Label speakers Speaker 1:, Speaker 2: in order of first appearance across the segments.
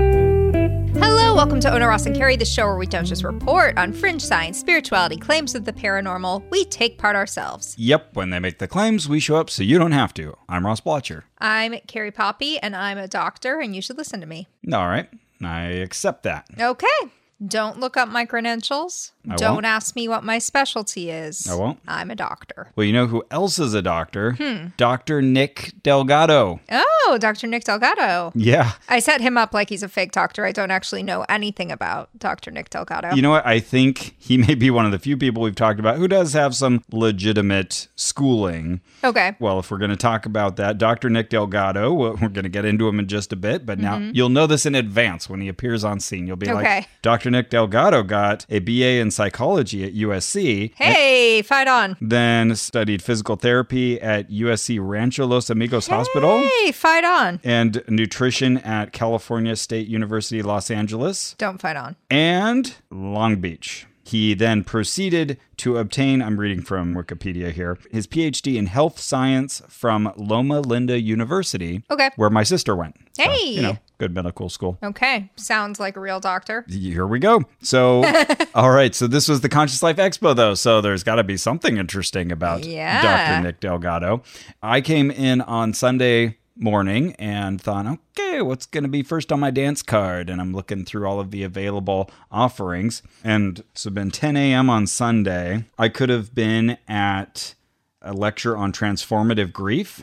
Speaker 1: Hello, welcome to Ona Ross and Carrie, the show where we don't just report on fringe science, spirituality, claims of the paranormal. We take part ourselves.
Speaker 2: Yep, when they make the claims, we show up so you don't have to. I'm Ross Blotcher.
Speaker 1: I'm Carrie Poppy, and I'm a doctor, and you should listen to me.
Speaker 2: All right, I accept that.
Speaker 1: Okay. Don't look up my credentials.
Speaker 2: I
Speaker 1: Don't
Speaker 2: won't.
Speaker 1: ask me what my specialty is.
Speaker 2: I won't.
Speaker 1: I'm a doctor.
Speaker 2: Well, you know who else is a doctor? Dr. Nick Delgado.
Speaker 1: Oh, Dr. Nick Delgado.
Speaker 2: Yeah.
Speaker 1: I set him up like he's a fake doctor. I don't actually know anything about Dr. Nick Delgado.
Speaker 2: You know what? I think he may be one of the few people we've talked about who does have some legitimate schooling.
Speaker 1: okay.
Speaker 2: Well, if we're going to talk about that, Dr. Nick Delgado, we're we're going to get into him in just a bit, but now you'll know this in advance when he appears on scene. You'll be
Speaker 1: Okay.
Speaker 2: like, Dr. Nick Delgado got a BA in psychology at USC.
Speaker 1: Hey, fight on.
Speaker 2: then studied physical therapy at USC Rancho Los Amigos Hospital
Speaker 1: Hey, fight on.
Speaker 2: and nutrition at California State University Los Angeles
Speaker 1: Don't fight on.
Speaker 2: and Long Beach. He then proceeded to obtain, I'm reading from Wikipedia here, his PhD in health science from Loma Linda University,
Speaker 1: Okay.
Speaker 2: where my sister went. So,
Speaker 1: Hey.
Speaker 2: you know, good medical school.
Speaker 1: Okay. Sounds like a real doctor.
Speaker 2: Here we go. So, all right. So, this was the Conscious Life Expo, though. So, there's got to be something interesting about
Speaker 1: Yeah.
Speaker 2: Dr. Nick Delgado. I came in on Sunday morning and thought, okay, what's going to be first on my dance card? And I'm looking through all of the available offerings. And so, it's been 10 a.m. on Sunday. I could have been at a lecture on transformative grief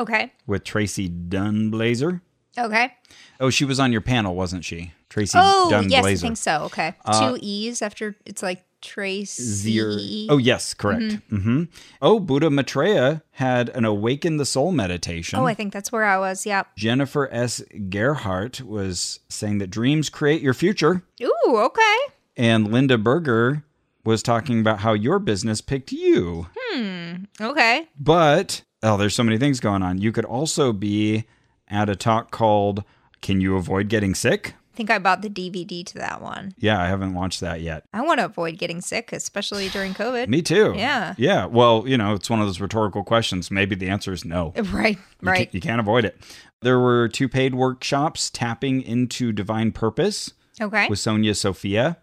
Speaker 1: Okay.
Speaker 2: with Tracy Dunblazer.
Speaker 1: Okay.
Speaker 2: Oh, she was on your panel, wasn't she? Tracy
Speaker 1: Oh,
Speaker 2: Dunblazer.
Speaker 1: yes, I think so. Okay.
Speaker 2: Uh,
Speaker 1: Two E's after it's like trace.
Speaker 2: Zero.
Speaker 1: E
Speaker 2: Oh, yes, correct.
Speaker 1: Mm-hmm.
Speaker 2: hmm Oh, Buddha Maitreya had an Awaken the Soul meditation.
Speaker 1: Oh, I think that's where I was. Yeah.
Speaker 2: Jennifer S. Gerhart was saying that dreams create your future.
Speaker 1: Ooh, okay.
Speaker 2: And Linda Berger was talking about how your business picked you.
Speaker 1: Okay.
Speaker 2: But, oh, there's so many things going on. You could also be at a talk called Can You Avoid Getting Sick?
Speaker 1: I think I bought the DVD to that one.
Speaker 2: Yeah, I haven't watched that yet.
Speaker 1: I want to avoid getting sick, especially during COVID.
Speaker 2: Me too.
Speaker 1: Yeah.
Speaker 2: Yeah. Well, you know, it's one of those rhetorical questions. Maybe the answer is no.
Speaker 1: Right.
Speaker 2: You
Speaker 1: Right.
Speaker 2: can't, you can't avoid it. There were two paid workshops tapping into divine purpose
Speaker 1: Okay.
Speaker 2: with Sonia Sophia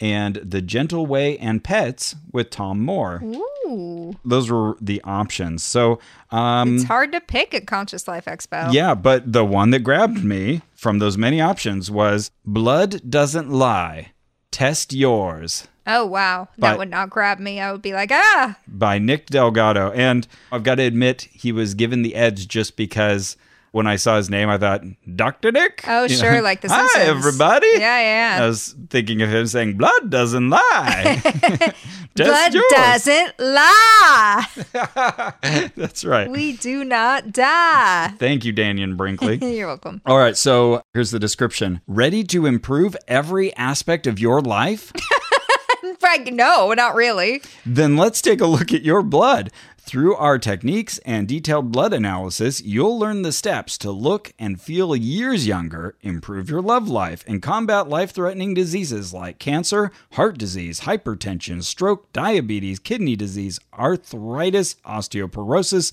Speaker 2: and The Gentle Way and Pets with Tom Moore.
Speaker 1: Ooh.
Speaker 2: Those were the options. So, um,
Speaker 1: It's hard to pick at Conscious Life Expo.
Speaker 2: yeah, but the one that grabbed me from those many options was Blood Doesn't Lie, Test Yours.
Speaker 1: Oh, wow. that
Speaker 2: But-
Speaker 1: would not grab me. I would be like, ah.
Speaker 2: by Nick Delgado. And I've got to admit, he was given the edge just because when I saw his name, I thought, Dr. Nick?
Speaker 1: Oh,
Speaker 2: You know,
Speaker 1: sure, like The
Speaker 2: Hi,
Speaker 1: Simpsons."
Speaker 2: everybody. Uh,
Speaker 1: Yeah, yeah, yeah.
Speaker 2: I was thinking of him saying, blood doesn't lie. Just
Speaker 1: Blood
Speaker 2: yours.
Speaker 1: doesn't lie.
Speaker 2: That's right.
Speaker 1: We do not die.
Speaker 2: Thank you, Daniel Brinkley.
Speaker 1: You're welcome.
Speaker 2: All right, so here's the description. Ready to improve every aspect of your life?
Speaker 1: Frank, no, not really.
Speaker 2: Then let's take a look at your blood. Through our techniques and detailed blood analysis, you'll learn the steps to look and feel years younger, improve your love life, and combat life threatening diseases like cancer, heart disease, hypertension, stroke, diabetes, kidney disease, arthritis, osteoporosis,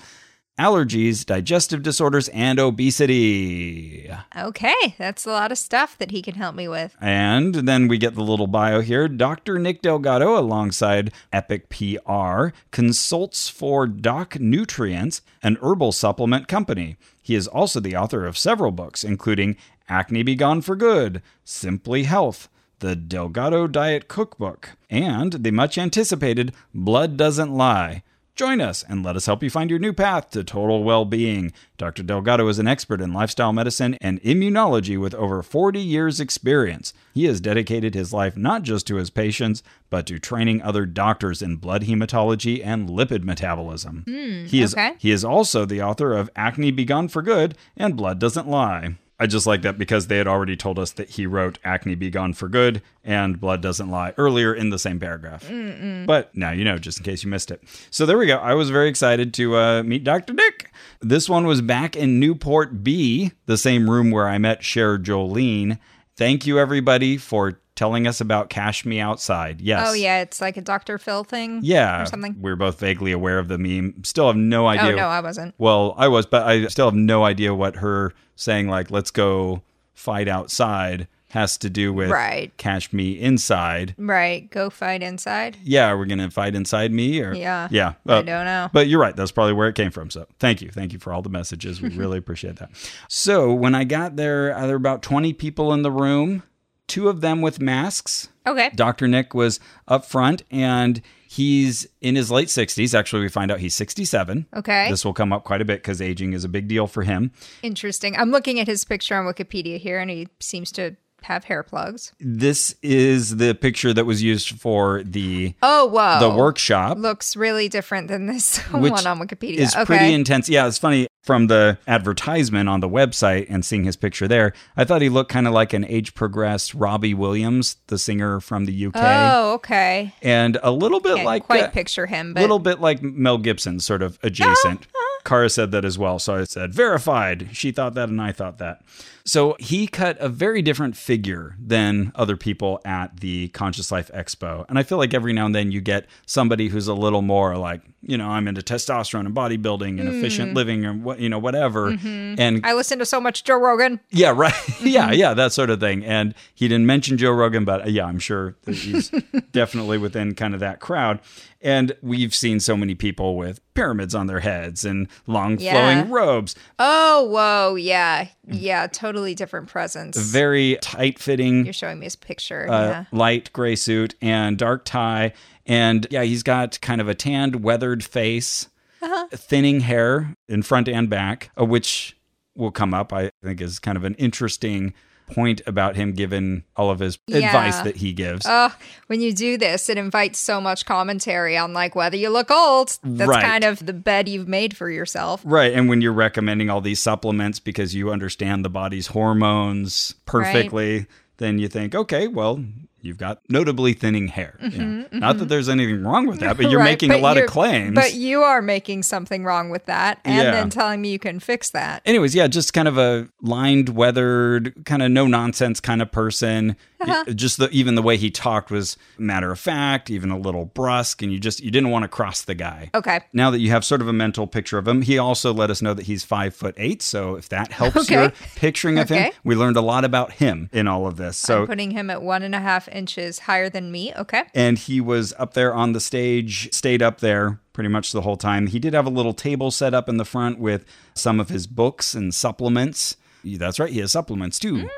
Speaker 2: allergies, digestive disorders, and obesity.
Speaker 1: Okay, that's a lot of stuff that he can help me with.
Speaker 2: And then we get the little bio here. Dr. Nick Delgado, alongside Epic PR, consults for Doc Nutrients, an herbal supplement company. He is also the author of several books, including Acne Be Gone for Good, Simply Health, The Delgado Diet Cookbook, and the much anticipated Blood Doesn't Lie. Join us and let us help you find your new path to total well being. Dr. Delgado is an expert in lifestyle medicine and immunology with over 40 years' experience. He has dedicated his life not just to his patients, but to training other doctors in blood hematology and lipid metabolism. he, is,
Speaker 1: okay.
Speaker 2: he is also the author of Acne Be Gone for Good and Blood Doesn't Lie. I just like that because they had already told us that he wrote Acne Be Gone for Good and Blood Doesn't Lie earlier in the same paragraph.
Speaker 1: Mm-hmm.
Speaker 2: But now you know, just in case you missed it. So there we go. I was very excited to uh, meet Dr. Nick. This one was back in Newport B, the same room where I met Cher Jolene. Thank you, everybody, for telling us about Cash Me Outside. Yes.
Speaker 1: Oh, yeah. It's like a Dr. Phil thing.
Speaker 2: Yeah.
Speaker 1: Or something.
Speaker 2: We're both vaguely aware of the meme. Still have no idea.
Speaker 1: Oh, no, I wasn't.
Speaker 2: Well, I was, but I still have no idea what her saying, like, let's go fight outside has to do with
Speaker 1: Right.
Speaker 2: cash me inside.
Speaker 1: Right. Go fight inside.
Speaker 2: Yeah, are we going to fight inside me or
Speaker 1: Yeah.
Speaker 2: Yeah.
Speaker 1: I
Speaker 2: uh,
Speaker 1: don't know.
Speaker 2: But you're right. That's probably where it came from. So thank you. Thank you for all the messages. We really appreciate that. So when I got there, uh, there were about 20 people in the room, two of them with masks.
Speaker 1: Okay.
Speaker 2: Dr. Nick was up front and he's in his late 60s. Actually, we find out he's 67.
Speaker 1: Okay.
Speaker 2: This will come up quite a bit because aging is a big deal for him.
Speaker 1: Interesting. I'm looking at his picture on Wikipedia here, and he seems to have hair plugs.
Speaker 2: This is the picture that was used for the
Speaker 1: Oh, whoa.
Speaker 2: the workshop.
Speaker 1: looks really different than this
Speaker 2: Which
Speaker 1: one on Wikipedia.
Speaker 2: is
Speaker 1: okay.
Speaker 2: pretty intense. Yeah, it's funny from the advertisement on the website and seeing his picture there. I thought he looked kind of like an age progressed Robbie Williams, the singer from the UK,
Speaker 1: Oh, okay.
Speaker 2: and a little bit
Speaker 1: Can't
Speaker 2: like
Speaker 1: quite
Speaker 2: uh,
Speaker 1: picture him,
Speaker 2: a
Speaker 1: but
Speaker 2: little bit like Mel Gibson, sort of adjacent. Kara said that as well. So I said, verified. She thought that and I thought that. So he cut a very different figure than other people at the Conscious Life Expo. And I feel like every now and then you get somebody who's a little more like, you know, I'm into testosterone and bodybuilding and efficient living and what, you know, whatever. And
Speaker 1: I listen to so much Joe Rogan.
Speaker 2: yeah, right. yeah,
Speaker 1: Mm-hmm.
Speaker 2: yeah, that sort of thing. And he didn't mention Joe Rogan, but uh, yeah, I'm sure that he's definitely within kind of that crowd. And we've seen so many people with pyramids on their heads and long
Speaker 1: Yeah.
Speaker 2: flowing robes,
Speaker 1: Oh, whoa. Yeah.
Speaker 2: Hmm.
Speaker 1: Yeah. Totally different presence.
Speaker 2: very tight fitting
Speaker 1: You're showing me his picture.
Speaker 2: uh, light gray suit and dark tie. And yeah, he's got kind of a tanned, weathered face,
Speaker 1: Uh-huh.
Speaker 2: thinning hair in front and back, uh, which will come up, I think, is kind of an interesting point about him given all of his advice
Speaker 1: Yeah.
Speaker 2: that he gives.
Speaker 1: yeah. Oh, when you do this, it invites so much commentary on like whether you look old. That's
Speaker 2: Right.
Speaker 1: kind of the bed you've made for yourself.
Speaker 2: Right. And when you're recommending all these supplements because you understand the body's hormones perfectly, then you think, okay, well, you've got notably thinning hair. you know. Not that there's anything wrong with that, but
Speaker 1: Mm-hmm,
Speaker 2: you're
Speaker 1: Right,
Speaker 2: making a
Speaker 1: but
Speaker 2: lot of
Speaker 1: you're-
Speaker 2: claims.
Speaker 1: But you are making something wrong with that and
Speaker 2: Yeah.
Speaker 1: then telling me you can fix that.
Speaker 2: Anyways, yeah, just kind of a lined, weathered, kind of no nonsense kind of person.
Speaker 1: Uh-huh.
Speaker 2: It- just the, even the way he talked was matter of fact, even a little brusque, and you just you didn't want to cross the guy.
Speaker 1: Okay.
Speaker 2: now that you have sort of a mental picture of him, he also let us know that he's five foot eight. So if that helps
Speaker 1: Okay.
Speaker 2: your picturing of him,
Speaker 1: Okay.
Speaker 2: we learned a lot about him in all of this. So
Speaker 1: Putting him at one and a half inches higher than me. Okay.
Speaker 2: and he was up there on the stage, stayed up there pretty much the whole time. He did have a little table set up in the front with some of his books and supplements. Yeah, That's right, he has supplements too.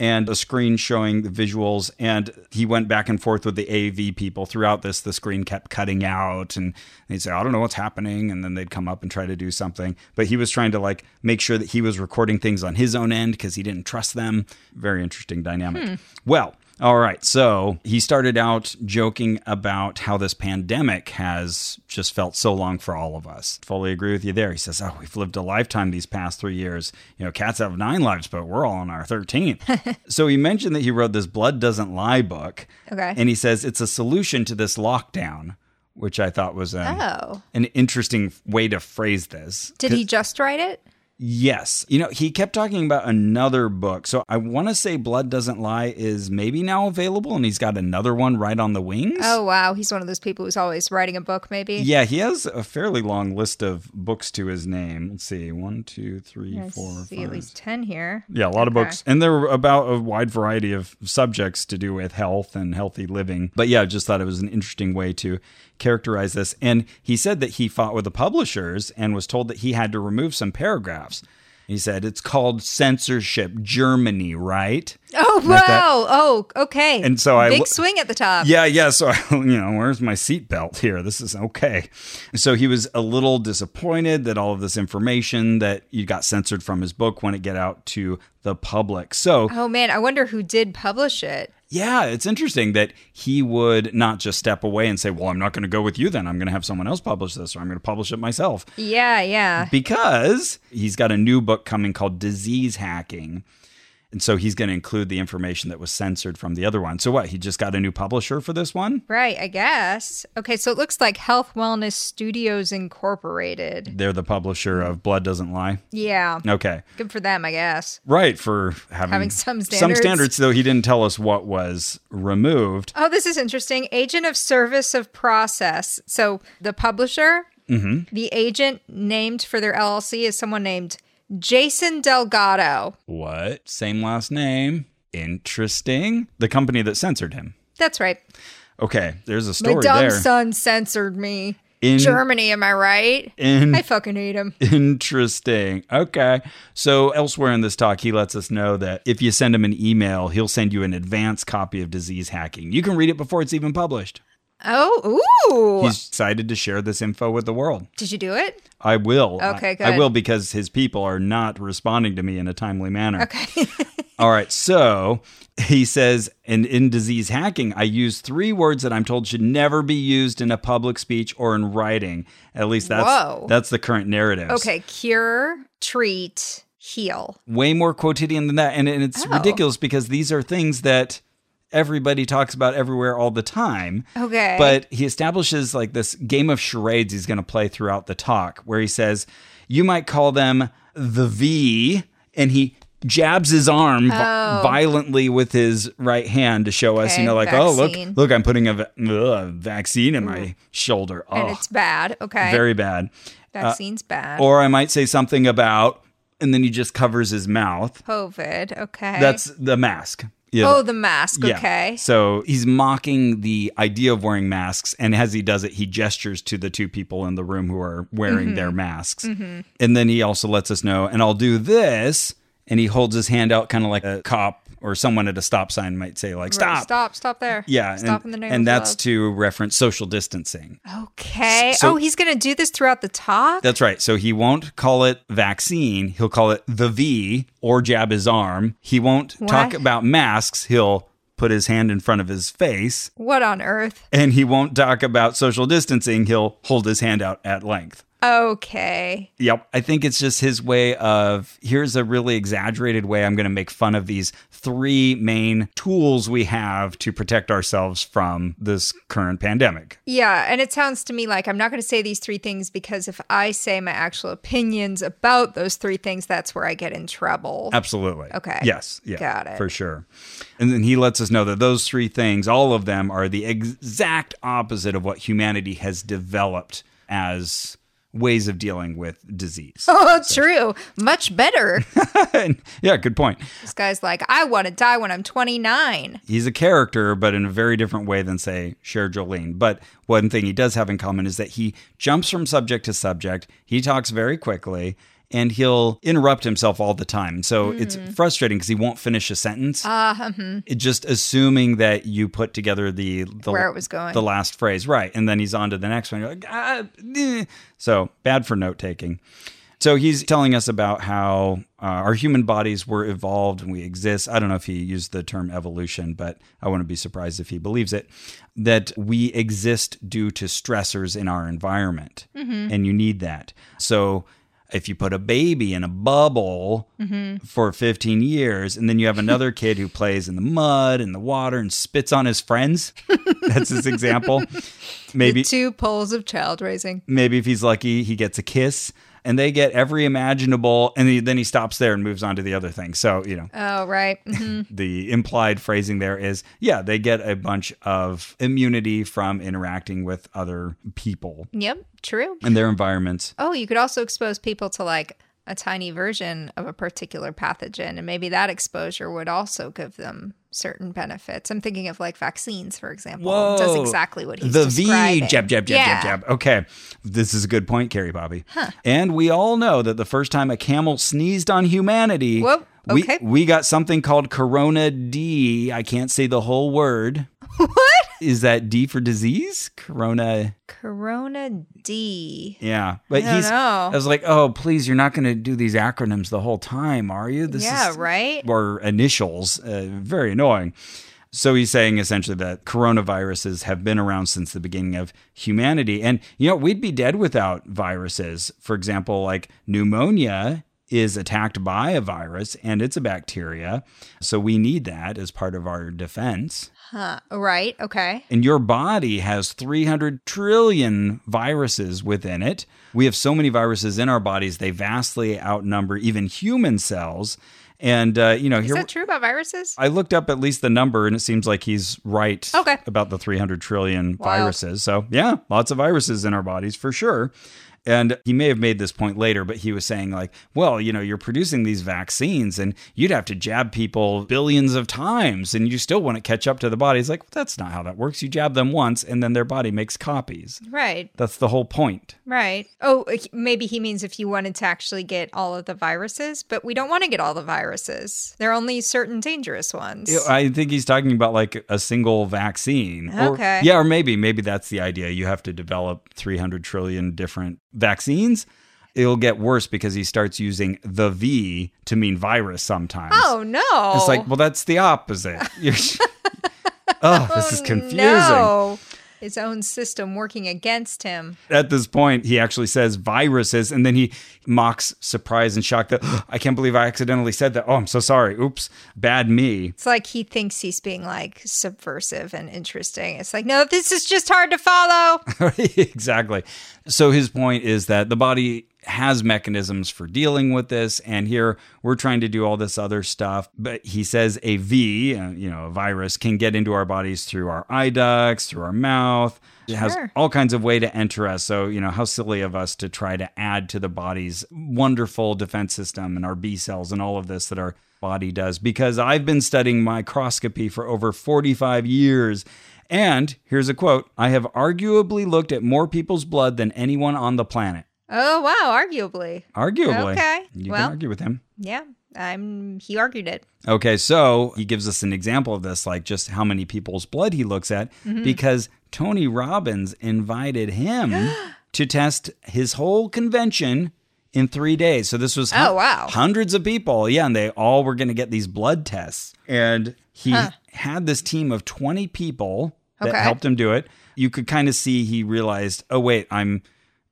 Speaker 2: And a screen showing the visuals. And he went back and forth with the AV people throughout this. The screen kept cutting out, and they'd say, I don't know what's happening. And then they'd come up and try to do something. But he was trying to like make sure that he was recording things on his own end because he didn't trust them. Very interesting dynamic. Well, all right. So he started out joking about how this pandemic has just felt so long for all of us. Fully agree with you there. He says, Oh, we've lived a lifetime these past three years. You know, cats have nine lives, but we're all on our 13th. so he mentioned that he wrote this Blood Doesn't Lie book.
Speaker 1: Okay.
Speaker 2: And he says it's a solution to this lockdown, which I thought was um,
Speaker 1: Oh.
Speaker 2: an interesting way to phrase this.
Speaker 1: Did he just write it?
Speaker 2: Yes. You know, he kept talking about another book. So I want to say Blood Doesn't Lie is maybe now available, and he's got another one right on the wings.
Speaker 1: Oh, wow. He's one of those people who's always writing a book, maybe.
Speaker 2: Yeah, he has a fairly long list of books to his name. Let's see, one, two, three,
Speaker 1: I
Speaker 2: four,
Speaker 1: see at
Speaker 2: five.
Speaker 1: least 10 here.
Speaker 2: Yeah, a lot of
Speaker 1: Okay.
Speaker 2: books. And they're about a wide variety of subjects to do with health and healthy living. But yeah, I just thought it was an interesting way to characterize this. And he said that he fought with the publishers and was told that he had to remove some paragraphs. He said, it's called censorship, Germany, right?
Speaker 1: Oh,
Speaker 2: Not that-
Speaker 1: wow. Oh, okay.
Speaker 2: And so I
Speaker 1: Big
Speaker 2: lo-
Speaker 1: swing at the top.
Speaker 2: Yeah, yeah. So, you know, where's my seatbelt here? This is okay. So he was a little disappointed that all of this information that you got censored from his book when it get out to the public. So
Speaker 1: Oh, man. I wonder who did publish it.
Speaker 2: Yeah, it's interesting that he would not just step away and say, Well, I'm not going to go with you then. I'm going to have someone else publish this or I'm going to publish it myself.
Speaker 1: Yeah, yeah.
Speaker 2: Because he's got a new book coming called Disease Hacking. And so he's going to include the information that was censored from the other one. So what? He just got a new publisher for this one?
Speaker 1: Right, I guess. Okay, so it looks like Health Wellness Studios Incorporated.
Speaker 2: They're the publisher of Blood Doesn't Lie.
Speaker 1: Yeah.
Speaker 2: Okay.
Speaker 1: Good for them, I guess.
Speaker 2: Right, for having,
Speaker 1: Having some
Speaker 2: Some
Speaker 1: standards.
Speaker 2: standards, though he didn't tell us what was removed.
Speaker 1: Oh, this is interesting. Agent of Service of Process. So the publisher,
Speaker 2: Mm-hmm.
Speaker 1: the agent named for their LLC is someone named Jason Delgado.
Speaker 2: What? Same last name. Interesting. The company that censored him.
Speaker 1: That's right.
Speaker 2: Okay, there's a
Speaker 1: My
Speaker 2: story
Speaker 1: dumb
Speaker 2: there. Mm.
Speaker 1: son censored me.
Speaker 2: In-
Speaker 1: Germany, am I right?
Speaker 2: In-
Speaker 1: I fucking hate him.
Speaker 2: Interesting. Okay. So, elsewhere in this talk, he lets us know that if you send him an email, he'll send you an advance copy of Disease Hacking. You can read it before it's even published.
Speaker 1: Oh, ooh.
Speaker 2: He's excited to share this info with the world.
Speaker 1: Did you do it?
Speaker 2: I will.
Speaker 1: Okay,
Speaker 2: I, I
Speaker 1: good.
Speaker 2: will because his people are not responding to me in a timely manner.
Speaker 1: Okay.
Speaker 2: All right. So he says, and in disease hacking, I use three words that I'm told should never be used in a public speech or in writing. At least that's
Speaker 1: Whoa.
Speaker 2: that's the current narrative.
Speaker 1: okay, cure, treat, heal.
Speaker 2: Way more quotidian than that. And, and it's
Speaker 1: Oh.
Speaker 2: ridiculous because these are things that everybody talks about everywhere all the time.
Speaker 1: Okay.
Speaker 2: But he establishes like this game of charades he's going to play throughout the talk where he says, You might call them the V, and he jabs his arm vi- violently with his right hand to show us, you
Speaker 1: Oh. Okay,
Speaker 2: know, like, oh,
Speaker 1: vaccine.
Speaker 2: look, look, I'm putting a va- ugh, vaccine in my shoulder.
Speaker 1: and
Speaker 2: Oh,
Speaker 1: it's bad. Okay.
Speaker 2: very bad.
Speaker 1: Vaccine's bad.
Speaker 2: Or I might say something about, and then he just covers his mouth.
Speaker 1: COVID. Okay.
Speaker 2: That's the mask. Yeah.
Speaker 1: Oh, the mask.
Speaker 2: Yeah.
Speaker 1: Okay.
Speaker 2: So he's mocking the idea of wearing masks. And as he does it, he gestures to the two people in the room who are wearing their
Speaker 1: Mm-hmm.
Speaker 2: masks. And then he also lets us know, and I'll do this. And he holds his hand out, kind of like a cop or someone at a stop sign might say, like, stop.
Speaker 1: Stop. Stop there.
Speaker 2: Yeah.
Speaker 1: Stop
Speaker 2: and,
Speaker 1: in the name
Speaker 2: and
Speaker 1: of
Speaker 2: that's
Speaker 1: love.
Speaker 2: to reference social distancing.
Speaker 1: okay.
Speaker 2: so-
Speaker 1: oh, he's gonna do this throughout the talk.
Speaker 2: That's right. So he won't call it vaccine. He'll call it the V or jab his arm. He won't talk
Speaker 1: What?
Speaker 2: about masks. He'll put his hand in front of his face.
Speaker 1: what on earth?
Speaker 2: and he won't talk about social distancing. He'll hold his hand out at length.
Speaker 1: Okay.
Speaker 2: Yep. I think it's just his way of here's a really exaggerated way I'm going to make fun of these three main tools we have to protect ourselves from this current pandemic.
Speaker 1: Yeah, and it sounds to me like I'm not going to say these three things because if I say my actual opinions about those three things, that's where I get in trouble.
Speaker 2: Absolutely.
Speaker 1: Okay.
Speaker 2: Yes. Yeah.
Speaker 1: Got it.
Speaker 2: For sure. And then he lets us know that those three things, all of them, are the exact opposite of what humanity has developed as ways of dealing with disease.
Speaker 1: Oh, true. Much better.
Speaker 2: yeah, good point.
Speaker 1: this guy's like, I want to die when I'm 29.
Speaker 2: he's a character, but in a very different way than, say, Cher Jolene. But one thing he does have in common is that he jumps from subject to subject. He talks very quickly and he'll interrupt himself all the time. So
Speaker 1: Hmm.
Speaker 2: it's frustrating because he won't finish a sentence. Uh,
Speaker 1: Ah, uh-huh.
Speaker 2: Just assuming that you put together the, the
Speaker 1: Where it was going.
Speaker 2: the last phrase, right? And then he's on to the next one. You're like, ah, eh." so bad for note taking. So he's telling us about how uh, our human bodies were evolved and we exist. I don't know if he used the term evolution, but I wouldn't be surprised if he believes it. That we exist due to stressors in our environment, and you need that. So if you put a baby in a bubble for 15 years and then you have another kid who plays in the mud and the water and spits on his friends that's his example maybe
Speaker 1: Two poles of child raising.
Speaker 2: maybe if he's lucky he gets a kiss and they get every imaginable and he, then he stops there and moves on to the other thing so you know
Speaker 1: Oh, right. Mhm.
Speaker 2: the implied phrasing there is yeah they get a bunch of immunity from interacting with other people
Speaker 1: yep, true.
Speaker 2: and their environments
Speaker 1: Oh, you could also expose people to like a tiny version of a particular pathogen, and maybe that exposure would also give them certain benefits. I'm thinking of like vaccines, for example. It Does
Speaker 2: Whoa.
Speaker 1: exactly what he's
Speaker 2: the
Speaker 1: describing.
Speaker 2: V jab jab jab
Speaker 1: Yeah.
Speaker 2: jab jab. Okay, this is a good point, Carrie Bobby. And we all know that the first time a camel sneezed on humanity,
Speaker 1: Whoa, okay.
Speaker 2: we we got something called Corona D. I can't say the whole word.
Speaker 1: What?
Speaker 2: Is that D for disease? Corona.
Speaker 1: Corona D.
Speaker 2: Yeah, but
Speaker 1: don't
Speaker 2: he's.
Speaker 1: know.
Speaker 2: I was like, oh, please, you're not going to do these acronyms the whole time, are you? This
Speaker 1: yeah,
Speaker 2: is
Speaker 1: right?
Speaker 2: or initials. Uh, very annoying. So he's saying essentially that coronaviruses have been around since the beginning of humanity. And, you know, we'd be dead without viruses. For example, like pneumonia is attacked by a virus and it's a bacteria. So we need that as part of our defense.
Speaker 1: Huh. Right. Okay.
Speaker 2: And your body has 300 trillion viruses within it. We have so many viruses in our bodies, they vastly outnumber even human cells. And, uh, you know,
Speaker 1: Is
Speaker 2: here.
Speaker 1: that true about viruses?
Speaker 2: I looked up at least the number, and it seems like he's right
Speaker 1: Okay.
Speaker 2: about the 300 trillion
Speaker 1: Wow.
Speaker 2: viruses. So, yeah, lots of viruses in our bodies for sure. And he may have made this point later, but he was saying, like, well, you know, you're producing these vaccines and you'd have to jab people billions of times and you still wouldn't catch up to the body. It's like, that's not how that works. You jab them once and then their body makes copies.
Speaker 1: Right.
Speaker 2: That's the whole point.
Speaker 1: Right. Oh, he- maybe he means if you wanted to actually get all of the viruses, but we don't want to get all the viruses. There are only certain dangerous ones.
Speaker 2: Yeah, I think he's talking about like a single vaccine. Or-
Speaker 1: Okay.
Speaker 2: yeah, or maybe maybe that's the idea. You have to develop 300 trillion different vaccines. It'll get worse because he starts using the V to mean virus sometimes.
Speaker 1: oh no.
Speaker 2: It's like, well, that's the opposite. You're- oh, this is confusing.
Speaker 1: No. His own system working against him.
Speaker 2: At this point, he actually says viruses, and then he mocks surprise and shock that I can't believe I accidentally said that. Oh, I'm so sorry. Oops, bad me.
Speaker 1: It's like he thinks he's being like subversive and interesting. It's like, no, this is just hard to follow.
Speaker 2: exactly. So his point is that the body has mechanisms for dealing with this, and here we're trying to do all this other stuff. But he says a V, uh, you know, a virus, can get into our bodies through our eye ducts, through our mouth. It has
Speaker 1: Sure.
Speaker 2: all kinds of way to enter us. So, you know, how silly of us to try to add to the body's wonderful defense system and our B cells and all of this that our body does. Because I've been studying microscopy for over 45 years. And here's a quote I have arguably looked at more people's blood than anyone on the planet.
Speaker 1: oh wow, arguably.
Speaker 2: Arguably.
Speaker 1: Okay,
Speaker 2: You
Speaker 1: well.
Speaker 2: can argue with him.
Speaker 1: Yeah. I'm he argued it.
Speaker 2: Okay, so he gives us an example of this, like just how many people's blood he looks at,
Speaker 1: Mm-hmm.
Speaker 2: because Tony Robbins invited him to test his whole convention in three days. So this was hun-
Speaker 1: Oh, wow.
Speaker 2: hundreds of people. Yeah, and they all were going to get these blood tests. And he had this team of 20 people that
Speaker 1: Okay.
Speaker 2: helped him do it. You could kind of see he realized, oh, wait, I'm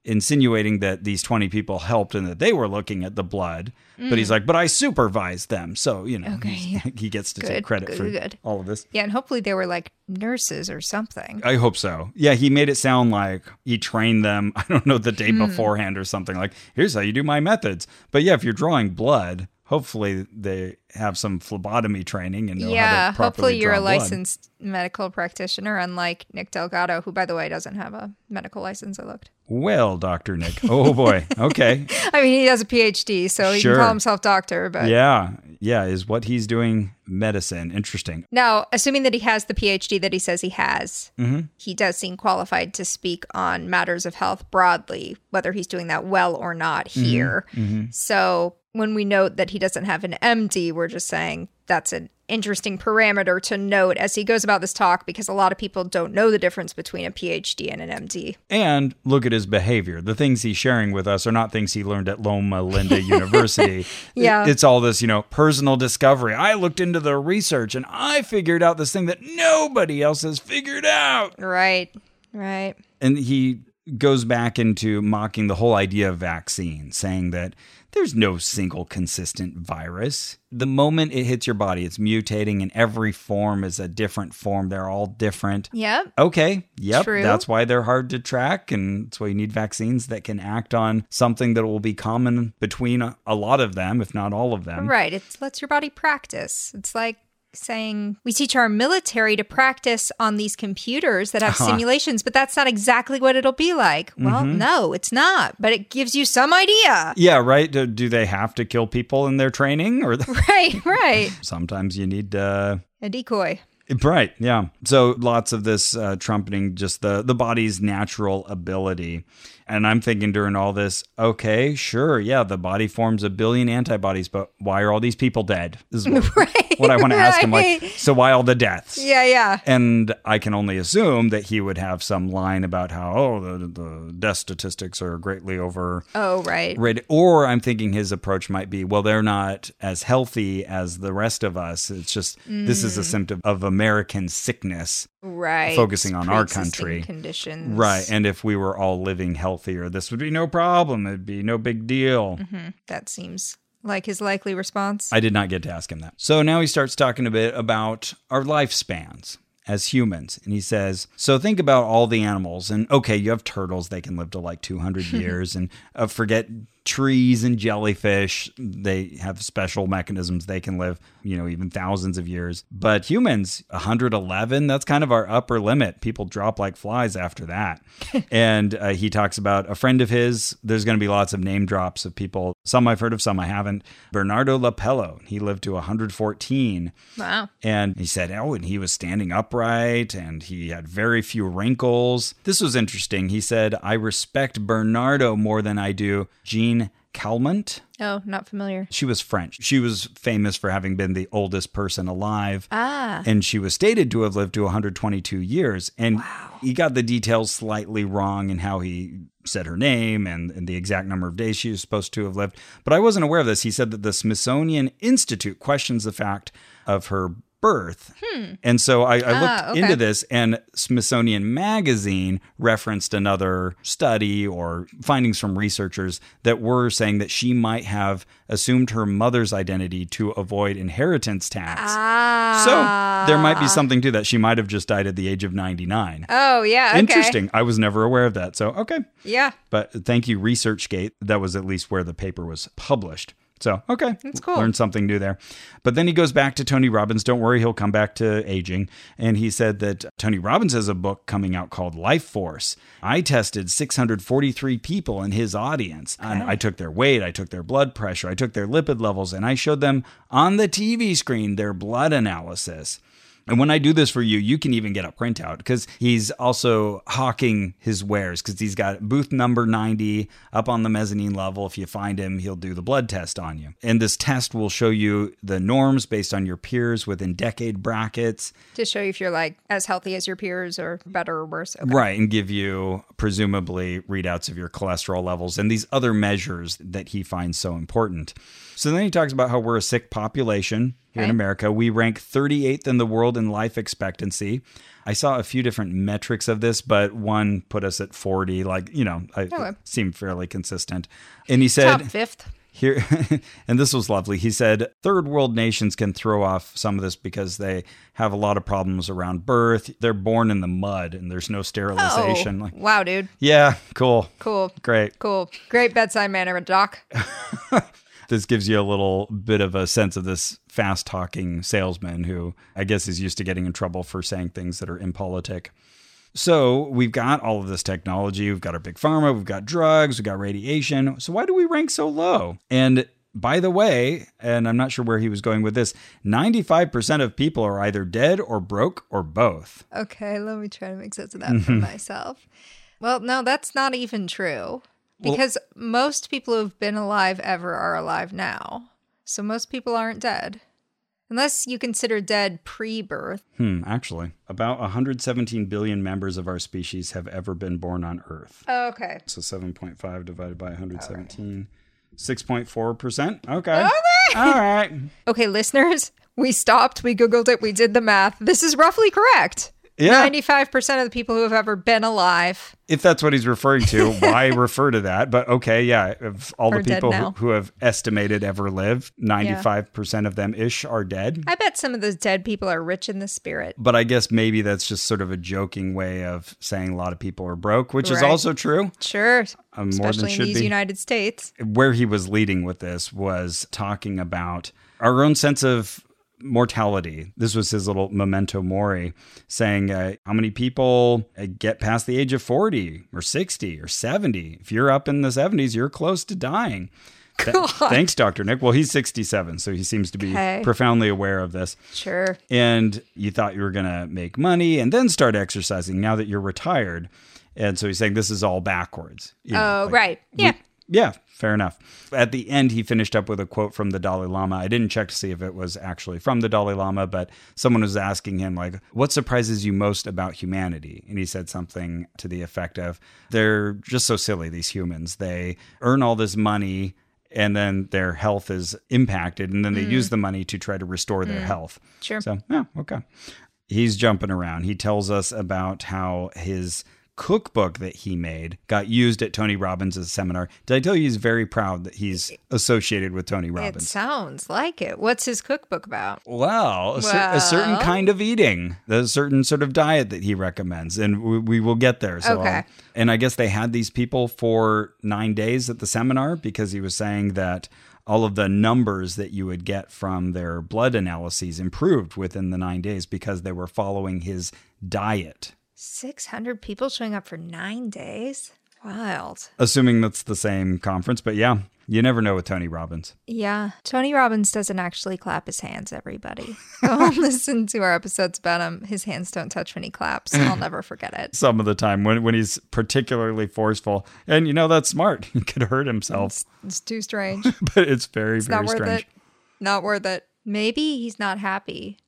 Speaker 2: insinuating that these 20 people helped and that they were looking at the blood. But
Speaker 1: Mm.
Speaker 2: he's like, but I supervised them. So, you know, he's- he gets to take
Speaker 1: Good,
Speaker 2: credit
Speaker 1: good,
Speaker 2: for
Speaker 1: good.
Speaker 2: all of this.
Speaker 1: Yeah, and hopefully they were like nurses or something.
Speaker 2: I hope so. Yeah, he made it sound like he trained them, I don't know, the day
Speaker 1: Hmm.
Speaker 2: beforehand or something. Like, here's how you do my methods. But yeah, if you're drawing blood, hopefully they have some phlebotomy training and know
Speaker 1: yeah,
Speaker 2: how to properly
Speaker 1: hopefully you're
Speaker 2: draw
Speaker 1: a
Speaker 2: blood.
Speaker 1: licensed medical practitioner, unlike Nick Delgado, who, by the way, doesn't have a medical license. I looked.
Speaker 2: Well, Dr. Nick. Oh, boy. Okay.
Speaker 1: I mean, he has a PhD, so he can
Speaker 2: Sure.
Speaker 1: call himself doctor. But
Speaker 2: yeah. Yeah. Is what he's doing medicine interesting?
Speaker 1: now, assuming that he has the PhD that he says he has, he does seem qualified to speak on matters of health broadly, whether he's doing that well or not here. So when we note that he doesn't have an MD, we're just saying that's an interesting parameter to note as he goes about this talk because a lot of people don't know the difference between a PhD and an MD.
Speaker 2: And look at his behavior. The things he's sharing with us are not things he learned at Loma Linda University.
Speaker 1: Yeah.
Speaker 2: It's all this, you know, personal discovery. I looked into the research and I figured out this thing that nobody else has figured out.
Speaker 1: Right. Right.
Speaker 2: And he goes back into mocking the whole idea of vaccine, saying that there's no single consistent virus. The moment it hits your body, it's mutating, and every form is a different form. They're all different.
Speaker 1: Yep.
Speaker 2: Okay. Yep.
Speaker 1: True.
Speaker 2: That's why they're hard to track. And that's why you need vaccines that can act on something that will be common between a, a lot of them, if not all of them.
Speaker 1: Right. It lets your body practice. It's like saying we teach our military to practice on these computers that have simulations, but that's not exactly what it'll be like. Well,
Speaker 2: Mm-hmm.
Speaker 1: no, it's not, but it gives you some idea.
Speaker 2: Yeah. Right. Do, do they have to kill people in their training? Or
Speaker 1: Right, right.
Speaker 2: sometimes you need uh,
Speaker 1: A decoy.
Speaker 2: Right. Yeah. So lots of this uh, trumpeting just the the body's natural ability, and I'm thinking during all this, okay, sure, yeah, the body forms a billion antibodies, but why are all these people dead? This is what,
Speaker 1: Right,
Speaker 2: what I want to ask him. Like,
Speaker 1: right.
Speaker 2: so why all the deaths?
Speaker 1: Yeah, yeah.
Speaker 2: And I can only assume that he would have some line about how oh the, the death statistics are greatly over
Speaker 1: Oh, right.
Speaker 2: Right. Or I'm thinking his approach might be, well, they're not as healthy as the rest of us. It's just this is a symptom of American sickness.
Speaker 1: Right.
Speaker 2: Focusing on our
Speaker 1: Pre-existing
Speaker 2: country.
Speaker 1: Conditions.
Speaker 2: Right. And if we were all living healthier, this would be no problem. It'd be no big deal.
Speaker 1: That seems like his likely response?
Speaker 2: I did not get to ask him that. So now he starts talking a bit about our lifespans as humans. And he says, So think about all the animals. And okay, you have turtles, they can live to like 200 years. And uh, forget trees and jellyfish, they have special mechanisms. They can live, you know, even thousands of years. But humans, 111, that's kind of our upper limit. People drop like flies after that. and uh, he talks about a friend of his. There's going to be lots of name drops of people. Some I've heard of, some I haven't. Bernardo Lapello, he lived to 114.
Speaker 1: Wow.
Speaker 2: And he said, oh, and he was standing upright and he had very few wrinkles. This was interesting. He said, I respect Bernardo more than I do Jean Calment.
Speaker 1: Oh, not familiar.
Speaker 2: She was French. She was famous for having been the oldest person alive.
Speaker 1: Ah.
Speaker 2: And she was stated to have lived to 122 years. And he got the details slightly wrong in how he said her name and, and the exact number of days she was supposed to have lived. But I wasn't aware of this. He said that the Smithsonian Institute questions the fact of her birth. And so I, I looked
Speaker 1: Hmm. Ah, okay.
Speaker 2: into this, and Smithsonian Magazine referenced another study or findings from researchers that were saying that she might have assumed her mother's identity to avoid inheritance tax.
Speaker 1: Ah.
Speaker 2: So there might be something to that. She might have just died at the age of 99.
Speaker 1: Oh, yeah. Okay.
Speaker 2: Interesting. I was never aware of that. So, okay.
Speaker 1: Yeah.
Speaker 2: But thank you, ResearchGate. That was at least where the paper was published. So, okay. That's
Speaker 1: cool.
Speaker 2: Learned something new there. But then he goes back to Tony Robbins. Don't worry, he'll come back to aging. And he said that Tony Robbins has a book coming out called Life Force. I tested 643 people in his audience. And I took their weight, I took their blood pressure, I took their lipid levels, and I showed them on the TV screen their blood analysis. And when I do this for you, you can even get a printout because he's also hawking his wares because he's got booth number 90 up on the mezzanine level. If you find him, he'll do the blood test on you. And this test will show you the norms based on your peers within decade brackets.
Speaker 1: To show you if you're like as healthy as your peers or better or worse. Okay.
Speaker 2: Right, and give you presumably readouts of your cholesterol levels and these other measures that he finds so important. So then he talks about how we're a sick population here in
Speaker 1: Okay.
Speaker 2: America. We rank 38th in the world in life expectancy. I saw a few different metrics of this, but one put us at 40, like, you know, I
Speaker 1: Okay.
Speaker 2: seemed fairly consistent. And he said
Speaker 1: Top fifth.
Speaker 2: here and this was lovely he said third world nations can throw off some of this because they have a lot of problems around birth they're born in the mud and there's no
Speaker 1: Oh,
Speaker 2: sterilization like
Speaker 1: wow, dude.
Speaker 2: yeah cool
Speaker 1: Cool.
Speaker 2: great
Speaker 1: Cool. Great bedside manner, Doc.
Speaker 2: this gives you a little bit of a sense of this fast talking salesman who I guess is used to getting in trouble for saying things that are impolitic. So we've got all of this technology, we've got our big pharma, we've got drugs, we've got radiation. So why do we rank so low? And by the way, and I'm not sure where he was going with this, 95% of people are either dead or broke or both.
Speaker 1: Okay, let me try to make sense of that
Speaker 2: Mm-hmm.
Speaker 1: for myself. Well, no, that's not even true because most people who've been alive ever are alive now. So most people aren't dead. Unless you consider dead pre birth.
Speaker 2: Hmm, actually, about 117 billion members of our species have ever been born on Earth.
Speaker 1: Okay.
Speaker 2: So 7.5 divided by 117. 6.4%. Okay. All right.
Speaker 1: Okay, listeners, we stopped, we Googled it, we did the math. This is roughly correct.
Speaker 2: Yeah.
Speaker 1: 95% of the people who have ever been alive.
Speaker 2: If that's what he's referring to, why refer to that? But okay, yeah. Of all
Speaker 1: Are
Speaker 2: the
Speaker 1: dead
Speaker 2: people who,
Speaker 1: now.
Speaker 2: who have estimated ever live, 95% of them ish are dead.
Speaker 1: I bet some of those dead people are rich in the spirit.
Speaker 2: But I guess maybe that's just sort of a joking way of saying a lot of people are broke, which is
Speaker 1: Right.
Speaker 2: also true.
Speaker 1: Sure.
Speaker 2: Um, more than
Speaker 1: Especially in
Speaker 2: should
Speaker 1: these
Speaker 2: be.
Speaker 1: United States.
Speaker 2: where he was leading with this was talking about our own sense of mortality. This was his little memento mori, saying uh, how many people uh, get past the age of 40 or 60 or 70. If you're up in the 70s, you're close to dying. Th- thanks, Dr. Nick. Well, he's 67, so he seems to be
Speaker 1: Okay.
Speaker 2: profoundly aware of this
Speaker 1: Sure.
Speaker 2: and you thought you were going to make money and then start exercising now that you're retired. And so he's saying this is all backwards. you know,
Speaker 1: Oh, right. Yeah.
Speaker 2: yeah, fair enough. At the end, he finished up with a quote from the Dalai Lama. I didn't check to see if it was actually from the Dalai Lama, but someone was asking him, like, what surprises you most about humanity? And he said something to the effect of, they're just so silly, these humans. They earn all this money and then their health is impacted, and then they use the money to try to restore their health.
Speaker 1: Sure.
Speaker 2: So, yeah, okay. He's jumping around. He tells us about how his cookbook that he made got used at Tony Robbins' seminar. Did I tell you he's very proud that he's associated with Tony
Speaker 1: It
Speaker 2: Robbins?
Speaker 1: sounds like it. What's his cookbook about?
Speaker 2: Well, a, cer- a certain
Speaker 1: Well.
Speaker 2: kind of eating, a certain sort of diet that he recommends, and we, we will get there. So,
Speaker 1: Okay.
Speaker 2: uh, and I guess they had these people for nine days at the seminar because he was saying that all of the numbers that you would get from their blood analyses improved within the nine days because they were following his diet.
Speaker 1: 600 people showing up for nine days? Wild.
Speaker 2: Assuming that's the same conference, but yeah, you never know with Tony Robbins.
Speaker 1: Yeah. Tony Robbins doesn't actually clap his hands, everybody. Go listen to our episodes about him. His hands don't touch when he claps. I'll never forget it.
Speaker 2: Some of the time when, when he's particularly forceful, and you know that's smart. He could hurt himself.
Speaker 1: It's, it's too strange.
Speaker 2: but it's very
Speaker 1: It's
Speaker 2: very
Speaker 1: not worth
Speaker 2: strange.
Speaker 1: it. Not worth it. Maybe he's not happy.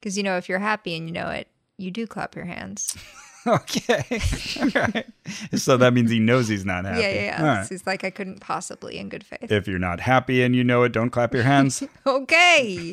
Speaker 1: Because, you know, if you're happy and you know it, you do clap your hands.
Speaker 2: Okay, all right. So that means he knows he's not happy.
Speaker 1: Yeah, yeah, yeah.
Speaker 2: All right.
Speaker 1: He's like, I couldn't possibly in good faith.
Speaker 2: If you're not happy and you know it, don't clap your hands.
Speaker 1: okay.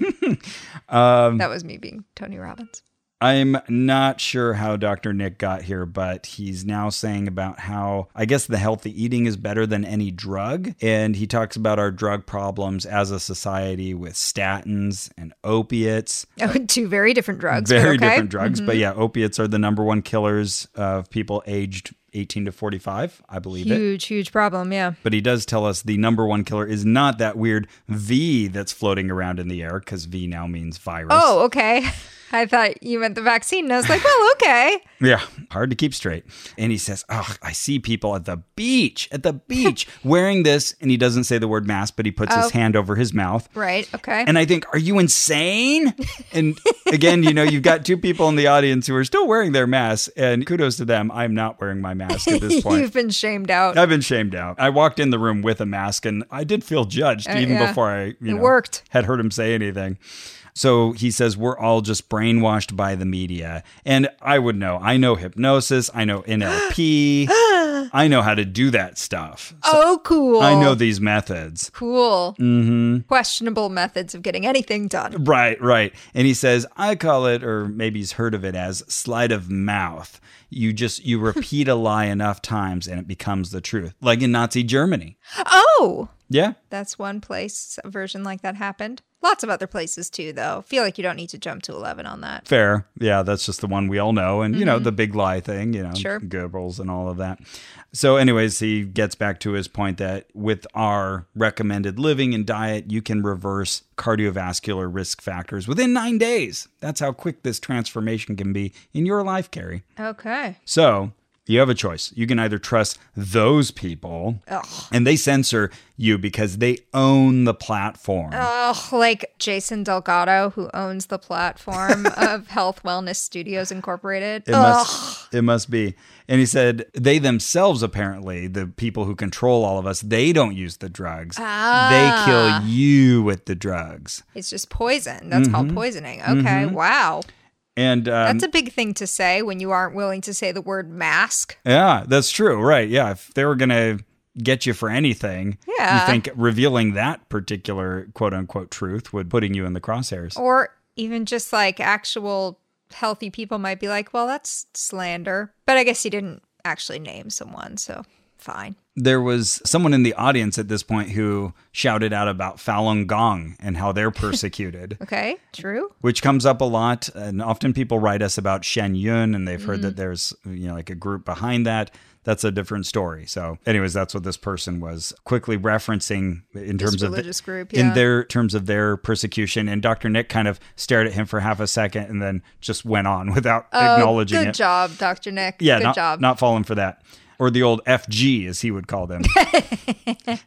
Speaker 2: Um,
Speaker 1: that was me being Tony Robbins.
Speaker 2: I'm not sure how Dr. Nick got here, but he's now saying about how I guess the healthy eating is better than any drug. And he talks about our drug problems as a society with statins and opiates.
Speaker 1: Oh, two very different drugs. but
Speaker 2: very
Speaker 1: okay. Mm-hmm.
Speaker 2: different drugs. But yeah, opiates are the number one killers of people aged 18 to 45, I believe it.
Speaker 1: Huge, huge problem. Yeah.
Speaker 2: But he does tell us the number one killer is not that weird V that's floating around in the air because V now means virus.
Speaker 1: Oh, okay. I thought you meant the vaccine. And I was like, well, okay.
Speaker 2: Yeah, hard to keep straight. And he says, "Ugh, I see people at the beach, at the beach wearing this." And he doesn't say the word mask, but he puts
Speaker 1: Oh.
Speaker 2: his hand over his mouth.
Speaker 1: Right. Okay.
Speaker 2: And I think, "Are you insane?" And again, you know, you've got two people in the audience who are still wearing their masks, and kudos to them. I'm not wearing my mask at this point.
Speaker 1: You've been shamed out.
Speaker 2: I've been shamed out. I walked in the room with a mask and I did feel judged
Speaker 1: Uh,
Speaker 2: even
Speaker 1: yeah.
Speaker 2: before I you
Speaker 1: It
Speaker 2: know,
Speaker 1: worked.
Speaker 2: had heard him say anything. So he says, We're all just brainwashed by the media. And I would know. I know hypnosis. I know NLP. I know how to do that stuff. So
Speaker 1: oh, cool.
Speaker 2: I know Mm-hmm. these methods.
Speaker 1: Cool. Questionable methods of getting anything done.
Speaker 2: Right, right. And he says, I call it, or maybe he's heard of it as sleight of mouth. You just, you repeat a lie enough times and it becomes the truth, like in Nazi Germany.
Speaker 1: Oh,
Speaker 2: Yeah.
Speaker 1: that's one place a version like that happened. Lots of other places too, though. Feel like you don't need to jump to 11 on that.
Speaker 2: Fair. Yeah, that's just the one we all know. And, you know, the big lie thing, you know,
Speaker 1: Sure.
Speaker 2: Goebbels and all of that. So, anyways, he gets back to his point that with our recommended living and diet, you can reverse cardiovascular risk factors within nine days. That's how quick this transformation can be in your life, Carrie.
Speaker 1: Okay.
Speaker 2: So you have a choice. You can either trust those people and they censor you because they own the platform.
Speaker 1: Oh, like Jason Delgado, who owns the platform of Health Wellness Studios Incorporated.
Speaker 2: It must, it must be. And he said they themselves, apparently, the people who control all of us, they don't use the drugs.
Speaker 1: Ah.
Speaker 2: They kill you with the drugs.
Speaker 1: It's just poison. That's called poisoning. Okay. Wow.
Speaker 2: Mm-hmm. And um,
Speaker 1: That's a big thing to say when you aren't willing to say the word mask.
Speaker 2: yeah, that's true. Right. Yeah. If they were going to get you for anything,
Speaker 1: Yeah.
Speaker 2: you think revealing that particular quote unquote truth would putting you in the crosshairs.
Speaker 1: Or even just like actual healthy people might be like, well, that's slander. But I guess he didn't actually name someone. So fine.
Speaker 2: there was someone in the audience at this point who shouted out about Falun Gong and how they're persecuted,
Speaker 1: Okay. True.
Speaker 2: which comes up a lot. And often people write us about Shen Yun and they've heard
Speaker 1: Mm-hmm.
Speaker 2: that there's, you know, like a group behind that. That's a different story. So, anyways, that's what this person was quickly referencing in terms of
Speaker 1: religious group,
Speaker 2: in
Speaker 1: yeah.
Speaker 2: their terms of their persecution. And Dr. Nick kind of stared at him for half a second and then just went on without acknowledging
Speaker 1: Oh, good
Speaker 2: it.
Speaker 1: job, Dr. Nick.
Speaker 2: Yeah,
Speaker 1: good
Speaker 2: not,
Speaker 1: job.
Speaker 2: not falling for that. Or the old FG, as he would call them.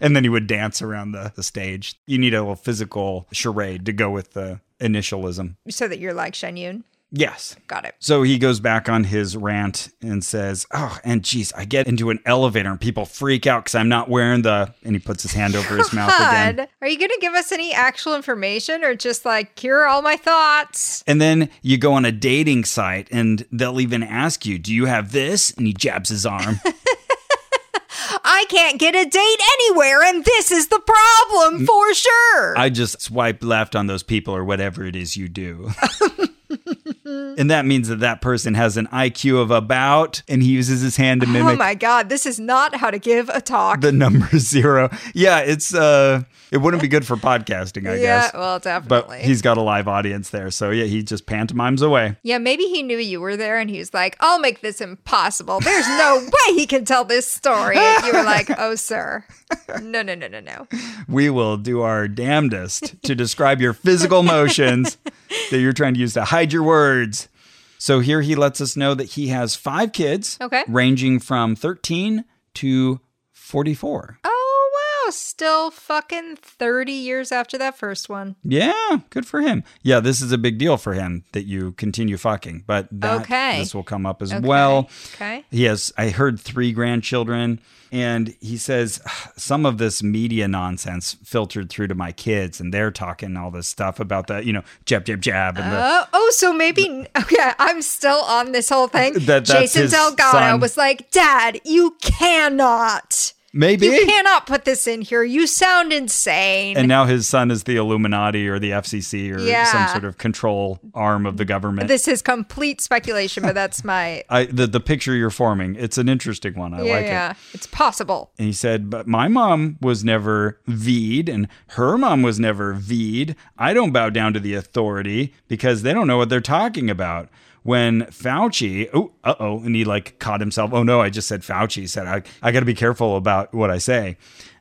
Speaker 2: and then he would dance around the, the stage. You need a little physical charade to go with the initialism.
Speaker 1: so that you're like Shen Yun.
Speaker 2: Yes.
Speaker 1: Got it.
Speaker 2: So he goes back on his rant and says, Oh, and geez, I get into an elevator and people freak out because I'm not wearing the. And he puts his hand over his mouth again.
Speaker 1: God, are you going to give us any actual information or just like cure all my thoughts?
Speaker 2: And then you go on a dating site and they'll even ask you, Do you have this? And he jabs his arm.
Speaker 1: I can't get a date anywhere, and this is the problem for sure.
Speaker 2: I just swipe left on those people or whatever it is you do. And that means that that person has an IQ of about, and he uses his hand to
Speaker 1: Oh
Speaker 2: mimic
Speaker 1: my God, this is not how to give a talk.
Speaker 2: the number zero. Yeah, it's uh, it wouldn't be good for podcasting, I
Speaker 1: yeah,
Speaker 2: guess.
Speaker 1: well,
Speaker 2: but
Speaker 1: definitely.
Speaker 2: he's got a live audience there, so yeah, he just pantomimes away.
Speaker 1: yeah, maybe he knew you were there and he was like, I'll make this impossible. There's no way he can tell this story. And you were like, oh, sir. No, no, no, no, no.
Speaker 2: We will do our damnedest to describe your physical motions that you're trying to use to hide your words. So here he lets us know that he has five kids,
Speaker 1: Okay.
Speaker 2: ranging from 13 to 44.
Speaker 1: Oh, wow. Still fucking 30 years after that first one.
Speaker 2: Yeah, good for him. Yeah, this is a big deal for him that you continue fucking, but that,
Speaker 1: Okay.
Speaker 2: this will come up as
Speaker 1: Okay.
Speaker 2: well.
Speaker 1: Okay.
Speaker 2: He has, I heard three grandchildren, and he says some of this media nonsense filtered through to my kids, and they're talking all this stuff about the, you know, jab, jab, jab, and the.
Speaker 1: Oh, oh, so maybe okay. I'm still on this whole thing.
Speaker 2: That- that's
Speaker 1: Jason
Speaker 2: his
Speaker 1: Delgado
Speaker 2: son.
Speaker 1: was like, "Dad, you cannot,
Speaker 2: Maybe.
Speaker 1: you cannot put this in here. You sound insane."
Speaker 2: and now his son is the Illuminati or the FCC or some
Speaker 1: Yeah.
Speaker 2: sort of control arm of the government.
Speaker 1: this is complete speculation, but that's my
Speaker 2: I, the, the picture you're forming, it's an interesting one. I
Speaker 1: yeah,
Speaker 2: like it.
Speaker 1: yeah. It's possible.
Speaker 2: And he said, But my mom was never V'd, and her mom was never V'd. I don't bow down to the authority because they don't know what they're talking about. When Fauci, oh, uh oh, and he like caught himself. Oh no, I just said Fauci. Said, I, I got to be careful about what I say.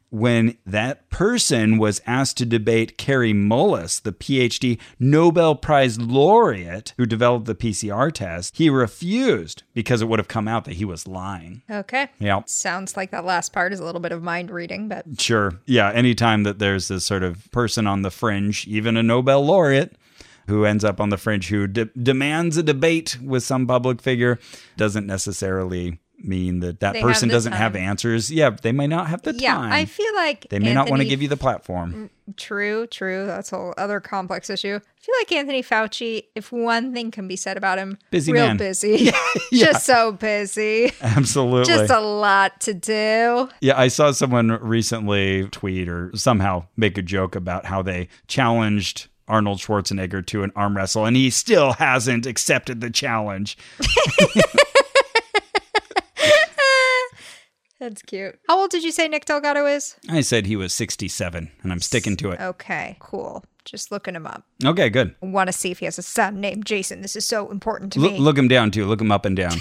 Speaker 2: When that person was asked to debate Carrie Mullis, the PhD Nobel Prize laureate who developed the PCR test, he refused because it would have come out that he was lying.
Speaker 1: Okay.
Speaker 2: Yeah.
Speaker 1: Sounds like that last part is a little bit of mind reading, but
Speaker 2: Sure. Yeah. Anytime that there's this sort of person on the fringe, even a Nobel laureate who ends up on the fringe who de- demands a debate with some public figure doesn't necessarily mean that that
Speaker 1: They have
Speaker 2: person
Speaker 1: the
Speaker 2: doesn't have
Speaker 1: time.
Speaker 2: answers. Yeah. They may not have the
Speaker 1: yeah,
Speaker 2: time.
Speaker 1: I feel like
Speaker 2: they may not want
Speaker 1: Anthony-
Speaker 2: to
Speaker 1: Mm.
Speaker 2: give you the platform.
Speaker 1: True, true. That's a whole other complex issue. I feel like Anthony Fauci, if one thing can be said about him,
Speaker 2: Busy
Speaker 1: real
Speaker 2: man.
Speaker 1: busy. Just so busy.
Speaker 2: Absolutely.
Speaker 1: Just a lot to do.
Speaker 2: Yeah, I saw someone recently tweet or somehow make a joke about how they challenged Arnold Schwarzenegger to an arm wrestle and he still hasn't accepted the challenge.
Speaker 1: That's cute. How old did you say Nick Delgado is?
Speaker 2: I said he was 67 and I'm sticking to it.
Speaker 1: Okay, cool. Just looking him up.
Speaker 2: Okay, good.
Speaker 1: Want to see if he has a son named Jason. This is so important to
Speaker 2: L-
Speaker 1: me.
Speaker 2: look him down too. Look him up and down.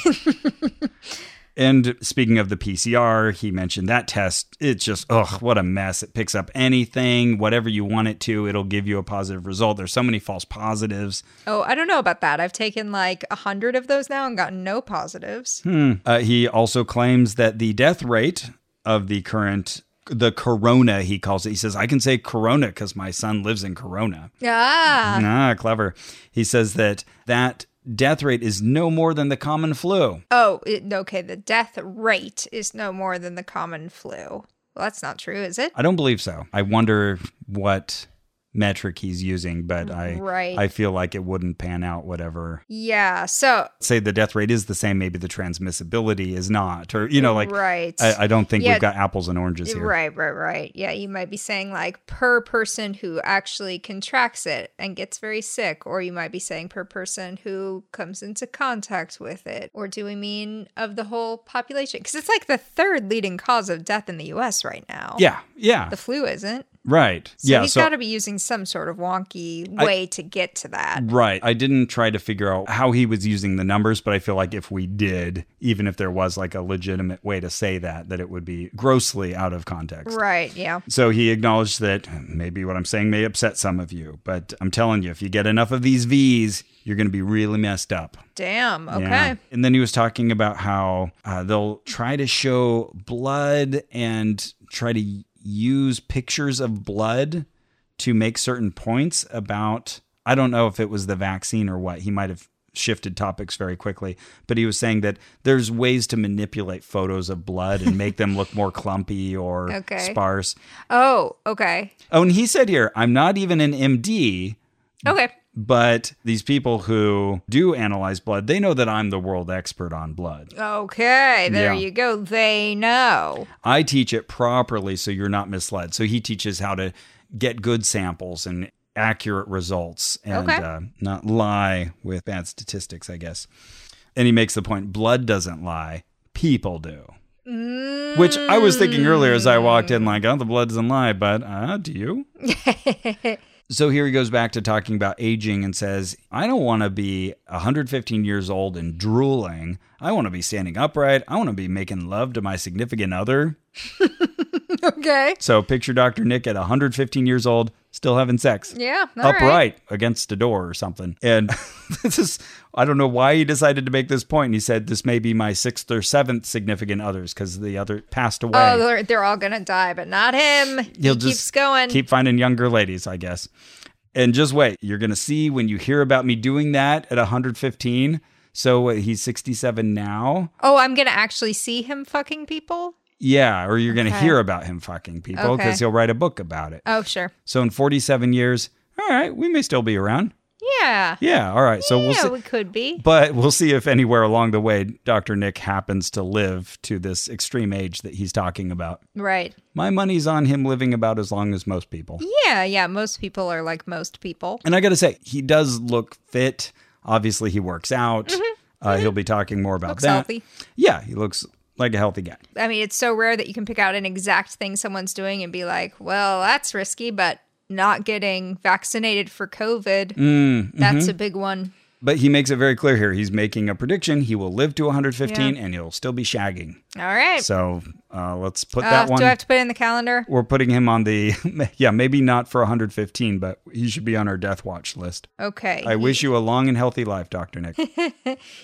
Speaker 2: and speaking of the PCR, he mentioned that test. It's just, ugh, what a mess. It picks up anything, whatever you want it to, it'll give you a positive result. There's so many false positives.
Speaker 1: Oh, I don't know about that. I've taken like a hundred of those now and gotten no positives.
Speaker 2: Uh, he also claims that the death rate of the current the corona he calls it he says i can say corona because my son lives in corona
Speaker 1: Ah,
Speaker 2: ah clever he says that that death rate is no more than the common flu
Speaker 1: Oh, it, okay. The death rate is no more than the common flu. Well, that's not true, is it?
Speaker 2: I don't believe so. I wonder what metric he's using, but I
Speaker 1: Right.
Speaker 2: I feel like it wouldn't pan out whatever.
Speaker 1: Yeah. So,
Speaker 2: Say the death rate is the same, maybe the transmissibility is not, or you know, like
Speaker 1: right.
Speaker 2: I, I don't think
Speaker 1: Yeah.
Speaker 2: we've got apples and oranges here.
Speaker 1: Right, right, right. Yeah, you might be saying like per person who actually contracts it and gets very sick, or you might be saying per person who comes into contact with it. Or do we mean of the whole population? Because it's like the third leading cause of death in the US right now.
Speaker 2: Yeah, yeah,
Speaker 1: The flu isn't.
Speaker 2: right.
Speaker 1: So
Speaker 2: yeah,
Speaker 1: he's
Speaker 2: so
Speaker 1: got to be using some sort of wonky way to get to that.
Speaker 2: right. I didn't try to figure out how he was using the numbers, but I feel like if we did, even if there was like a legitimate way to say that, that it would be grossly out of context.
Speaker 1: Right, yeah.
Speaker 2: So he acknowledged that maybe what I'm saying may upset some of you, but I'm telling you, if you get enough of these V's, you're going to be really messed up.
Speaker 1: Damn. Okay.
Speaker 2: Yeah. And then he was talking about how uh, they'll try to show blood and try to use pictures of blood to make certain points about, I don't know if it was the vaccine or what. He might have shifted topics very quickly, but he was saying that there's ways to manipulate photos of blood and make them look more clumpy or
Speaker 1: Okay.
Speaker 2: sparse.
Speaker 1: Oh, okay.
Speaker 2: Oh, and he said here, I'm not even an MD,
Speaker 1: Okay.
Speaker 2: but these people who do analyze blood, they know that I'm the world expert on blood.
Speaker 1: Okay. There
Speaker 2: Yeah.
Speaker 1: you go. They know.
Speaker 2: I teach it properly so you're not misled. So he teaches how to get good samples and accurate results and
Speaker 1: Okay.
Speaker 2: uh, not lie with bad statistics, I guess. And he makes the point blood doesn't lie, people do. Which I was thinking earlier as I walked in, like, oh, the blood doesn't lie, but uh, do you? So here he goes back to talking about aging and says, I don't want to be 115 years old and drooling. I want to be standing upright. I want to be making love to my significant other.
Speaker 1: okay.
Speaker 2: So picture Dr. Nick at 115 years old, still having sex.
Speaker 1: Yeah. all right.
Speaker 2: upright against a door or something. And this is, I don't know why he decided to make this point. And he said, This may be my sixth or seventh significant others because the other passed away.
Speaker 1: Oh, they're, they're all gonna die, but not him.
Speaker 2: He'll
Speaker 1: he
Speaker 2: just
Speaker 1: keeps going.
Speaker 2: Keep finding younger ladies, I guess. And just wait, you're going to see when you hear about me doing that at 115. So what, he's 67 now.
Speaker 1: oh, I'm gonna actually see him fucking people.
Speaker 2: Yeah, or you're going to
Speaker 1: Okay.
Speaker 2: hear about him fucking people because
Speaker 1: Okay.
Speaker 2: he'll write a book about it.
Speaker 1: Oh, sure.
Speaker 2: So in 47 years, all right, we may still be around.
Speaker 1: Yeah.
Speaker 2: Yeah, all right. So we'll
Speaker 1: yeah,
Speaker 2: see.
Speaker 1: we could be.
Speaker 2: but we'll see if anywhere along the way Dr. Nick happens to live to this extreme age that he's talking about.
Speaker 1: Right.
Speaker 2: My money's on him living about as long as most people.
Speaker 1: Yeah, yeah. Most people are like most people.
Speaker 2: And I got to say, he does look fit. Obviously, he works out. Uh, He'll be talking more about
Speaker 1: Mm-hmm. Looks
Speaker 2: that.
Speaker 1: healthy.
Speaker 2: Yeah, he looks like a healthy guy.
Speaker 1: I mean, it's so rare that you can pick out an exact thing someone's doing and be like, well, that's risky, but not getting vaccinated for COVID,
Speaker 2: Mm, mm-hmm.
Speaker 1: that's a big one.
Speaker 2: But he makes it very clear here. He's making a prediction. He will live to 115 and he'll still be shagging.
Speaker 1: All right.
Speaker 2: So uh, let's put
Speaker 1: uh,
Speaker 2: that one.
Speaker 1: do I have to put it in the calendar?
Speaker 2: We're putting him on the, yeah, maybe not for 115, but he should be on our death watch list.
Speaker 1: Okay.
Speaker 2: I wish you a long and healthy life, Dr. Nick.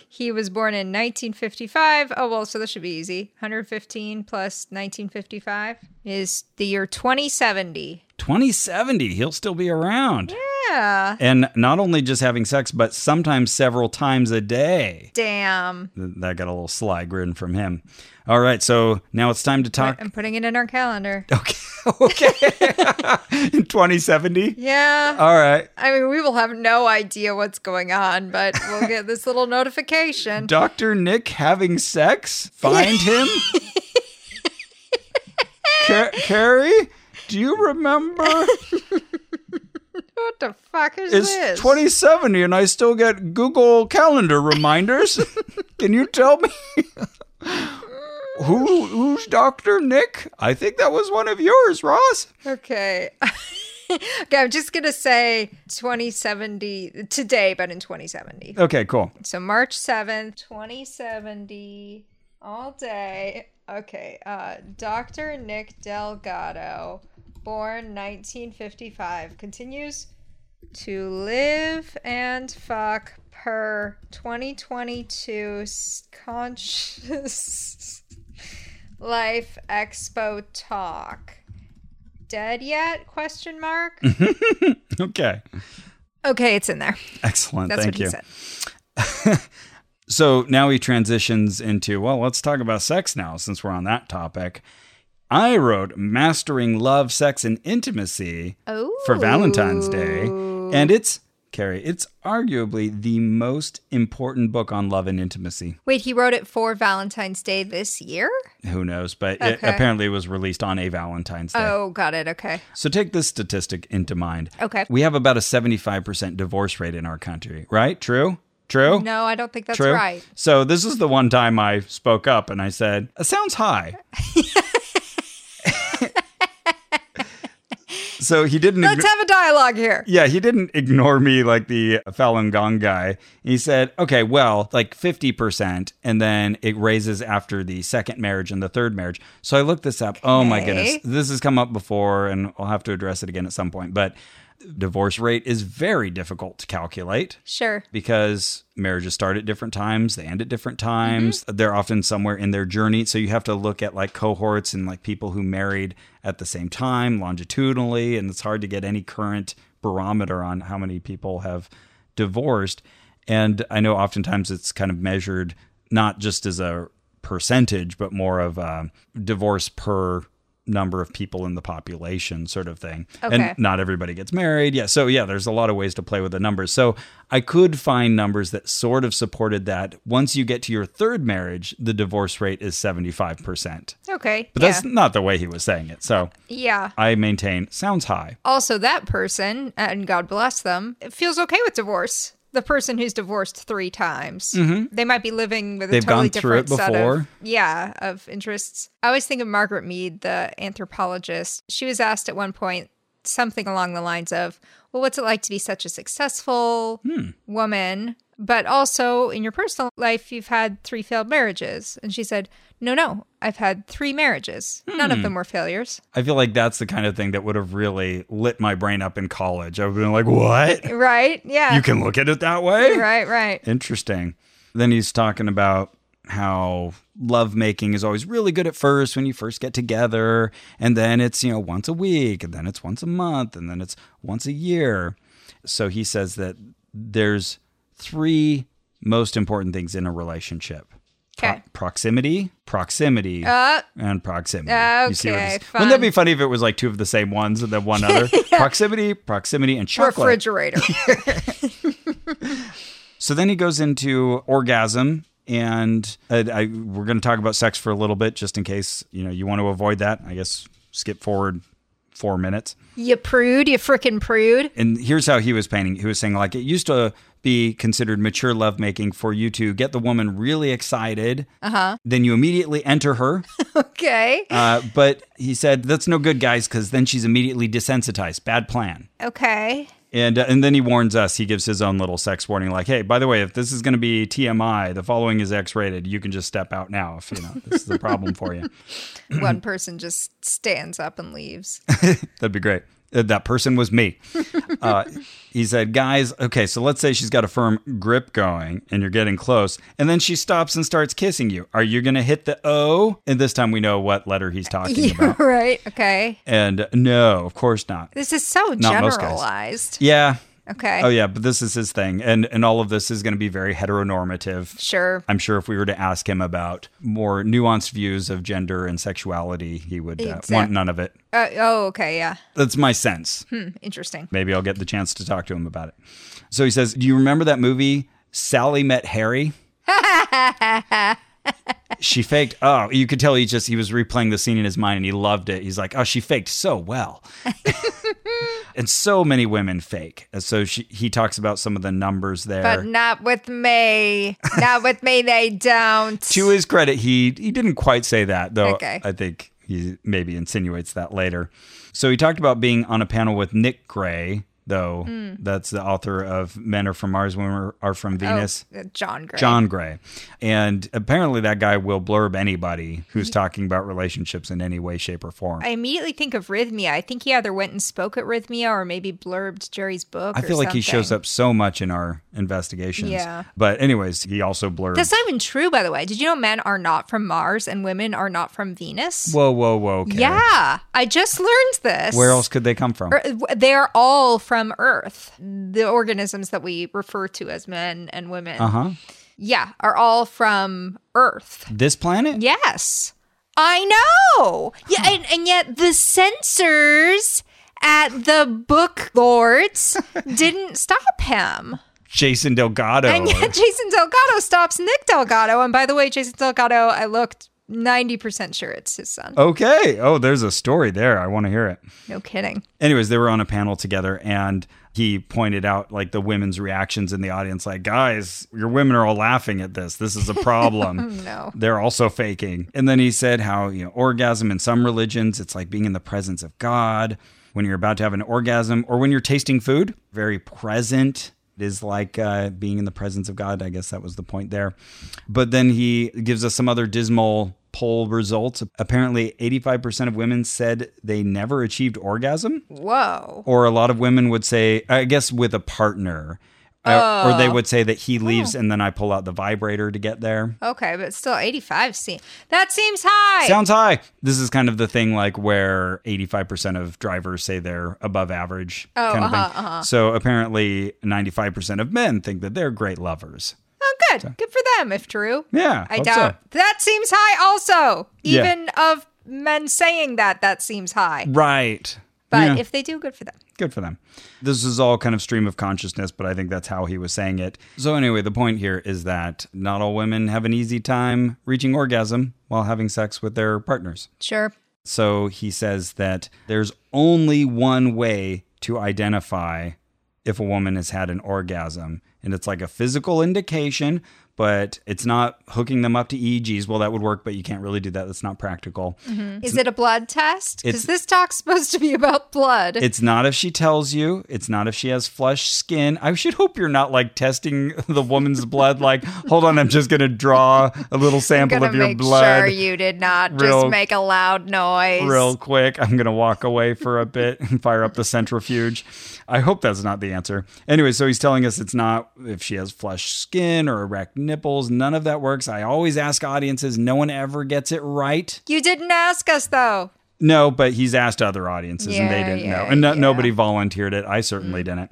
Speaker 1: he was born in 1955. Oh, well, so this should be easy. 115 plus 1955 is the year 2070.
Speaker 2: 2070, he'll still be around.
Speaker 1: Yeah.
Speaker 2: And not only just having sex, but sometimes several times a day.
Speaker 1: Damn.
Speaker 2: Th- That got a little sly grin from him. All right, so now it's time to talk.
Speaker 1: I'm putting it in our calendar.
Speaker 2: Okay. okay. In 2070?
Speaker 1: Yeah.
Speaker 2: All right.
Speaker 1: I mean, we will have no idea what's going on, but we'll get this little notification.
Speaker 2: Dr. Nick having sex? Find him? Ca- Carrie, do you remember?
Speaker 1: What the fuck is
Speaker 2: It's
Speaker 1: this?
Speaker 2: 2070 and I still get Google Calendar reminders. Can you tell me? Who, who's Dr. Nick? I think that was one of yours, Ross.
Speaker 1: Okay. okay, I'm just going to say 2070 today, but in 2070.
Speaker 2: Okay, cool.
Speaker 1: So March 7th, 2070, all day. Okay. Uh, Dr. Nick Delgado, born 1955, continues to live and fuck per 2022 s- conscious life expo talk. Dead yet? Question mark.
Speaker 2: Okay.
Speaker 1: okay, it's in there.
Speaker 2: Excellent.
Speaker 1: That's
Speaker 2: Thank
Speaker 1: what
Speaker 2: you.
Speaker 1: he said.
Speaker 2: So now he transitions into, well, let's talk about sex now since we're on that topic. I wrote Mastering Love, Sex, and Intimacy
Speaker 1: Oh.
Speaker 2: for Valentine's Day. And it's, Carrie, it's arguably the most important book on love and intimacy.
Speaker 1: Wait, he wrote it for Valentine's Day this year?
Speaker 2: Who knows? But it
Speaker 1: Okay.
Speaker 2: apparently was released on a Valentine's Day.
Speaker 1: Oh, got it. Okay.
Speaker 2: So take this statistic into mind.
Speaker 1: Okay.
Speaker 2: We have about a 75% divorce rate in our country, right? True? True?
Speaker 1: No, I don't think that's
Speaker 2: True.
Speaker 1: right.
Speaker 2: So this is the one time I spoke up and I said, "It sounds high." so he didn't.
Speaker 1: Let's
Speaker 2: igno-
Speaker 1: have a dialogue here.
Speaker 2: yeah, he didn't ignore me like the Falun Gong guy. He said, "Okay, well, like fifty percent, and then it raises after the second marriage and the third marriage." So I looked this up. Oh my goodness,
Speaker 1: Okay.
Speaker 2: this has come up before, and I'll have to address it again at some point. But divorce rate is very difficult to calculate
Speaker 1: Sure.
Speaker 2: because marriages start at different times, they end at different times.
Speaker 1: Mm-hmm.
Speaker 2: They're often somewhere in their journey. So you have to look at like cohorts and like people who married at the same time longitudinally. And it's hard to get any current barometer on how many people have divorced. And I know oftentimes it's kind of measured not just as a percentage, but more of a divorce per number of people in the population sort of thing.
Speaker 1: Okay.
Speaker 2: And not everybody gets married. Yeah. So yeah, there's a lot of ways to play with the numbers. So I could find numbers that sort of supported that. Once you get to your third marriage, the divorce rate is 75%.
Speaker 1: Okay.
Speaker 2: But
Speaker 1: yeah.
Speaker 2: that's not the way he was saying it. So
Speaker 1: yeah.
Speaker 2: I maintain sounds high.
Speaker 1: Also, that person, and God bless them, feels okay with divorce. The person who's divorced three times, they might be living with a
Speaker 2: Mm-hmm. They've
Speaker 1: totally
Speaker 2: gone through it
Speaker 1: different set of
Speaker 2: before.
Speaker 1: yeah of interests. I always think of Margaret Mead, the anthropologist. She was asked at one point something along the lines of, "Well, what's it like to be such a successful
Speaker 2: Hmm.
Speaker 1: woman?" But also in your personal life, you've had three failed marriages. And she said, No, no, I've had three marriages. None
Speaker 2: Hmm.
Speaker 1: of them were failures.
Speaker 2: I feel like that's the kind of thing that would have really lit my brain up in college. I would have been like, what?
Speaker 1: Right? Yeah.
Speaker 2: You can look at it that way?
Speaker 1: right, right.
Speaker 2: Interesting. Then he's talking about how lovemaking is always really good at first when you first get together. And then it's, you know, once a week, and then it's once a month, and then it's once a year. So he says that there's three most important things in a relationship. Pro-
Speaker 1: Okay.
Speaker 2: proximity, proximity,
Speaker 1: Uh,
Speaker 2: and proximity. You see what it
Speaker 1: okay,
Speaker 2: is? Wouldn't that
Speaker 1: fun.
Speaker 2: be funny if it was like two of the same ones and then one other? Proximity, proximity, and chocolate.
Speaker 1: refrigerator.
Speaker 2: So then he goes into orgasm, and uh, I, we're going to talk about sex for a little bit, just in case you know you want to avoid that. I guess skip forward four minutes.
Speaker 1: you prude, you frickin' prude.
Speaker 2: And here's how he was painting. He was saying like it used to be considered mature lovemaking for you to get the woman really excited, uh-huh. then you immediately enter her.
Speaker 1: Okay.
Speaker 2: Uh, but he said that's no good, guys, because then she's immediately desensitized. Bad plan.
Speaker 1: Okay.
Speaker 2: And uh, and then he warns us. He gives his own little sex warning, like, "Hey, by the way, if this is going to be TMI, the following is X-rated. You can just step out now if you know this is a problem for you.
Speaker 1: One person just stands up and leaves.
Speaker 2: That'd be great." Uh, That person was me. Uh, he said, "Guys, okay, so let's say she's got a firm grip going, and you're getting close, and then she stops and starts kissing you. Are you going to hit the O? And this time we know what letter he's talking
Speaker 1: You're
Speaker 2: about.
Speaker 1: right. Okay.
Speaker 2: And uh, no, of course not.
Speaker 1: This is so
Speaker 2: Not most guys.
Speaker 1: generalized.
Speaker 2: Yeah,
Speaker 1: Okay.
Speaker 2: oh yeah, but this is his thing, and and all of this is going to be very heteronormative.
Speaker 1: Sure.
Speaker 2: I'm sure if we were to ask him about more nuanced views of gender and sexuality, he would uh,
Speaker 1: Exact-
Speaker 2: want none of it.
Speaker 1: Uh, oh, okay. Yeah.
Speaker 2: That's my sense.
Speaker 1: Hmm, Interesting.
Speaker 2: Maybe I'll get the chance to talk to him about it. So he says, Do you remember that movie, Sally Met Harry? she faked. Oh, you could tell he just, he was replaying the scene in his mind and he loved it. He's like, Oh, she faked so well. and so many women fake. And so she, he talks about some of the numbers there.
Speaker 1: But not with me. Not with me. They don't.
Speaker 2: to his credit, he he didn't quite say that though.
Speaker 1: Okay.
Speaker 2: I think he maybe insinuates that later. So he talked about being on a panel with Nick Gray, though. That's the author of "Men Are From Mars, Women Are From
Speaker 1: Hmm. Oh,
Speaker 2: Venus."
Speaker 1: uh, John Gray.
Speaker 2: John Gray. And apparently, that guy will blurb anybody who's talking about relationships in any way, shape, or form.
Speaker 1: Mm-hmm. I immediately think of Rhythmia. I think he either went and spoke at Rhythmia or maybe blurbed Jerry's book.
Speaker 2: I
Speaker 1: or
Speaker 2: feel like he shows
Speaker 1: something.
Speaker 2: up so much in our investigations.
Speaker 1: Yeah.
Speaker 2: But, anyways, he also blurbed.
Speaker 1: That's not even true, by the way. Did you know men are not from Mars and women are not from Venus?
Speaker 2: whoa, whoa, whoa. Okay.
Speaker 1: Yeah, I just learned this.
Speaker 2: Where else could they come from?
Speaker 1: Er, w- They are all from Earth. The organisms that we refer to as men and women,
Speaker 2: Uh huh.
Speaker 1: yeah, are all from Earth.
Speaker 2: This planet?
Speaker 1: Yes, I know. Yeah, and, and yet the censors at the book lords didn't stop him.
Speaker 2: Jason Delgado.
Speaker 1: And yet Jason Delgado stops Nick Delgado. And by the way, Jason Delgado, I looked 90% sure it's his son.
Speaker 2: Okay. Oh, there's a story there. I want to hear it.
Speaker 1: No kidding.
Speaker 2: Anyways, they were on a panel together and he pointed out like the women's reactions in the audience like, guys, your women are all laughing at this. This is a problem.
Speaker 1: No.
Speaker 2: They're also faking. And then he said how, you know, orgasm in some religions, it's like being in the presence of God. When you're about to have an orgasm or when you're tasting food, very present. It is like uh, being in the presence of God. I guess that was the point there. But then he gives us some other dismal poll results. Apparently, 85% of women said they never achieved orgasm
Speaker 1: Whoa.
Speaker 2: or a lot of women would say, I guess with a partner, uh, or they would say that he leaves and then I pull out the vibrator to get there.
Speaker 1: Okay, but still 85 seems that seems high.
Speaker 2: Sounds high. This is kind of the thing like where 85% of drivers say they're above average
Speaker 1: Oh,
Speaker 2: kind of
Speaker 1: uh-huh,
Speaker 2: thing. So apparently 95% of men think that they're great lovers.
Speaker 1: oh, good. Good for them if true.
Speaker 2: Yeah.
Speaker 1: I
Speaker 2: hope
Speaker 1: doubt
Speaker 2: so.
Speaker 1: that seems high also,
Speaker 2: Yeah.
Speaker 1: even of men saying that, that seems high.
Speaker 2: Right.
Speaker 1: But
Speaker 2: Yeah.
Speaker 1: if they do, good for them.
Speaker 2: good for them. This is all kind of stream of consciousness, but I think that's how he was saying it. So, anyway, the point here is that not all women have an easy time reaching orgasm while having sex with their partners.
Speaker 1: Sure.
Speaker 2: So, he says that there's only one way to identify if a woman has had an orgasm, and it's like a physical indication. But it's not hooking them up to EEGs. Well, that would work, but you can't really do that. That's not practical.
Speaker 1: Is it a blood test?
Speaker 2: Mm-hmm. It's-
Speaker 1: Because this talk's supposed to be about blood.
Speaker 2: It's not if she tells you. It's not if she has flush skin. I should hope you're not like testing the woman's blood. Like, hold on, I'm just gonna draw a little sample
Speaker 1: gonna
Speaker 2: of your
Speaker 1: make sure
Speaker 2: blood
Speaker 1: you did not
Speaker 2: Real-
Speaker 1: just make a loud noise.
Speaker 2: real quick. I'm gonna walk away for a bit and fire up the centrifuge. I hope that's not the answer. Anyway, so he's telling us it's not if she has flush skin or erect nipples. None of that works. I always ask audiences. No one ever gets it right.
Speaker 1: You didn't ask us though.
Speaker 2: No, but he's asked other audiences and they
Speaker 1: Yeah,
Speaker 2: didn't
Speaker 1: yeah,
Speaker 2: know. And no,
Speaker 1: yeah. Mm.
Speaker 2: nobody volunteered it. I certainly didn't.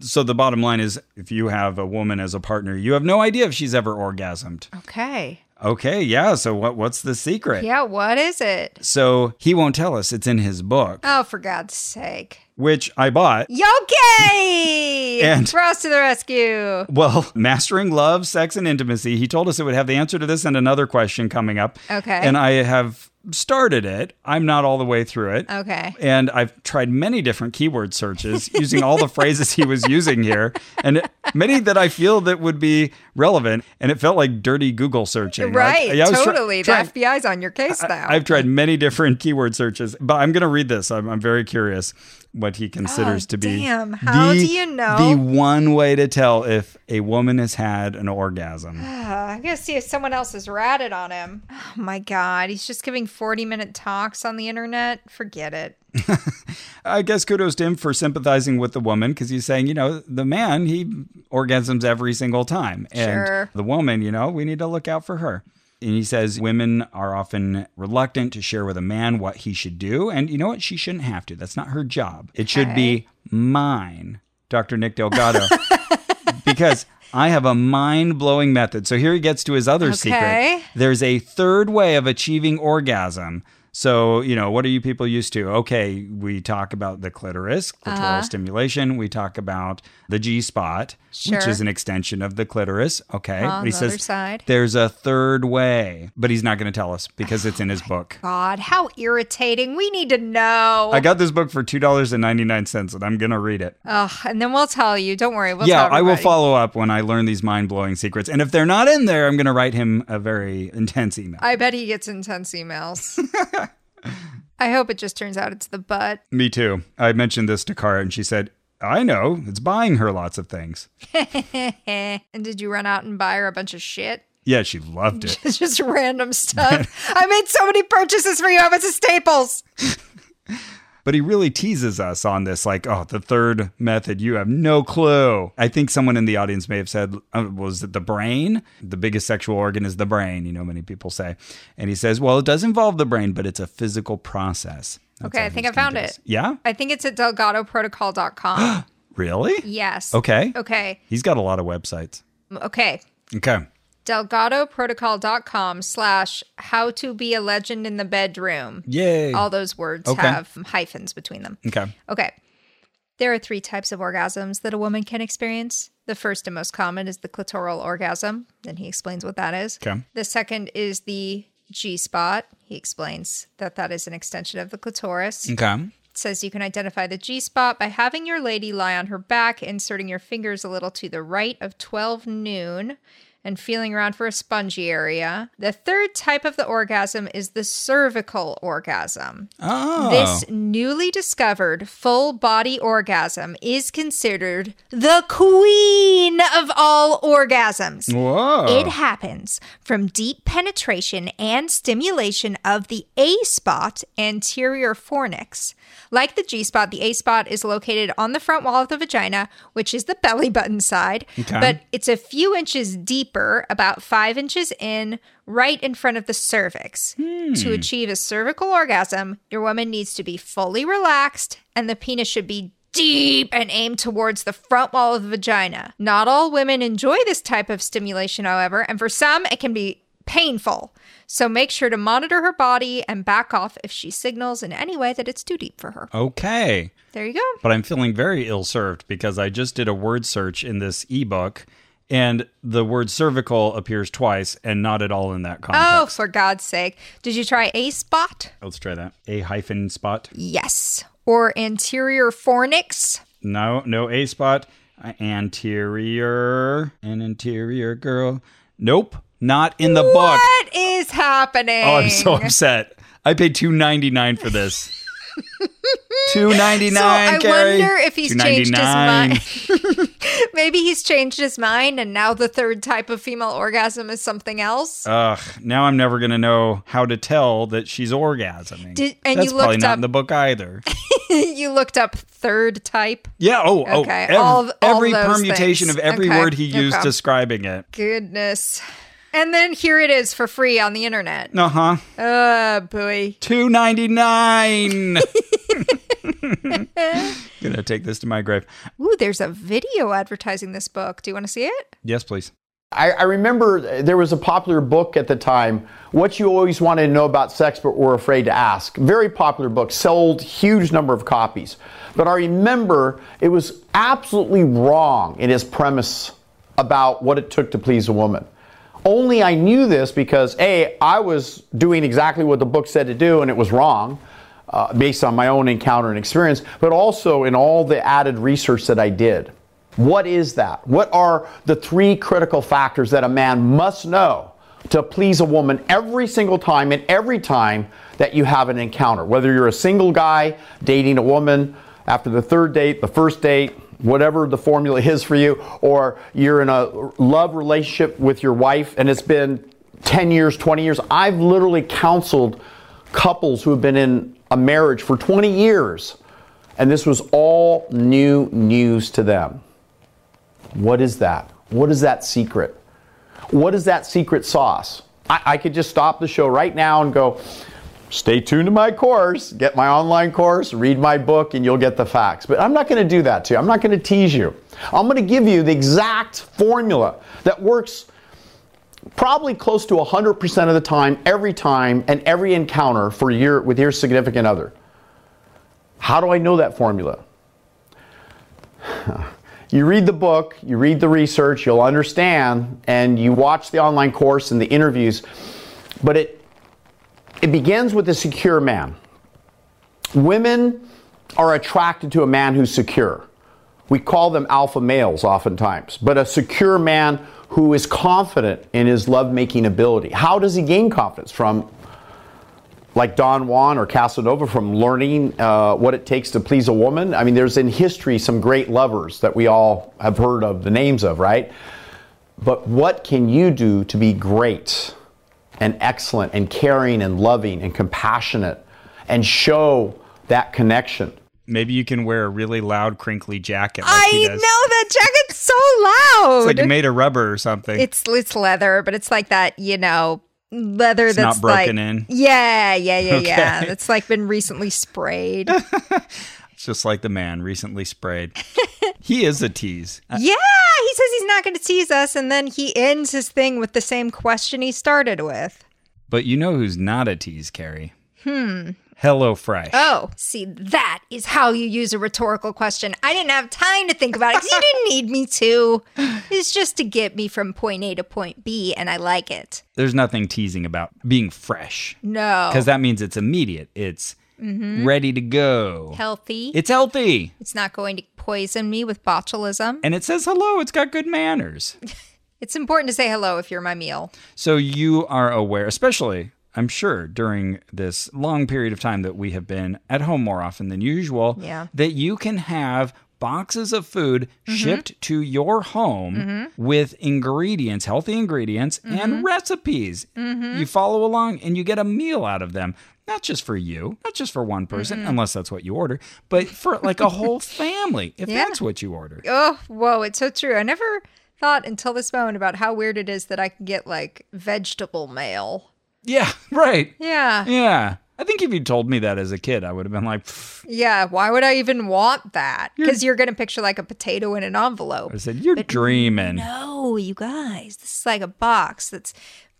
Speaker 2: So the bottom line is if you have a woman as a partner, you have no idea if she's ever orgasmed.
Speaker 1: Okay.
Speaker 2: Okay, yeah, so what what's the secret?
Speaker 1: Yeah, what is it?
Speaker 2: So he won't tell us. It's in his book,
Speaker 1: Oh, for God's sake.
Speaker 2: which I bought.
Speaker 1: Yoki!
Speaker 2: And-
Speaker 1: Frost to the rescue.
Speaker 2: Well, Mastering Love, Sex and Intimacy. He told us it would have the answer to this and another question coming up.
Speaker 1: Okay.
Speaker 2: And I have started it. I'm not all the way through it.
Speaker 1: Okay.
Speaker 2: and I've tried many different keyword searches using all the phrases he was using here, and many that I feel that would be relevant. And it felt like dirty Google searching.
Speaker 1: Right.
Speaker 2: Like, yeah, I was try-
Speaker 1: totally.
Speaker 2: trying-
Speaker 1: the FBI's on your case now.
Speaker 2: I've tried many different keyword searches, but I'm going to read this. I'm, I'm very curious what he considers
Speaker 1: Oh,
Speaker 2: to be.
Speaker 1: damn. How do you know?
Speaker 2: The one way to tell if a woman has had an orgasm.
Speaker 1: Uh, I'm gonna see if someone else has ratted on him. Oh my god, he's just giving 40 minute talks on the internet. Forget it.
Speaker 2: I guess kudos to him for sympathizing with the woman because he's saying, you know, the man, he orgasms every single time. And
Speaker 1: Sure.
Speaker 2: the woman, you know, we need to look out for her. And he says women are often reluctant to share with a man what he should do. And you know what? She shouldn't have to. That's not her job. It should be mine, Dr. Nick Delgado, because I have a mind blowing method. So here he gets to his other
Speaker 1: Okay.
Speaker 2: secret. There's a third way of achieving orgasm. So, you know, what are you people used to? Okay, we talk about the clitoris, clitoral
Speaker 1: Uh-huh.
Speaker 2: stimulation. We talk about the G spot, which
Speaker 1: Sure.
Speaker 2: is an extension of the clitoris. Okay.
Speaker 1: On
Speaker 2: he
Speaker 1: the
Speaker 2: says
Speaker 1: other side.
Speaker 2: there's a third way, but he's not going to tell us because it's in his book.
Speaker 1: God, how irritating. We need to know.
Speaker 2: I got this book for $2.99 and I'm going to read it.
Speaker 1: Ugh, and then we'll tell you. Don't worry. We'll
Speaker 2: yeah,
Speaker 1: tell
Speaker 2: I will
Speaker 1: everybody.
Speaker 2: follow up when I learn these mind blowing secrets. And if they're not in there, I'm going to write him a very intense email.
Speaker 1: I bet he gets intense emails. I hope it just turns out it's the butt.
Speaker 2: Me too. I mentioned this to Cara and she said, I know, it's buying her lots of things.
Speaker 1: Eh. And did you run out and buy her a bunch of shit?
Speaker 2: Yeah, she loved it.
Speaker 1: It's just random stuff. I made so many purchases for you. I was at Staples.
Speaker 2: But he really teases us on this, like, oh, the third method, you have no clue. I think someone in the audience may have said, uh, was it the brain? The biggest sexual organ is the brain, you know, many people say. And he says, well, it does involve the brain, but it's a physical process. That's
Speaker 1: Okay,
Speaker 2: how
Speaker 1: I think
Speaker 2: he's
Speaker 1: I found
Speaker 2: gonna do this.
Speaker 1: it.
Speaker 2: Yeah?
Speaker 1: I think it's at delgadoprotocol.com.
Speaker 2: Really?
Speaker 1: yes.
Speaker 2: Okay.
Speaker 1: Okay.
Speaker 2: He's got a lot of websites.
Speaker 1: Okay.
Speaker 2: Okay.
Speaker 1: Delgadoprotocol.com slash how to be a legend in the bedroom.
Speaker 2: Yay.
Speaker 1: All those words
Speaker 2: Okay.
Speaker 1: have hyphens between them.
Speaker 2: okay.
Speaker 1: Okay. There are three types of orgasms that a woman can experience. The first and most common is the clitoral orgasm, and he explains what that is.
Speaker 2: Okay.
Speaker 1: The second is the G spot. He explains that that is an extension of the clitoris.
Speaker 2: Okay.
Speaker 1: It says you can identify the G spot by having your lady lie on her back, inserting your fingers a little to the right of 12 noon, and feeling around for a spongy area. The third type of the orgasm is the cervical orgasm.
Speaker 2: Oh.
Speaker 1: This newly discovered full body orgasm is considered the queen of all orgasms.
Speaker 2: Whoa.
Speaker 1: It happens from deep penetration and stimulation of the A spot, anterior fornix. Like the G spot, the A spot is located on the front wall of the vagina, which is the belly button side,
Speaker 2: Okay.
Speaker 1: but it's a few inches deeper, about five inches in, right in front of the cervix. To achieve a cervical orgasm, your woman needs to be fully relaxed and the penis should be deep and aimed towards the front wall of the vagina. Not all women enjoy this type of stimulation, however, and for some, it can be painful. So make sure to monitor her body and back off if she signals in any way that it's too deep for her.
Speaker 2: Okay.
Speaker 1: There you go.
Speaker 2: But I'm feeling very ill served because I just did a word search in this ebook and the word cervical appears twice and not at all in that
Speaker 1: Oh,
Speaker 2: context.
Speaker 1: for God's sake. Did you try A spot?
Speaker 2: Let's try that. A hyphen spot.
Speaker 1: Yes. Or anterior fornix?
Speaker 2: No, no A spot. Uh, Anterior. An interior girl. Nope. Not in the book.
Speaker 1: What is happening?
Speaker 2: Oh, I'm so upset. I paid two ninety nine for this. two ninety
Speaker 1: So I
Speaker 2: nine. Carrie.
Speaker 1: wonder if he's changed his mind.
Speaker 2: $2.99.
Speaker 1: Maybe he's changed his mind, and now the third type of female orgasm is something else.
Speaker 2: Ugh. Now I'm never gonna know how to tell that she's orgasming.
Speaker 1: Did- and
Speaker 2: That's
Speaker 1: you
Speaker 2: probably
Speaker 1: looked
Speaker 2: not
Speaker 1: up-
Speaker 2: in the book either.
Speaker 1: you looked up third type.
Speaker 2: Yeah. Oh.
Speaker 1: Okay,
Speaker 2: Oh. ev-
Speaker 1: all of- all
Speaker 2: every
Speaker 1: those
Speaker 2: permutation
Speaker 1: things.
Speaker 2: of every
Speaker 1: Okay,
Speaker 2: word he used
Speaker 1: okay.
Speaker 2: describing it.
Speaker 1: Goodness. And then here it is for free on the internet.
Speaker 2: Uh huh.
Speaker 1: Uh, boy.
Speaker 2: Two ninety nine. Gonna take this to my grave.
Speaker 1: Ooh, there's a video advertising this book. Do you want to see it?
Speaker 2: Yes, please.
Speaker 3: I, I remember uh, there was a popular book at the time, What You Always Wanted to Know About Sex But Were Afraid to Ask. Very popular book, sold huge number of copies. But I remember it was absolutely wrong in its premise about what it took to please a woman. Only I knew this because A, I was doing exactly what the book said to do and it was wrong uh, based on my own encounter and experience, but also in all the added research that I did. What is that? What are the three critical factors that a man must know to please a woman every single time and every time that you have an encounter? Whether you're a single guy dating a woman after the third date, the first date, whatever the formula is for you, or you're in a love relationship with your wife and it's been 10 years, 20 years. I've literally counseled couples who have been in a marriage for 20 years and this was all new news to them. What is that? What is that secret? What is that secret sauce? I, I could just stop the show right now and go, stay tuned to my course, get my online course, read my book, and you'll get the facts. But I'm not going to do that to you. I'm not going to tease you. I'm going to give you the exact formula that works probably close to 100% of the time, every time, and every encounter for your, with your significant other. How do I know that formula? you read the book, you read the research, you'll understand, and you watch the online course and the interviews. But it it begins with a secure man. Women are attracted to a man who's secure. We call them alpha males oftentimes, but a secure man who is confident in his lovemaking ability. How does he gain confidence? From like Don Juan or Casanova from learning uh, what it takes to please a woman. I mean, there's in history some great lovers that we all have heard of the names of, right? But what can you do to be great and excellent and caring and loving and compassionate and show that connection?
Speaker 2: Maybe you can wear a really loud, crinkly jacket. Like
Speaker 1: I
Speaker 2: he
Speaker 1: know
Speaker 2: does.
Speaker 1: that jacket's so loud.
Speaker 2: It's like made of rubber or something.
Speaker 1: it's it's leather, but it's like that, you know, leather
Speaker 2: not
Speaker 1: that's
Speaker 2: broken
Speaker 1: like,
Speaker 2: in.
Speaker 1: Yeah, yeah, yeah, yeah.
Speaker 2: Okay.
Speaker 1: That's like been recently sprayed.
Speaker 2: It's just like the man recently sprayed. he is a tease. Uh,
Speaker 1: yeah, he says he's not going to tease us, and then he ends his thing with the same question he started with.
Speaker 2: But you know who's not a tease, Carrie? Hmm. Hello Fresh.
Speaker 1: Oh, see, that is how you use a rhetorical question. I didn't have time to think about it because you didn't need me to. It's just to get me from point A to point B, and I like it.
Speaker 2: There's nothing teasing about being fresh
Speaker 1: No,
Speaker 2: because that means it's immediate. It's ready to go.
Speaker 1: healthy.
Speaker 2: It's healthy.
Speaker 1: it's not going to poison me with botulism.
Speaker 2: And it says hello. It's got good manners.
Speaker 1: It's important to say hello if you're my meal.
Speaker 2: So you are aware, especially, I'm sure, during this long period of time that we have been at home more often than usual,
Speaker 1: Yeah. Mm-hmm.
Speaker 2: that you can have boxes of food shipped to your home with ingredients, healthy ingredients,
Speaker 1: Mm-hmm.
Speaker 2: and recipes. You follow along and you get a meal out of them. Not just for you, not just for one person,
Speaker 1: Mm-hmm.
Speaker 2: unless that's what you order, but for like a whole family, if that's what you order.
Speaker 1: Oh, whoa, it's so true. I never thought until this moment about how weird it is that I can get like vegetable mail.
Speaker 2: Yeah, right.
Speaker 1: Yeah.
Speaker 2: Yeah. I think if you told me that as a kid, I would have been like, "Pfft,
Speaker 1: Yeah. Why would I even want that? Because you're going to picture like a potato in an
Speaker 2: I
Speaker 1: envelope. Oh,
Speaker 2: said, "You're dreaming."
Speaker 1: No, you guys, this is like a box that's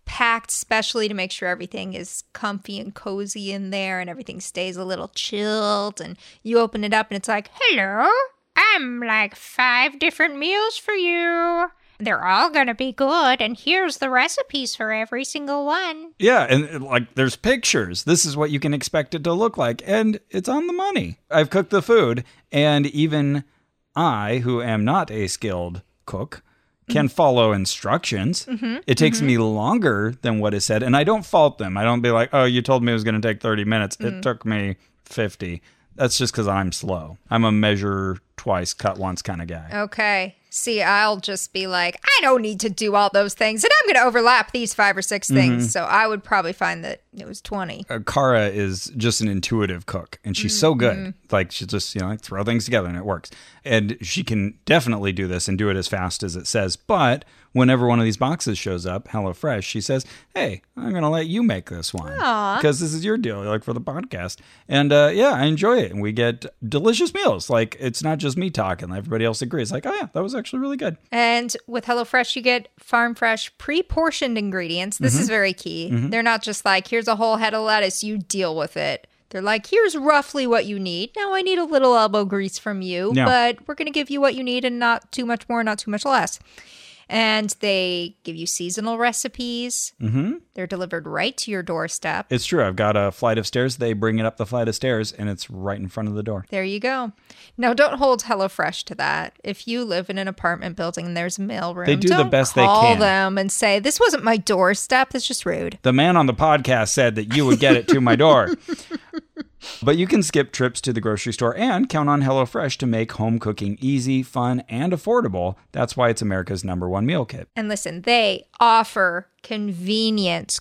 Speaker 1: packed specially to make sure everything is comfy and cozy in there and everything stays a little chilled. And you open it up and it's like, hello, I'm like five different meals for you. They're all going to be good. And here's the recipes for every single one.
Speaker 2: Yeah, and uh, like there's pictures. This is what you can expect it to look like, and it's on the money. I've cooked the food, and even I, who am not a skilled cook, can follow instructions. It takes me longer than what is said, and I don't fault them. I don't be like, oh, you told me it was going to take 30 minutes. It took me 50. That's just because I'm slow. I'm a measure twice, cut once kind of guy.
Speaker 1: Okay. See, I'll just be like, I don't need to do all those things, and I'm going to overlap these five or 6 things. So I would probably find that it was 20.
Speaker 2: uh, Kara is just an intuitive cook, and she's so good. Like she just you know like throw things together and it works. And she can definitely do this and do it as fast as it says. But whenever one of these boxes shows up, HelloFresh, she says, "Hey, I'm gonna let you make this one because this is your deal, like for the podcast." And uh, yeah, I enjoy it, and we get delicious meals. Like it's not just me talking; everybody else agrees. Like, oh yeah, that was actually really good.
Speaker 1: And with HelloFresh, you get farm fresh, pre portioned ingredients. This is very key. They're not just like, here's a whole head of lettuce, you deal with it. They're like, here's roughly what you need. Now I need a little elbow grease from you,
Speaker 2: Yeah.
Speaker 1: but we're going to give you what you need and not too much more, not too much less. And they give you seasonal recipes. Mm-hmm. They're delivered right to your doorstep.
Speaker 2: It's true. I've got a flight of stairs. They bring it up the flight of stairs, and it's right in front of the door.
Speaker 1: There you go. Now, don't hold HelloFresh to that. If you live in an apartment building and there's a mailroom,
Speaker 2: They do the
Speaker 1: don't
Speaker 2: best they
Speaker 1: call
Speaker 2: can.
Speaker 1: them and say, "This wasn't my doorstep. That's just rude."
Speaker 2: The man on the podcast said that you would get it to my door. but you can skip trips to the grocery store and count on HelloFresh to make home cooking easy, fun, and affordable. That's why it's America's number one meal kit.
Speaker 1: And listen, they offer convenient,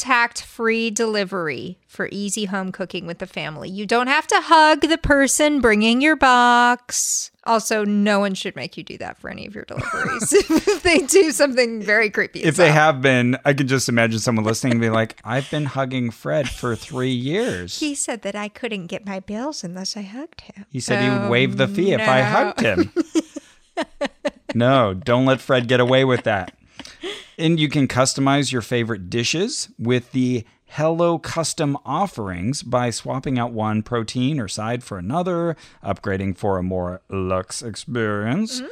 Speaker 1: contact-free delivery for easy home cooking with the family. You don't have to hug the person bringing your box. Also, no one should make you do that for any of your deliveries. if they do something very creepy.
Speaker 2: If they have been, I could just imagine someone listening and be like, I've been hugging Fred for three years.
Speaker 1: he said that I couldn't get my bills unless I hugged him.
Speaker 2: He said he would waive the fee if I hugged him. no, don't let Fred get away with that. And you can customize your favorite dishes with the Hello Custom offerings by swapping out one protein or side for another, upgrading for a more luxe experience,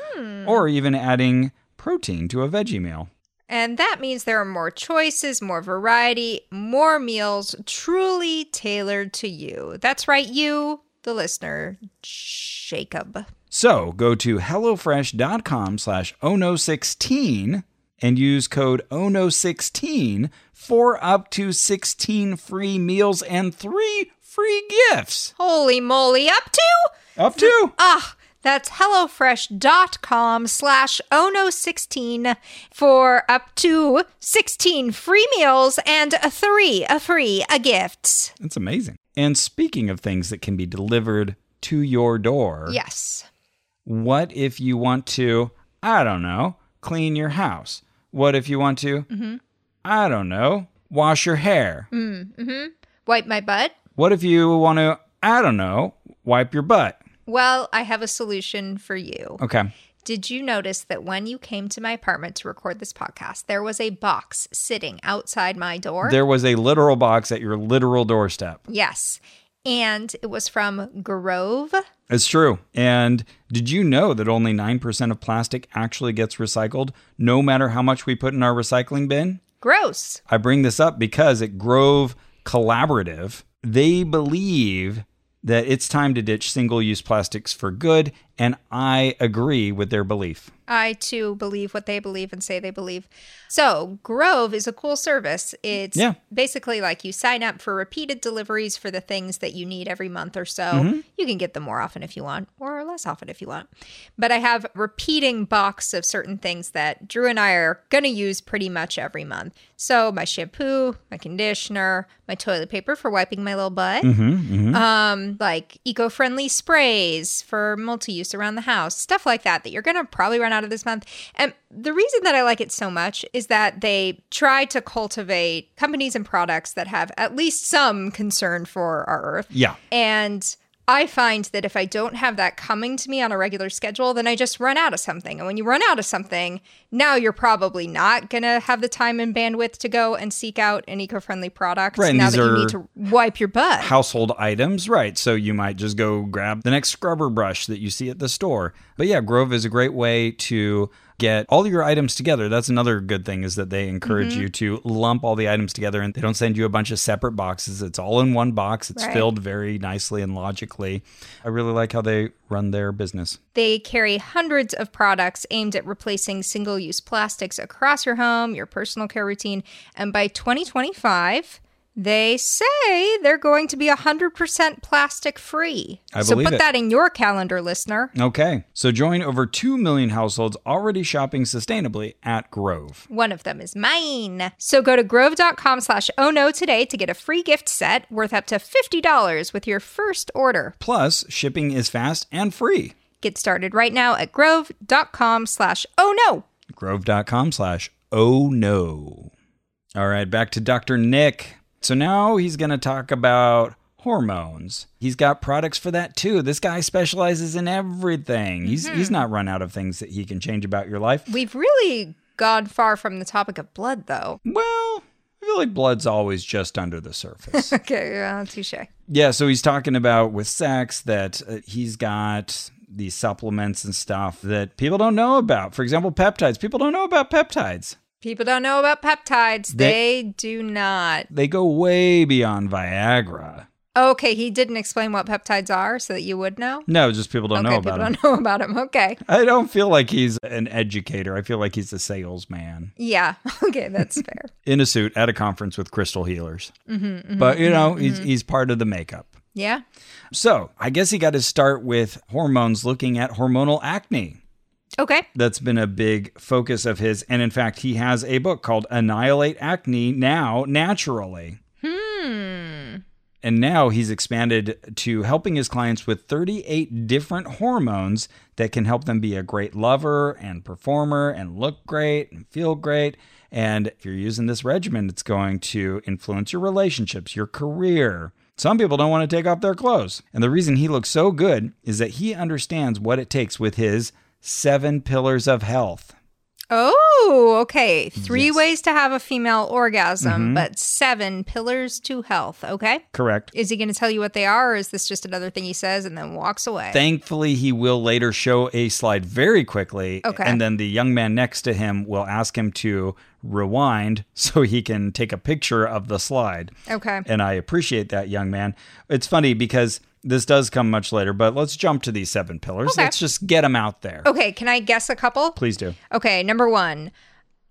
Speaker 2: or even adding protein to a veggie meal.
Speaker 1: And that means there are more choices, more variety, more meals truly tailored to you. That's right, you, the listener, Jacob.
Speaker 2: So go to HelloFresh.com slash ONO16 and use code ONO16 for up to 16 free meals and three free gifts.
Speaker 1: Holy moly, up to?
Speaker 2: Up to.
Speaker 1: Ah, that's HelloFresh.com slash ONO16 for up to 16 free meals and a three, a free, a gift.
Speaker 2: That's amazing. And speaking of things that can be delivered to your door,
Speaker 1: Yes.
Speaker 2: what if you want to, I don't know, clean your house? What if you want to, I don't know, wash your hair?
Speaker 1: Wipe my butt.
Speaker 2: What if you want to, I don't know, wipe your butt?
Speaker 1: Well, I have a solution for you.
Speaker 2: Okay.
Speaker 1: Did you notice that when you came to my apartment to record this podcast, there was a box sitting outside my door?
Speaker 2: There was a literal box at your literal doorstep.
Speaker 1: yes. And it was from Grove.
Speaker 2: It's true. And did you know that only 9% of plastic actually gets recycled, no matter how much we put in our recycling bin?
Speaker 1: Gross.
Speaker 2: I bring this up because at Grove Collaborative, they believe that it's time to ditch single use plastics for good. And I agree with their belief.
Speaker 1: I too believe what they believe and say they believe. So, Grove is a cool service. It's
Speaker 2: Yeah.
Speaker 1: basically like you sign up for repeated deliveries for the things that you need every month or so. You can get them more often if you want, or less often if you want. But I have repeating box of certain things that Drew and I are going to use pretty much every month. So, my shampoo, my conditioner, my toilet paper for wiping my little butt um, like eco-friendly sprays for multi-use around the house, stuff like that that you're going to probably run out of this month. And the reason that I like it so much is that they try to cultivate companies and products that have at least some concern for our earth.
Speaker 2: Yeah.
Speaker 1: And I find that if I don't have that coming to me on a regular schedule, then I just run out of something. And when you run out of something, now you're probably not going to have the time and bandwidth to go and seek out an eco friendly product
Speaker 2: Right, and
Speaker 1: now
Speaker 2: these
Speaker 1: that you
Speaker 2: are
Speaker 1: need to wipe your butt.
Speaker 2: household items, right? So you might just go grab the next scrubber brush that you see at the store. But yeah, Grove is a great way to get all your items together. That's another good thing is that they encourage you to lump all the items together and they don't send you a bunch of separate boxes. It's all in one box. It's
Speaker 1: Right.
Speaker 2: filled very nicely and logically. I really like how they run their business.
Speaker 1: They carry hundreds of products aimed at replacing single use plastics across your home, your personal care routine. And by 2025, they say they're going to be 100% plastic free.
Speaker 2: I
Speaker 1: so
Speaker 2: believe
Speaker 1: put
Speaker 2: it.
Speaker 1: that in your calendar, listener.
Speaker 2: Okay. So join over 2 million households already shopping sustainably at Grove.
Speaker 1: One of them is mine. So go to grove.com slash oh no today to get a free gift set worth up to $50 with your first order.
Speaker 2: Plus, shipping is fast and free.
Speaker 1: Get started right now at grove.com slash oh no.
Speaker 2: grove.com slash oh no all right back to dr nick so now he's going to talk about hormones he's got products for that too this guy specializes in everything he's, he's not run out of things that he can change about your life
Speaker 1: We've really gone far from the topic of blood, though.
Speaker 2: well i feel like blood's always just under the surface
Speaker 1: Okay, uh, touche.
Speaker 2: Yeah, so he's talking about with sex that uh, he's got these supplements and stuff that people don't know about. For example, peptides. People don't know about peptides.
Speaker 1: People don't know about peptides. They,
Speaker 2: They-
Speaker 1: do not.
Speaker 2: They go way beyond Viagra.
Speaker 1: Okay, he didn't explain what peptides are so that you would know.
Speaker 2: No, just people don't
Speaker 1: okay,
Speaker 2: know
Speaker 1: people
Speaker 2: about him.
Speaker 1: don't know about him. Okay.
Speaker 2: I don't feel like he's an educator. I feel like he's a salesman
Speaker 1: Yeah. Okay, that's fair.
Speaker 2: in a suit at a conference with crystal healers.
Speaker 1: Mm-hmm,
Speaker 2: but, you know, he's, he's part of the makeup.
Speaker 1: Yeah.
Speaker 2: So I guess he got to start with hormones, looking at hormonal acne.
Speaker 1: Okay.
Speaker 2: That's been a big focus of his. And in fact, he has a book called Annihilate Acne Now Naturally. And now he's expanded to helping his clients with 38 different hormones that can help them be a great lover and performer and look great and feel great. And if you're using this regimen, it's going to influence your relationships, your career. Some people don't want to take off their clothes. And the reason he looks so good is that he understands what it takes with his seven pillars of health.
Speaker 1: Oh, okay. Three ways to have a female
Speaker 2: Mm-hmm.
Speaker 1: orgasm, but seven pillars to health. Okay.
Speaker 2: Correct.
Speaker 1: Is he going to tell you what they are, or is this just another thing he says and then walks away?
Speaker 2: Thankfully, he will later show a slide very quickly.
Speaker 1: Okay.
Speaker 2: And then the young man next to him will ask him to rewind so he can take a picture of the slide.
Speaker 1: okay.
Speaker 2: And I appreciate that, young man. It's funny because this does come much later, but let's jump to these seven pillars.
Speaker 1: Okay. Oh.
Speaker 2: Let's just get them out there.
Speaker 1: Okay. Can I guess a couple?
Speaker 2: Please do.
Speaker 1: Okay. Number one,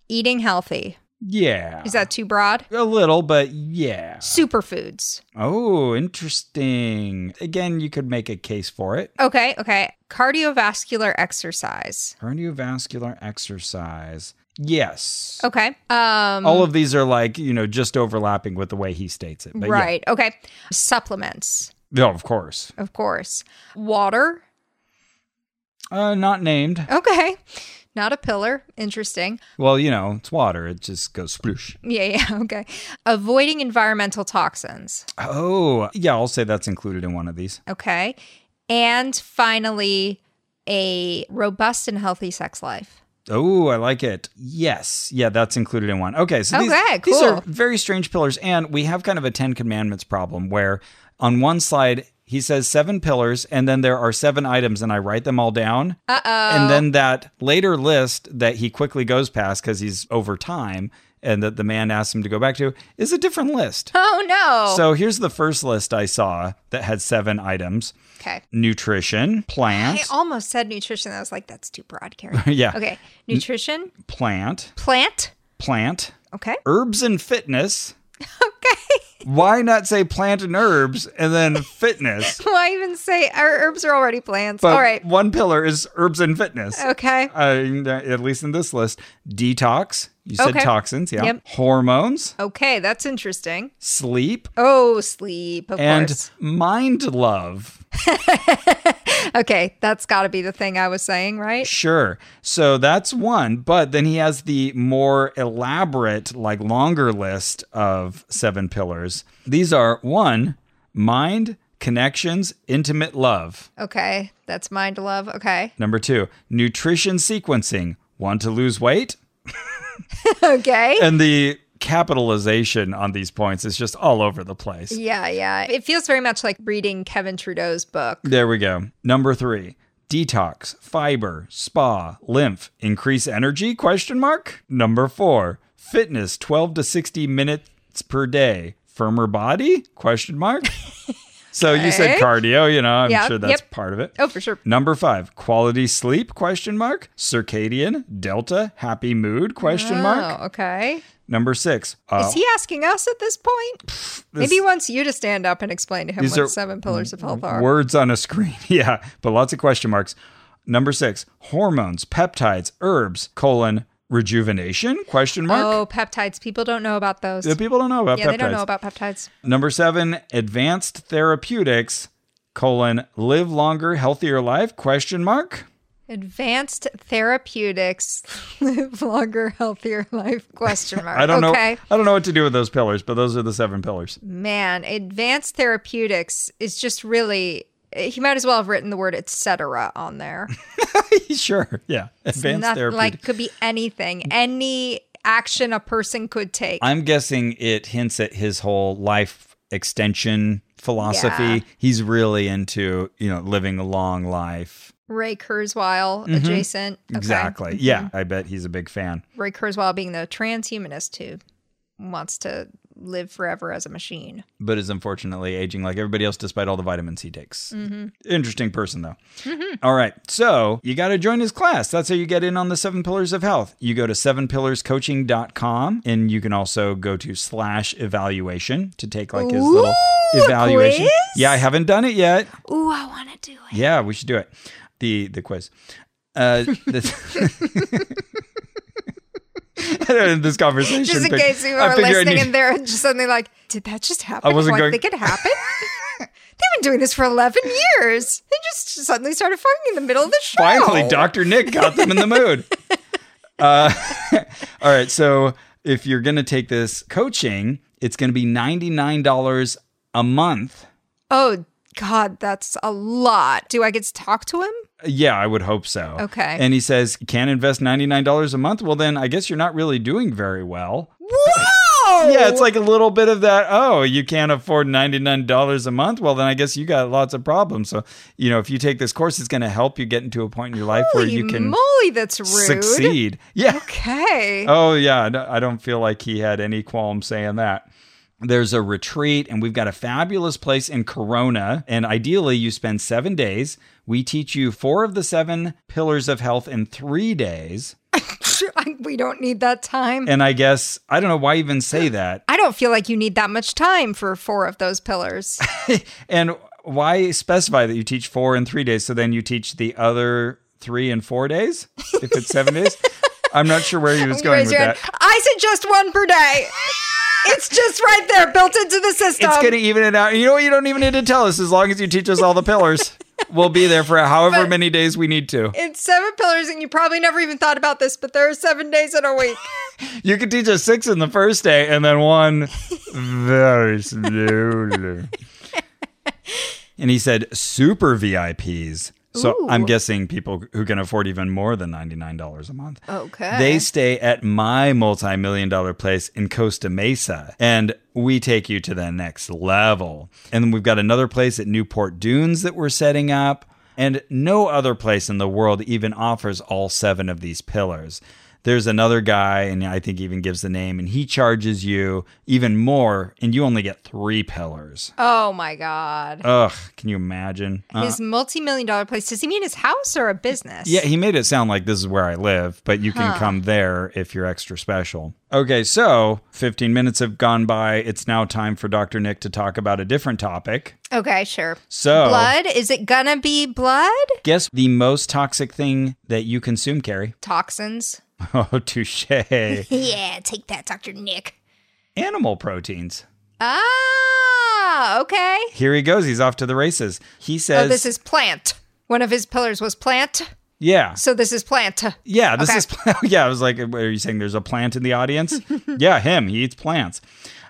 Speaker 1: eating healthy.
Speaker 2: Yeah.
Speaker 1: Is that too broad?
Speaker 2: a little, but yeah.
Speaker 1: Superfoods.
Speaker 2: Oh, interesting. Again, you could make a case for it.
Speaker 1: Okay, okay. Cardiovascular exercise.
Speaker 2: Cardiovascular exercise. Yes.
Speaker 1: Okay. Um
Speaker 2: All of these are like, you know, just overlapping with the way he states it. But
Speaker 1: right. Okay. Supplements,
Speaker 2: Yeah. No, of course.
Speaker 1: of course. Water.
Speaker 2: Uh, not named.
Speaker 1: Okay. Not a pillar. Interesting.
Speaker 2: Well, you know, it's water. It just goes sploosh.
Speaker 1: Yeah, yeah, okay. Avoiding environmental toxins.
Speaker 2: Oh, yeah. I'll say that's included in one of these.
Speaker 1: Okay. And finally, a robust and healthy sex life.
Speaker 2: Oh, I like it. Yes. Yeah, that's included in one. Okay. So these,
Speaker 1: Okay,
Speaker 2: these
Speaker 1: cool.
Speaker 2: are very strange pillars. And we have kind of a Ten Commandments problem where on one slide, he says seven pillars, and then there are seven items, and I write them all down. Uh oh. And then that later list that he quickly goes past because he's over time and that the man asks him to go back to is a different list.
Speaker 1: Oh no.
Speaker 2: So here's the first list I saw that had seven items
Speaker 1: okay.
Speaker 2: nutrition, plant,
Speaker 1: I almost said nutrition. I was like, that's too broad, Carrie.
Speaker 2: Yeah.
Speaker 1: Okay. Nutrition,
Speaker 2: plant,
Speaker 1: plant.
Speaker 2: plant,
Speaker 1: Okay.
Speaker 2: herbs and fitness.
Speaker 1: Okay.
Speaker 2: why not say plant and herbs and then fitness?
Speaker 1: Why even say our herbs are already plants?
Speaker 2: But
Speaker 1: All right. Oh.
Speaker 2: one pillar is herbs and fitness.
Speaker 1: Okay.
Speaker 2: Uh, at least in this list, detox. You said
Speaker 1: Okay.
Speaker 2: toxins, yeah.
Speaker 1: Yep.
Speaker 2: Hormones,
Speaker 1: Okay, that's interesting.
Speaker 2: sleep,
Speaker 1: Oh, sleep, of
Speaker 2: and
Speaker 1: course.
Speaker 2: mind love.
Speaker 1: Okay, that's got to be the thing I was saying, right?
Speaker 2: Sure. So that's one. But then he has the more elaborate, like longer list of seven pillars. These are one, mind, Connections, intimate love.
Speaker 1: Okay. That's mine to love. Okay.
Speaker 2: Number two, nutrition sequencing. Want to lose weight?
Speaker 1: Okay.
Speaker 2: And the capitalization on these points is just all over the place.
Speaker 1: Yeah, yeah. It feels very much like reading Kevin Trudeau's book.
Speaker 2: There we go. Number three, detox, fiber, spa, lymph, increase energy? Question mark. Number four, fitness, twelve to sixty minutes per day, firmer body? Question mark. So you said
Speaker 1: Okay.
Speaker 2: cardio, you know, I'm
Speaker 1: Yeah,
Speaker 2: sure that's
Speaker 1: yep.
Speaker 2: part of it.
Speaker 1: Oh, for sure.
Speaker 2: Number five, quality sleep? Question mark. Circadian, delta, happy mood? Question mark.
Speaker 1: Oh, okay.
Speaker 2: Number six, uh,
Speaker 1: Is he asking us at this point? Maybe he wants you to stand up and explain to him what
Speaker 2: are
Speaker 1: the seven pillars of health are.
Speaker 2: words on a screen. Yeah, but lots of question marks. Number six, hormones, peptides, herbs, colon, rejuvenation? Question mark.
Speaker 1: Oh, peptides. People don't know about those.
Speaker 2: The people don't know about
Speaker 1: yeah,
Speaker 2: peptides.
Speaker 1: they don't know about peptides.
Speaker 2: Number seven, advanced therapeutics, colon, live longer, healthier life? Question mark.
Speaker 1: Advanced therapeutics live longer, healthier life? Question mark.
Speaker 2: I don't
Speaker 1: okay.
Speaker 2: know. I don't know what to do with those pillars, but those are the seven pillars.
Speaker 1: Man, advanced therapeutics is just really. He might as well have written the word et cetera on there.
Speaker 2: sure. Yeah. Advanced
Speaker 1: Noth-
Speaker 2: therapeutics.
Speaker 1: like could be anything, any action a person could take.
Speaker 2: I'm guessing it hints at his whole life extension philosophy.
Speaker 1: Yeah.
Speaker 2: He's really into, you know, living a long life.
Speaker 1: Ray Kurzweil adjacent. Okay.
Speaker 2: Mm-hmm.
Speaker 1: Mm-hmm.
Speaker 2: Exactly. Yeah. I bet he's a big fan.
Speaker 1: Ray Kurzweil being the transhumanist who wants to live forever as a machine.
Speaker 2: But is unfortunately aging like everybody else despite all the vitamins he takes.
Speaker 1: Mm-hmm.
Speaker 2: Interesting person, though. All right. So you got to join his class. That's how you get in on the seven pillars of health. You go to sevenpillarscoaching.com and you can also go to slash evaluation to take like his little
Speaker 1: Ooh, a
Speaker 2: evaluation.
Speaker 1: quiz?
Speaker 2: Yeah. I haven't done it yet.
Speaker 1: Ooh, I want to do it.
Speaker 2: Yeah, we should do it. The the quiz. Uh, the this conversation.
Speaker 1: Just in
Speaker 2: pic-
Speaker 1: case you
Speaker 2: I
Speaker 1: are
Speaker 2: figure I
Speaker 1: listening
Speaker 2: need-
Speaker 1: and they're just suddenly like, did that just happen?
Speaker 2: I wasn't
Speaker 1: Do
Speaker 2: going-
Speaker 1: think it happened? They've been doing this for 11 years. They just suddenly started fucking in the middle of the show.
Speaker 2: Finally, Dr. Nick got them in the mood. Uh, all right. So if you're going to take this coaching, it's going to be $99 a month.
Speaker 1: Oh, God, that's a lot. Do I get to talk to him?
Speaker 2: Yeah, I would hope so.
Speaker 1: Okay.
Speaker 2: And he says, can't invest $99 a month. Well, then I guess you're not really doing very well.
Speaker 1: Whoa!
Speaker 2: Yeah, it's like a little bit of that. Oh, you can't afford ninety nine dollars a month. Well, then I guess you got lots of problems. So you know, if you take this course, it's going to help you get into a point in your life
Speaker 1: Holy
Speaker 2: where you can
Speaker 1: moly, that's rude.
Speaker 2: succeed. Yeah.
Speaker 1: Okay.
Speaker 2: Oh yeah. No, I don't feel like he had any qualm saying that. There's a retreat, and we've got a fabulous place in Corona. And ideally, you spend seven days. We teach you four of the seven pillars of health in three days.
Speaker 1: I- we don't need that time.
Speaker 2: And I guess, I don't know why even say that.
Speaker 1: I don't feel like you need that much time for four of those pillars.
Speaker 2: And why specify that you teach four and three days? So then you teach the other three and four days if it's seven days? I'm not sure where he was going
Speaker 1: Raise
Speaker 2: with
Speaker 1: your hand.
Speaker 2: that.
Speaker 1: I suggest one per day. it's just right there, built into the system.
Speaker 2: It's going to even it out. You know what? You don't even need to tell us as long as you teach us all the pillars. We'll be there for however many days we need to.
Speaker 1: it's seven pillars, and you probably never even thought about this, but there are seven days in a week.
Speaker 2: You can teach us six in the first day and then one very slowly. and he said super VIPs. So I'm
Speaker 1: Ooh.
Speaker 2: guessing people who can afford even more than $99 a month.
Speaker 1: Okay.
Speaker 2: They stay at my multi million dollar place in Costa Mesa, and we take you to the next level. And then we've got another place at Newport Dunes that we're setting up, and no other place in the world even offers all seven of these pillars. There's another guy, and I think even gives the name, and he charges you even more, and you only get three pillars.
Speaker 1: oh my God.
Speaker 2: Ugh, can you imagine? Uh,
Speaker 1: his multi million dollar place. Does he mean his house or a business?
Speaker 2: Yeah, he made it sound like this is where I live, but you can come there if you're extra special. Okay, so 15 minutes have gone by. It's now time for Dr. Nick to talk about a different topic.
Speaker 1: Okay, sure.
Speaker 2: So,
Speaker 1: blood? Is it going to be blood?
Speaker 2: guess the most toxic thing that you consume, Carrie?
Speaker 1: Toxins.
Speaker 2: Oh, touche.
Speaker 1: Yeah, take that, Dr. Nick.
Speaker 2: Animal proteins.
Speaker 1: Ah, okay.
Speaker 2: Here he goes. He's off to the races. He says,
Speaker 1: Oh, this is plant. One of his pillars was plant.
Speaker 2: Yeah.
Speaker 1: So this is plant.
Speaker 2: Yeah, this
Speaker 1: Okay.
Speaker 2: is. yeah, I was like, "What, are you saying there's a plant in the audience? yeah, him. He eats plants.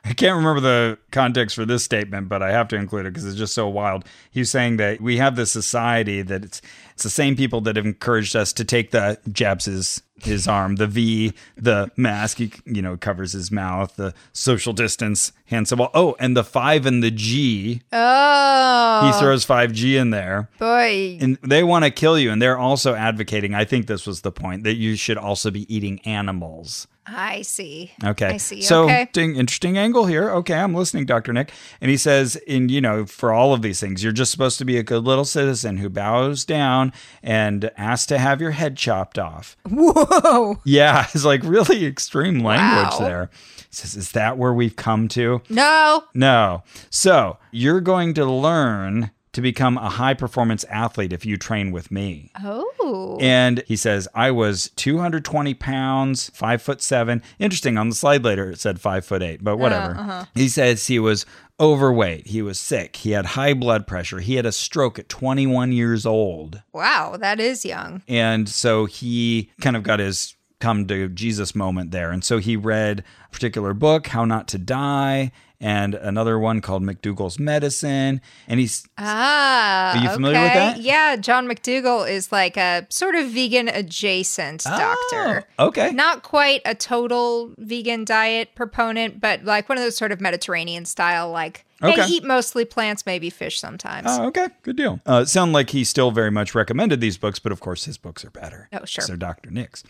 Speaker 2: I can't remember the context for this statement, but I have to include it because it's just so wild. He's saying that we have this society that it's it's the same people that have encouraged us to take the jabs his his arm, the V, the mask, he, you know, covers his mouth, the social distance, hand symbol. Oh, and the five and the G.
Speaker 1: Oh,
Speaker 2: He throws 5G in there.
Speaker 1: boy.
Speaker 2: And they want to kill you. And they're also advocating, I think this was the point, that you should also be eating animals.
Speaker 1: I see.
Speaker 2: Okay.
Speaker 1: I see.
Speaker 2: So,
Speaker 1: okay.
Speaker 2: ding, interesting angle here. Okay, I'm listening, Dr. Nick. And he says, in you know, for all of these things, you're just supposed to be a good little citizen who bows down and asks to have your head chopped off.
Speaker 1: Whoa.
Speaker 2: Yeah, it's like really extreme language
Speaker 1: Wow.
Speaker 2: there. He says, is that where we've come to?
Speaker 1: No.
Speaker 2: No. So, you're going to learn to become a high performance athlete if you train with me.
Speaker 1: Oh.
Speaker 2: And he says, I was 220 pounds, five foot seven. Interesting. On the slide later, it said five foot eight, but whatever. He says he was overweight. He was sick. He had high blood pressure. He had a stroke at 21 years old.
Speaker 1: wow, that is young.
Speaker 2: And so he kind of got his come to Jesus moment there. And so he read a particular book, How Not to Die, and another one called McDougall's Medicine. And he's,
Speaker 1: Ah.
Speaker 2: Are you familiar with
Speaker 1: okay.
Speaker 2: that?
Speaker 1: Yeah, John McDougall is like a sort of vegan adjacent doctor.
Speaker 2: Oh, okay.
Speaker 1: Not quite a total vegan diet proponent, but like one of those sort of Mediterranean style, like, hey,
Speaker 2: Okay.
Speaker 1: eat mostly plants, maybe fish sometimes.
Speaker 2: Oh, okay. Good deal. Uh, sound like he still very much recommended these books, but of course his books are better.
Speaker 1: Oh, sure.
Speaker 2: So Dr. Nix.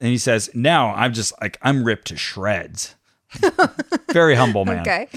Speaker 2: And he says, now I'm just like, I'm ripped to shreds. very humble man.
Speaker 1: okay.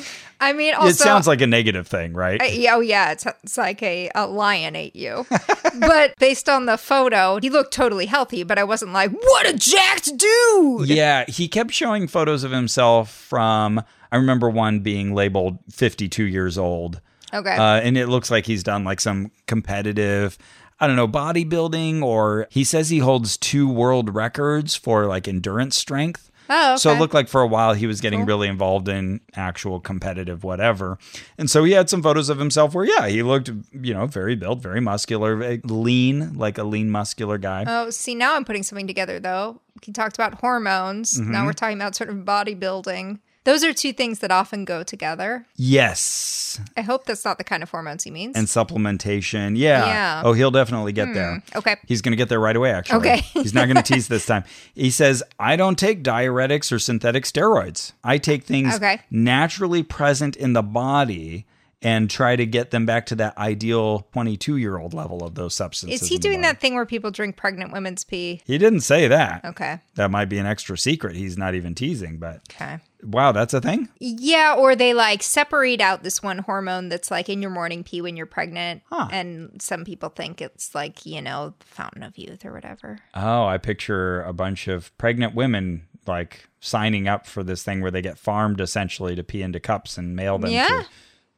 Speaker 1: I mean,
Speaker 2: It
Speaker 1: also,
Speaker 2: sounds like a negative thing, right?
Speaker 1: I- yeah, oh yeah, it's, it's like a, a lion ate you. but based on the photo, he looked totally healthy, but I wasn't like, what a jacked dude.
Speaker 2: yeah. He kept showing photos of himself from, I remember one being labeled 52 years old.
Speaker 1: Okay.
Speaker 2: Uh, and it looks like he's done like some competitive, I don't know, bodybuilding, or he says he holds two world records for like endurance strength.
Speaker 1: Oh,
Speaker 2: So it
Speaker 1: okay.
Speaker 2: looked like for a while he was getting really involved in actual competitive whatever. And so he had some photos of himself where, yeah, he looked, you know, very built, very muscular, very lean, like a lean, muscular guy.
Speaker 1: oh, see, now I'm putting something together though. He talked about hormones.
Speaker 2: Mm-hmm.
Speaker 1: Now we're talking about sort of bodybuilding. Those are two things that often go together.
Speaker 2: yes.
Speaker 1: I hope that's not the kind of hormones he means.
Speaker 2: And supplementation. Yeah.
Speaker 1: Yeah. Hmm.
Speaker 2: Oh, he'll definitely get there.
Speaker 1: okay.
Speaker 2: He's going to get there right away, actually.
Speaker 1: Okay.
Speaker 2: He's not going to tease this time. He says, I don't take diuretics or synthetic steroids. I take things
Speaker 1: Okay.
Speaker 2: naturally present in the body and try to get them back to that ideal 22 year old level of those substances.
Speaker 1: Is he
Speaker 2: in the
Speaker 1: doing
Speaker 2: body.
Speaker 1: that thing where people drink pregnant women's pee?
Speaker 2: He didn't say that.
Speaker 1: Okay.
Speaker 2: That might be an extra secret. He's not even teasing, but
Speaker 1: Okay.
Speaker 2: wow, that's a thing?
Speaker 1: Yeah, or they like separate out this one hormone that's like in your morning pee when you're pregnant.
Speaker 2: Huh.
Speaker 1: And some people think it's like, you know, the fountain of youth or whatever.
Speaker 2: Oh, I picture a bunch of pregnant women like signing up for this thing where they get farmed essentially to pee into cups and mail them
Speaker 1: Yeah.
Speaker 2: to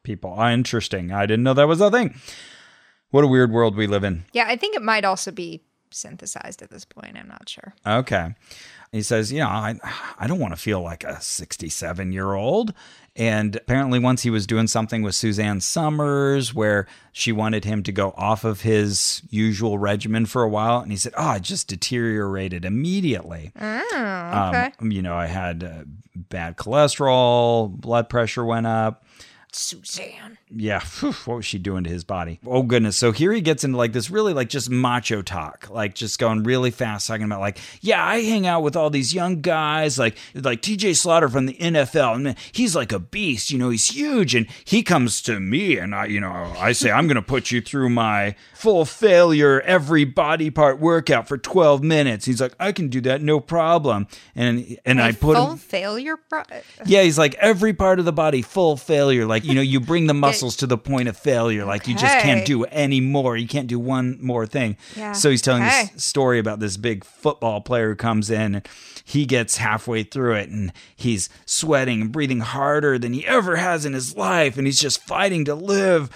Speaker 2: people. Ah, interesting. I didn't know that was a thing. What a weird world we live in.
Speaker 1: Yeah, I think it might also be synthesized at this point. I'm not sure.
Speaker 2: Okay. He says, you know, I, I don't want to feel like a 67 year old. And apparently, once he was doing something with Suzanne Summers where she wanted him to go off of his usual regimen for a while. And he said, oh, I just deteriorated immediately.
Speaker 1: Oh, okay.
Speaker 2: Um, you know, I had uh, bad cholesterol, blood pressure went up.
Speaker 1: Suzanne.
Speaker 2: Yeah, phew, what was she doing to his body? Oh goodness! So here he gets into like this really like just macho talk, like just going really fast, talking about like, yeah, I hang out with all these young guys, like like T.J. Slaughter from the NFL, and he's like a beast, you know, he's huge, and he comes to me, and I, you know, I say I'm gonna put you through my full failure every body part workout for 12 minutes. He's like, I can do that, no problem, and and I put
Speaker 1: Full
Speaker 2: him.
Speaker 1: failure. Bro-
Speaker 2: Yeah, he's like every part of the body full failure. Like, you know, you bring the muscles to the point of failure. Like, you just can't
Speaker 1: Okay.
Speaker 2: do any more. You can't do one more thing.
Speaker 1: Yeah,
Speaker 2: So he's telling
Speaker 1: okay.
Speaker 2: this story about this big football player who comes in and he gets halfway through it and he's sweating and breathing harder than he ever has in his life. And he's just fighting to live.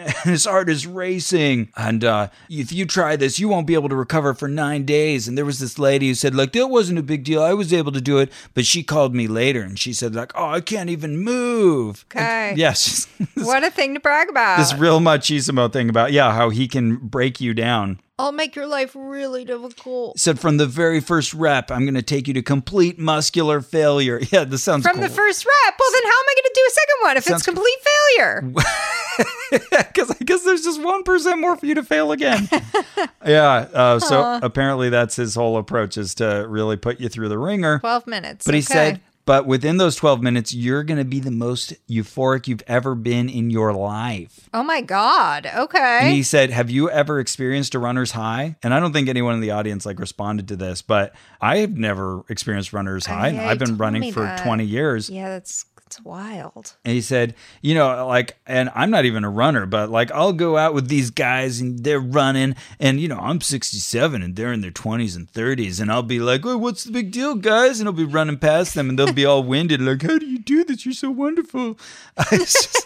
Speaker 2: And his heart is racing. And uh, if you try this, you won't be able to recover for nine days. And there was this lady who said, like, that wasn't a big deal. I was able to do it. But she called me later and she said, like, oh, I can't even move.
Speaker 1: Okay.
Speaker 2: Yes.
Speaker 1: what a thing to brag about.
Speaker 2: this real machismo thing about, yeah, how he can break you down.
Speaker 1: I'll make your life really difficult.
Speaker 2: Said from the very first rep, I'm going to take you to complete muscular failure. Yeah, this sounds
Speaker 1: From the
Speaker 2: cool.
Speaker 1: first rep, well, then how am I going to do a second one if
Speaker 2: Sounds-
Speaker 1: it's complete failure?
Speaker 2: because I guess there's just one percent more for you to fail again. yeah. Uh, so apparently that's his whole approach is to really put you through the ringer.
Speaker 1: 12 minutes.
Speaker 2: But he
Speaker 1: okay.
Speaker 2: said, but within those 12 minutes, you're going to be the most euphoric you've ever been in your life.
Speaker 1: Oh my God.
Speaker 2: And
Speaker 1: Okay.
Speaker 2: he said, Have you ever experienced a runner's high? And I don't think anyone in the audience like responded to this, but I've never experienced runner's high.
Speaker 1: yeah,
Speaker 2: I've
Speaker 1: you
Speaker 2: been
Speaker 1: told me
Speaker 2: running for
Speaker 1: that.
Speaker 2: 20 years.
Speaker 1: yeah, that's, that's wild.
Speaker 2: And he said, you know, like, and I'm not even a runner, but like, I'll go out with these guys and they're running, and you know, I'm 67 and they're in their 20s and 30s, and I'll be like, oh, what's the big deal, guys? And I'll be running past them, and they'll be all winded, like, how do you do this? You're so wonderful. It's just,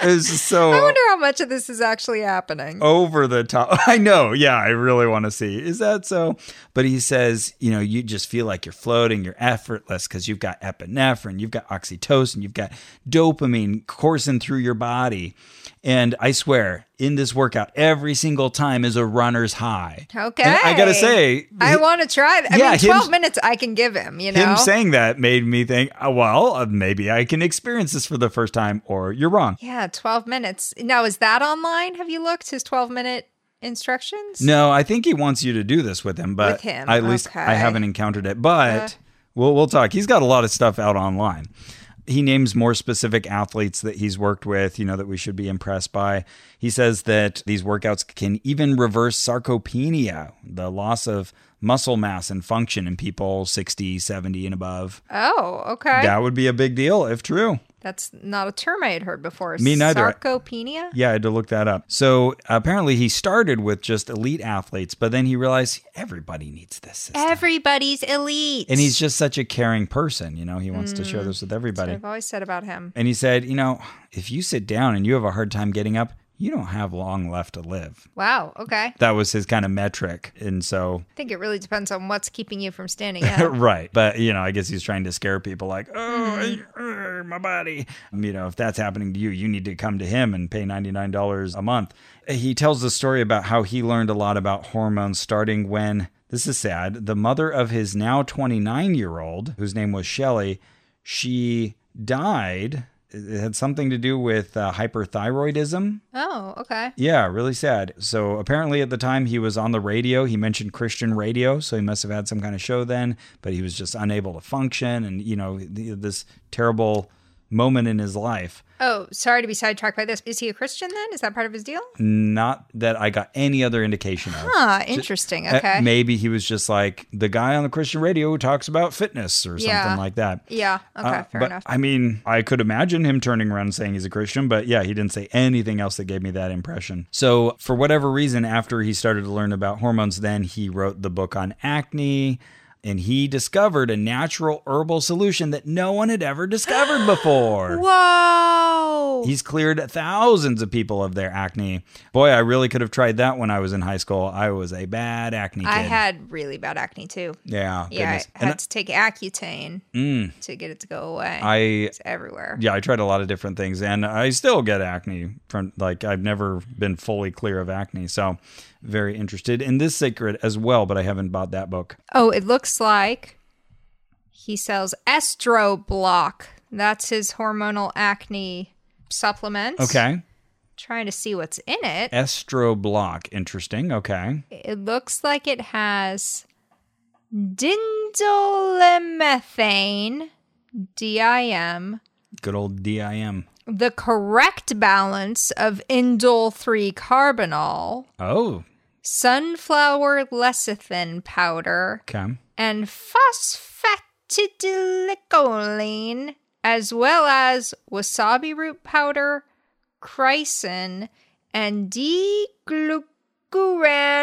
Speaker 2: it's just so
Speaker 1: I wonder how much of this is actually happening.
Speaker 2: over the top. I know. Yeah, I really want to see. Is that so? But he says, you know, you just feel like you're floating, you're effortless because you've got epinephrine, you've got oxytocin, you've got dopamine coursing through your body. And I swear, in this workout, every single time is a runner's high.
Speaker 1: Okay.
Speaker 2: And I got to say,
Speaker 1: I want to try. th- I
Speaker 2: Yeah,
Speaker 1: mean,
Speaker 2: him-
Speaker 1: 12 minutes I can give him, you know?
Speaker 2: him saying that made me think, oh, well, uh, maybe I can experience this for the first time, or you're wrong.
Speaker 1: yeah, 12 minutes. Now, is that online? Have you looked? His 12 minute instructions?
Speaker 2: No, I think he wants you to do this with him, but
Speaker 1: With him,
Speaker 2: I- at least I
Speaker 1: okay. Uh-huh.
Speaker 2: haven't encountered it. But we'll we'll talk. He's got a lot of stuff out online. He names more specific athletes that he's worked with, you know, that we should be impressed by. He says that these workouts can even reverse sarcopenia, the loss of muscle mass and function in people 60, 70 and above.
Speaker 1: Oh, okay.
Speaker 2: That would be a big deal if true.
Speaker 1: That's not a term I had heard before.
Speaker 2: Me neither.
Speaker 1: Sarcopenia?
Speaker 2: Yeah, I had to look that up. So apparently he started with just elite athletes, but then he realized everybody needs this system.
Speaker 1: Everybody's elite.
Speaker 2: And he's just such a caring person, you know, he wants to share this with everybody.
Speaker 1: I've always said about him.
Speaker 2: And he said, you know, if you sit down and you have a hard time getting up, you don't have long left to live.
Speaker 1: Wow. Okay.
Speaker 2: That was his kind of metric. And so,
Speaker 1: I think it really depends on what's keeping you from standing up.
Speaker 2: right. But, you know, I guess he's trying to scare people like, oh, uh, my body. You know, if that's happening to you, you need to come to him and pay $99 a month. He tells the story about how he learned a lot about hormones starting when, this is sad, the mother of his now 29 year old, whose name was Shelly, she died. It had something to do with uh, hyperthyroidism.
Speaker 1: oh, okay.
Speaker 2: Yeah, really sad. So apparently at the time he was on the radio, he mentioned Christian radio, so he must have had some kind of show then, but he was just unable to function and you know th- this terrible moment in his life.
Speaker 1: Oh, sorry to be sidetracked by this. Is he a Christian then? Is that part of his deal?
Speaker 2: Not that I got any other indication of.
Speaker 1: Ah, interesting.
Speaker 2: Uh,
Speaker 1: Okay.
Speaker 2: Maybe he was just like the guy on the Christian radio who talks about fitness or something
Speaker 1: Yeah.
Speaker 2: like that.
Speaker 1: yeah. Okay.
Speaker 2: Uh,
Speaker 1: fair
Speaker 2: but,
Speaker 1: enough.
Speaker 2: I mean, I could imagine him turning around and saying he's a Christian, but yeah, he didn't say anything else that gave me that impression. So, for whatever reason, after he started to learn about hormones, then he wrote the book on acne and he discovered a natural herbal solution that no one had ever discovered before.
Speaker 1: Whoa.
Speaker 2: He's cleared thousands of people of their acne. Boy, I really could have tried that when I was in high school. I was a bad acne kid.
Speaker 1: I had really bad acne too.
Speaker 2: yeah,
Speaker 1: Yeah,
Speaker 2: goodness.
Speaker 1: I
Speaker 2: And Mm.
Speaker 1: had to take Accutane to get it to go away.
Speaker 2: I
Speaker 1: it's everywhere.
Speaker 2: yeah, I tried a lot of different things and I still get acne from like I've never been fully clear of acne. So very interested in this secret as well, but I haven't bought that book.
Speaker 1: Oh, it looks like he sells Estro Block. That's his hormonal acne supplement.
Speaker 2: Okay.
Speaker 1: Trying to see what's in it.
Speaker 2: Estro block. Interesting. Okay.
Speaker 1: It looks like it has dindolimethane, DIM,
Speaker 2: Good old DIM.
Speaker 1: the correct balance of indole 3 carbonyl,
Speaker 2: Oh,
Speaker 1: sunflower lecithin powder,
Speaker 2: okay.
Speaker 1: and phosphatidylcholine, as well as wasabi root powder, chrysin, and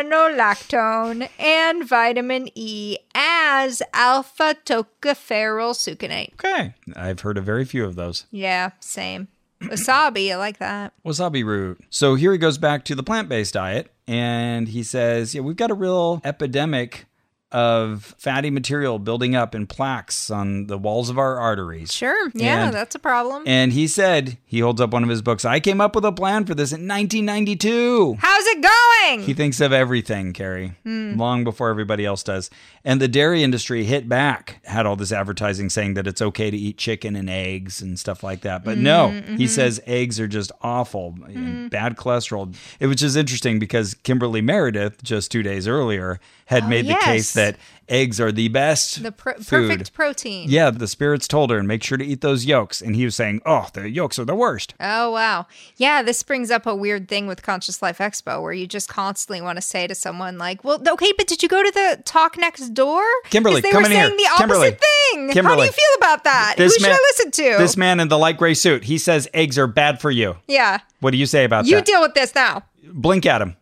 Speaker 1: D-glucuronolactone and vitamin E as alpha tocopherol succinate.
Speaker 2: Okay. I've heard of very few of those.
Speaker 1: Yeah, same. Wasabi, I like that.
Speaker 2: Wasabi root. So here he goes back to the plant based diet and he says, yeah, we've got a real epidemic of fatty material building up in plaques on the walls of our arteries.
Speaker 1: Sure. Yeah,
Speaker 2: And-
Speaker 1: that's a problem.
Speaker 2: And he said, he holds up one of his books, I came up with a plan for this in 1992.
Speaker 1: How's it going?
Speaker 2: He thinks of everything, Carrie,
Speaker 1: Hmm.
Speaker 2: long before everybody else does. And the dairy industry hit back, had all this advertising saying that it's okay to eat chicken and eggs and stuff like that. But no,
Speaker 1: Mm-hmm,
Speaker 2: he says eggs are just awful, and bad cholesterol. It was just interesting because Kimberly Meredith, just two days earlier, had made
Speaker 1: Oh, yes.
Speaker 2: the case that eggs are the best
Speaker 1: the pro-
Speaker 2: food.
Speaker 1: perfect protein.
Speaker 2: Yeah, the spirits told her and make sure to eat those yolks. And he was saying, oh, the yolks are the worst.
Speaker 1: Oh, wow. Yeah, this brings up a weird thing with Conscious Life Expo where you just constantly want to say to someone, like, well, okay, but did you go to the talk next door? 'Cause
Speaker 2: Kimberly,
Speaker 1: they
Speaker 2: come
Speaker 1: were
Speaker 2: in here.
Speaker 1: saying the opposite
Speaker 2: Kimberly.
Speaker 1: thing. How do
Speaker 2: Kimberly.
Speaker 1: you feel about that? Who should I listen to?
Speaker 2: This man in the light gray suit. He says eggs are bad for you.
Speaker 1: yeah.
Speaker 2: What do you say about
Speaker 1: You
Speaker 2: that?
Speaker 1: deal with this now.
Speaker 2: Blink at him.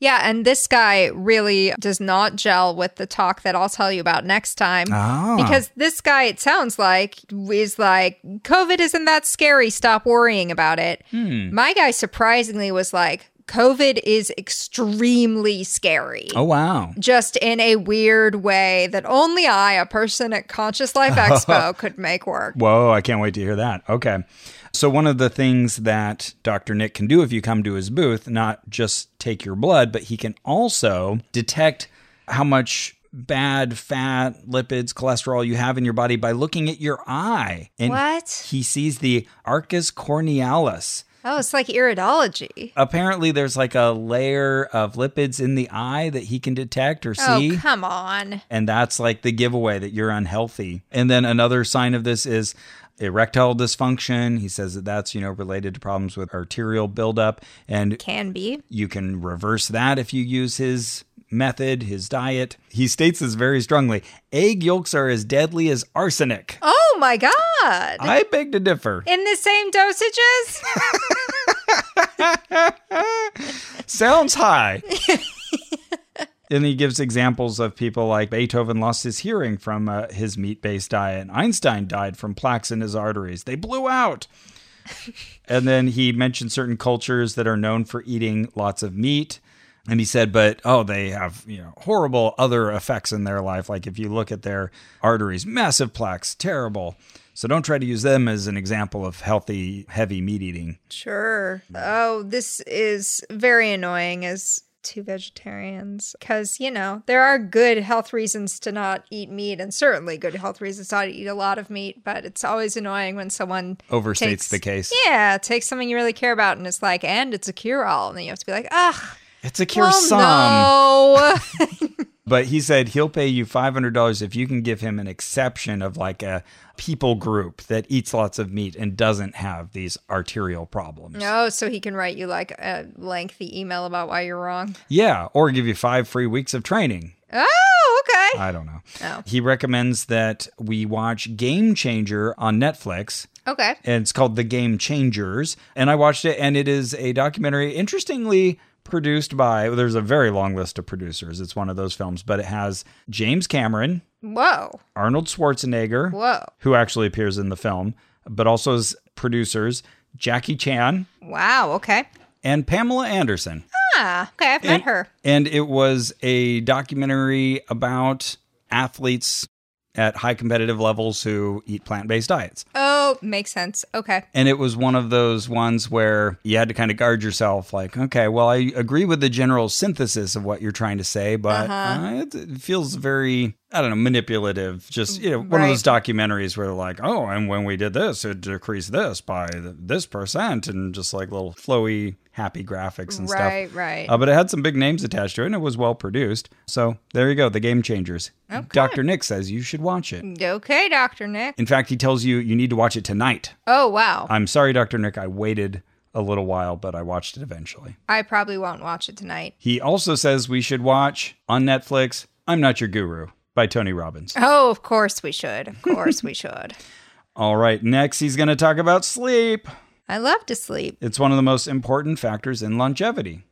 Speaker 1: Yeah, and this guy really does not gel with the talk that I'll tell you about next time.
Speaker 2: Ah.
Speaker 1: Because this guy, it sounds like, is like, COVID isn't that scary. Stop worrying about it.
Speaker 2: Hmm.
Speaker 1: My guy surprisingly was like, COVID is extremely scary.
Speaker 2: Oh wow.
Speaker 1: Just in a weird way that only I, a person at Conscious Life Expo, could make work.
Speaker 2: Whoa, I can't wait to hear that. Okay. So one of the things that Dr. Nick can do if you come to his booth, not just take your blood, but he can also detect how much bad fat, lipids, cholesterol you have in your body by looking at your eye. And
Speaker 1: What?
Speaker 2: he sees the arcus cornealis.
Speaker 1: Oh, it's like iridology.
Speaker 2: apparently there's like a layer of lipids in the eye that he can detect or see
Speaker 1: Oh, come on.
Speaker 2: and that's like the giveaway that you're unhealthy and then another sign of this is erectile dysfunction he says that that's you know related to problems with arterial buildup and
Speaker 1: Can be.
Speaker 2: you can reverse that if you use his method his diet he states this very strongly egg yolks are as deadly as arsenic
Speaker 1: Oh, my God.
Speaker 2: i beg to differ
Speaker 1: in the same dosages?
Speaker 2: sounds high. and he gives examples of people like Beethoven lost his hearing from uh, his meat based diet, and Einstein died from plaques in his arteries. They blew out. and then he mentioned certain cultures that are known for eating lots of meat. And he said, but oh, they have you know horrible other effects in their life. Like if you look at their arteries, massive plaques, terrible. So don't try to use them as an example of healthy, heavy meat eating.
Speaker 1: Sure.
Speaker 2: Hmm.
Speaker 1: Oh, this is very annoying as two vegetarians because, you know, there are good health reasons to not eat meat and certainly good health reasons not to eat a lot of meat, but it's always annoying when someone
Speaker 2: Overstates
Speaker 1: takes-
Speaker 2: the case.
Speaker 1: Yeah, takes something you really care about and it's like, and it's a cure all. And then you have to be like, ugh,
Speaker 2: It's a cure
Speaker 1: well,
Speaker 2: some.
Speaker 1: no.
Speaker 2: But he said he'll pay you $500 if you can give him an exception of like a people group that eats lots of meat and doesn't have these arterial problems.
Speaker 1: no, Oh, so he can write you like a lengthy email about why you're wrong.
Speaker 2: Yeah, or give you five free weeks of training.
Speaker 1: Oh, okay.
Speaker 2: I don't know.
Speaker 1: Oh.
Speaker 2: He recommends that we watch Game Changer on Netflix.
Speaker 1: Okay.
Speaker 2: and it's called The Game Changers. And I watched it, and it is a documentary, interestingly produced by. There's a very long list of producers. It's one of those films, but it has James Cameron,
Speaker 1: Whoa.
Speaker 2: Arnold Schwarzenegger,
Speaker 1: Whoa.
Speaker 2: who actually appears in the film, but also as producers Jackie Chan
Speaker 1: Wow. Okay.
Speaker 2: and Pamela Anderson.
Speaker 1: Ah, okay. I've met her.
Speaker 2: And it was a documentary about athletes at high competitive levels who eat plant-based diets.
Speaker 1: Oh, makes sense. Okay.
Speaker 2: And it was one of those ones where you had to kind of guard yourself, like, okay, well, I agree with the general synthesis of what you're trying to say, but uh
Speaker 1: Uh-huh.
Speaker 2: it, it feels very, I don't know, manipulative. Just, you know, one
Speaker 1: Right.
Speaker 2: of those documentaries where they're like, oh, and when we did this, it decreased this by th- this percent, and just like little flowy, happy graphics and
Speaker 1: Right,
Speaker 2: stuff.
Speaker 1: right.
Speaker 2: Uh, but it had some big names attached to it, and it was well produced. So there you go, The Game Changers.
Speaker 1: Oh,
Speaker 2: Dr. Nick says you should watch it.
Speaker 1: Okay, Dr. Nick.
Speaker 2: In fact, he tells you you need to watch it tonight.
Speaker 1: Oh, wow.
Speaker 2: I'm sorry, Dr. Nick, I waited a little while, but I watched it eventually.
Speaker 1: I probably won't watch it tonight.
Speaker 2: He also says we should watch on Netflix I'm Not Your Guru by Tony Robbins.
Speaker 1: Oh, of course we should. Of course we should.
Speaker 2: All right, next he's going to talk about sleep.
Speaker 1: I love to sleep.
Speaker 2: It's one of the most important factors in longevity.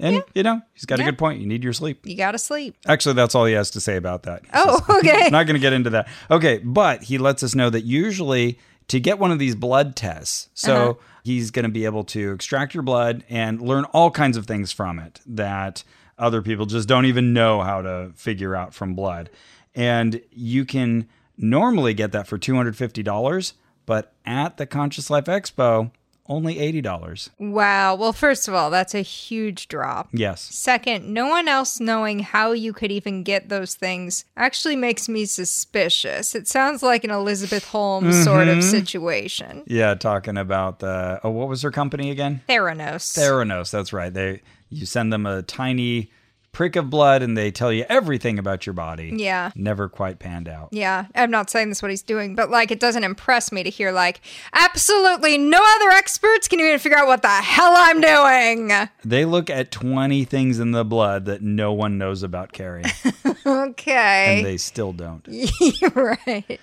Speaker 2: And, you know, he's got a good point. You need your sleep.
Speaker 1: You got to sleep.
Speaker 2: Actually, that's all he has to say about that. He
Speaker 1: Oh,
Speaker 2: says-
Speaker 1: okay.
Speaker 2: not going to get into that. Okay, but he lets us know that usually to get one of these blood tests, so
Speaker 1: Uh-huh.
Speaker 2: he's going to be able to extract your blood and learn all kinds of things from it that other people just don't even know how to figure out from blood. And you can normally get that for $250, but at the Conscious Life Expo, only $80.
Speaker 1: Wow. Well, first of all, that's a huge drop.
Speaker 2: Yes.
Speaker 1: Second, no one else knowing how you could even get those things actually makes me suspicious. It sounds like an Elizabeth Holmes sort of situation.
Speaker 2: Mm-hmm. Yeah, talking about the oh, what was her company again?
Speaker 1: Theranos.
Speaker 2: Theranos, that's right. They you send them a tiny prick of blood and they tell you everything about your body.
Speaker 1: Yeah.
Speaker 2: Never quite panned out.
Speaker 1: yeah, I'm not saying that's what he's doing, but like it doesn't impress me to hear like absolutely no other experts can even figure out what the hell I'm doing.
Speaker 2: They look at 20 things in the blood that no one knows about Carrie and
Speaker 1: Okay.
Speaker 2: they still don't.
Speaker 1: You're right.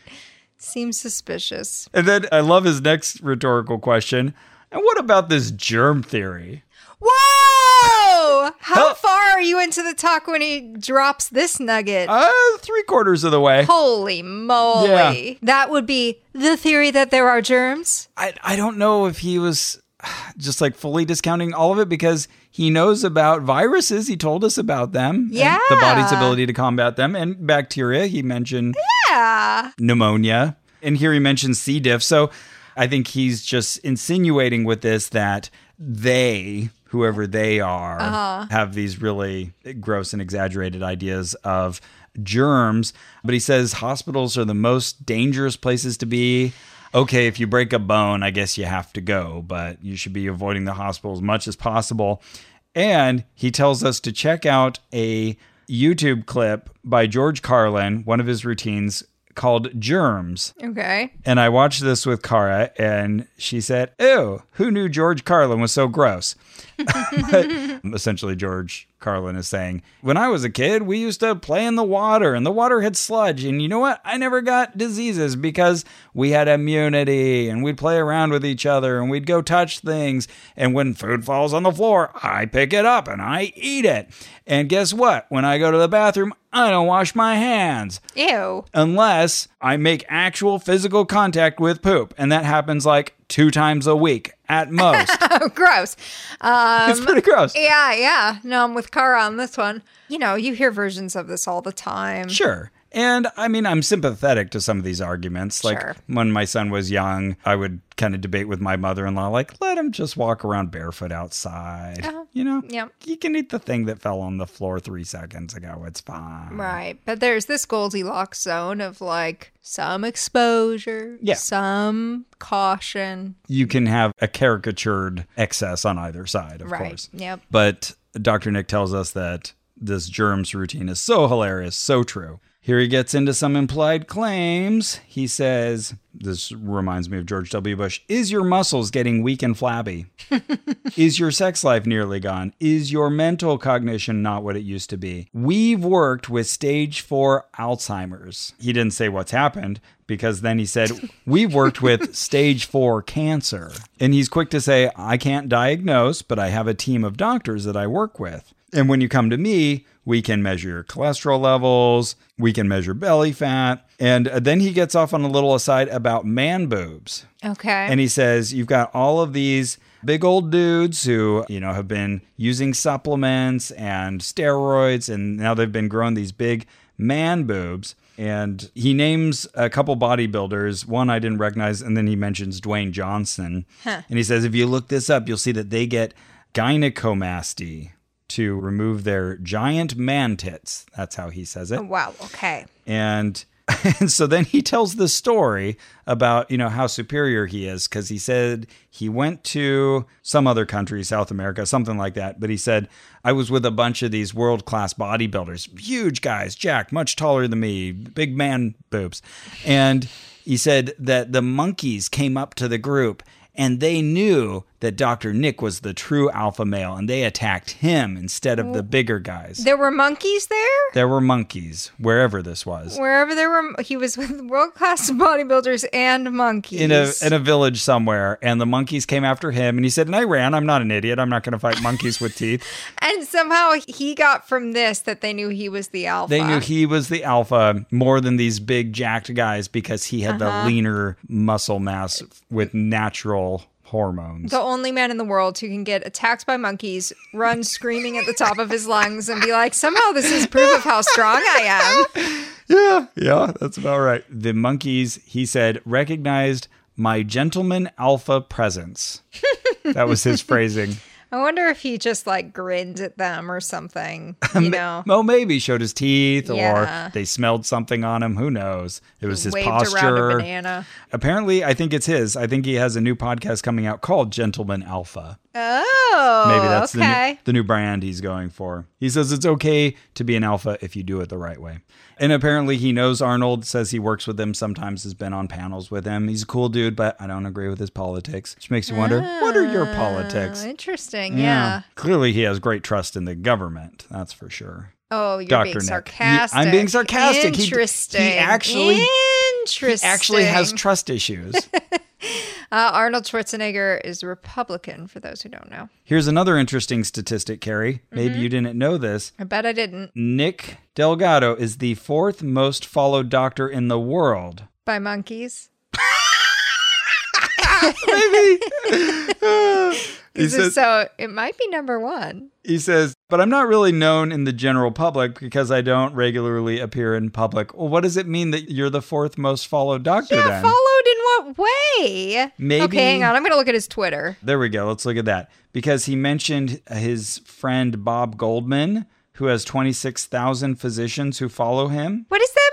Speaker 1: Seems suspicious.
Speaker 2: And then I love his next rhetorical question. And what about this germ theory?
Speaker 1: Whoa! How
Speaker 2: Huh?
Speaker 1: far are you into the talk when he drops this nugget?
Speaker 2: Uh, three quarters of the way.
Speaker 1: Holy moly. That would be the theory that there are germs.
Speaker 2: I, I don't know if he was just like fully discounting all of it because he knows about viruses. He told us about them. and
Speaker 1: Yeah.
Speaker 2: The body's ability to combat them and bacteria. He mentioned
Speaker 1: Yeah.
Speaker 2: pneumonia. And here he mentions C. diff. So I think he's just insinuating with this that they, whoever they are, have these really gross and exaggerated ideas of germs. But he says hospitals are the most dangerous places to be. Okay, if you break a bone, I guess you have to go, but you should be avoiding the hospital as much as possible. And he tells us to check out a YouTube clip by George Carlin, one of his routines called Germs.
Speaker 1: Okay.
Speaker 2: And I watched this with Kara, and she said, Ew, who knew George Carlin was so gross? Essentially, George Carlin is saying, When I was a kid, we used to play in the water, and the water had sludge. And you know what? I never got diseases because we had immunity, and we'd play around with each other, and we'd go touch things. And when food falls on the floor, I pick it up and I eat it. And guess what? When I go to the bathroom, I don't wash my hands
Speaker 1: Ew.
Speaker 2: unless I make actual physical contact with poop. And that happens like two times a week at most.
Speaker 1: Oh, Gross. Um,
Speaker 2: it's pretty gross.
Speaker 1: Yeah, yeah. No, I'm with Kara on this one. You know, you hear versions of this all the time.
Speaker 2: Sure. And I mean, I'm sympathetic to some of these arguments. Like
Speaker 1: Sure.
Speaker 2: when my son was young, I would kind of debate with my mother in law, like, let him just walk around barefoot outside. You know?
Speaker 1: Uh-huh. Yep.
Speaker 2: You can eat the thing that fell on the floor three seconds ago. It's fine.
Speaker 1: Right. But there's this Goldilocks zone of like some exposure,
Speaker 2: Yeah.
Speaker 1: some caution.
Speaker 2: You can have a caricatured excess on either side, of
Speaker 1: Right.
Speaker 2: course.
Speaker 1: Yep.
Speaker 2: But Dr. Nick tells us that this germs routine is so hilarious, so true. Here he gets into some implied claims. He says, This reminds me of George W. Bush. Is your muscles getting weak and flabby? is your sex life nearly gone? Is your mental cognition not what it used to be? We've worked with stage four Alzheimer's. He didn't say what's happened because then he said, We've worked with stage four cancer. And he's quick to say, I can't diagnose, but I have a team of doctors that I work with. And when you come to me, we can measure your cholesterol levels, we can measure belly fat. And then he gets off on a little aside about man boobs.
Speaker 1: Okay.
Speaker 2: And he says, You've got all of these big old dudes who, you know, have been using supplements and steroids, and now they've been growing these big man boobs. And he names a couple bodybuilders, one I didn't recognize, and then he mentions Dwayne Johnson. And he says, If you look this up, you'll see that they get gynecomasty to remove their giant man tits. That's how he says it.
Speaker 1: wow. Okay.
Speaker 2: And, and so then he tells the story about, you know, how superior he is because he said he went to some other country, South America, something like that. But he said, I was with a bunch of these world class bodybuilders, huge guys, Jack, much taller than me, big man boobs. And he said that the monkeys came up to the group and they knew that Dr. Nick was the true alpha male and they attacked him instead of the bigger guys.
Speaker 1: There were monkeys there?
Speaker 2: There were monkeys wherever this was.
Speaker 1: Wherever there were, he was with world class bodybuilders and monkeys.
Speaker 2: in a in a village somewhere, and the monkeys came after him, and he said, "And I ran. I'm not an idiot. I'm not going to fight monkeys with teeth."
Speaker 1: and somehow he got from this that they knew he was the alpha.
Speaker 2: They knew he was the alpha more than these
Speaker 1: Uh-huh.
Speaker 2: big jacked guys because he had the leaner muscle mass with natural hormones.
Speaker 1: The only man in the world who can get attacked by monkeys, run screaming at the top of his lungs, and be like, somehow this is proof of how strong I am.
Speaker 2: yeah, yeah, that's about right. The monkeys, he said, recognized my gentleman alpha presence. that was his phrasing.
Speaker 1: I wonder if he just like grinned at them or something. You know,
Speaker 2: Well, maybe showed his teeth
Speaker 1: Yeah.
Speaker 2: or they smelled something on him. Who knows? It was his
Speaker 1: waved
Speaker 2: posture.
Speaker 1: around a banana.
Speaker 2: Apparently, I think it's his. I think he has a new podcast coming out called Gentleman Alpha.
Speaker 1: Oh,
Speaker 2: Maybe that's the, new,
Speaker 1: okay.
Speaker 2: the new brand he's going for. He says it's okay to be an alpha if you do it the right way. And apparently, he knows Arnold, says he works with him, sometimes has been on panels with him. He's a cool dude, but I don't agree with his politics, which makes you wonder what are your politics?
Speaker 1: Oh, interesting. Yeah.
Speaker 2: Clearly, he has great trust in the government. That's for sure.
Speaker 1: Oh, you're
Speaker 2: Dr.
Speaker 1: being
Speaker 2: Nick.
Speaker 1: sarcastic.
Speaker 2: Yeah, I'm being sarcastic. He- he
Speaker 1: Interesting.
Speaker 2: actually-
Speaker 1: Interesting.
Speaker 2: Actually, has trust issues.
Speaker 1: uh, Arnold Schwarzenegger is Republican. For those who don't know,
Speaker 2: Here's another interesting statistic, Carrie. Maybe
Speaker 1: Mm-hmm.
Speaker 2: you didn't know this.
Speaker 1: I bet I didn't
Speaker 2: Mm. Nick Delgado is the fourth most followed doctor in the world.
Speaker 1: by monkeys.
Speaker 2: He
Speaker 1: So- so it might be number one.
Speaker 2: he says, but I'm not really known in the general public because I don't regularly appear in public. Well, what does it mean that you're the fourth most followed doctor
Speaker 1: Yeah,
Speaker 2: then?
Speaker 1: followed in what way?
Speaker 2: Maybe-
Speaker 1: Okay, hang on. I'm gonna look at his Twitter.
Speaker 2: there we go. Let's look at that. Because he mentioned his friend Bob Goldman, who has 26,000 physicians who follow him.
Speaker 1: What does that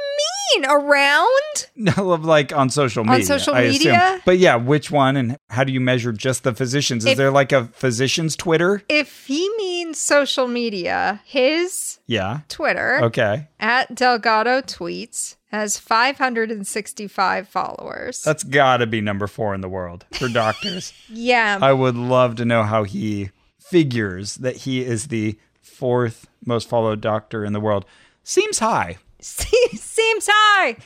Speaker 1: mean? Around?
Speaker 2: No, of, like on social media.
Speaker 1: social
Speaker 2: I assume.
Speaker 1: media?
Speaker 2: But yeah, which one and how do you measure just the physicians? Is
Speaker 1: If-
Speaker 2: there like a physician's Twitter?
Speaker 1: If he means social media, his
Speaker 2: Yeah.
Speaker 1: Twitter
Speaker 2: Okay.
Speaker 1: at Delgado tweets has 565 followers.
Speaker 2: That's got to be number four in the world for doctors.
Speaker 1: yeah,
Speaker 2: I would love to know how he figures that he is the fourth most followed doctor in the world. Seems high.
Speaker 1: seems high.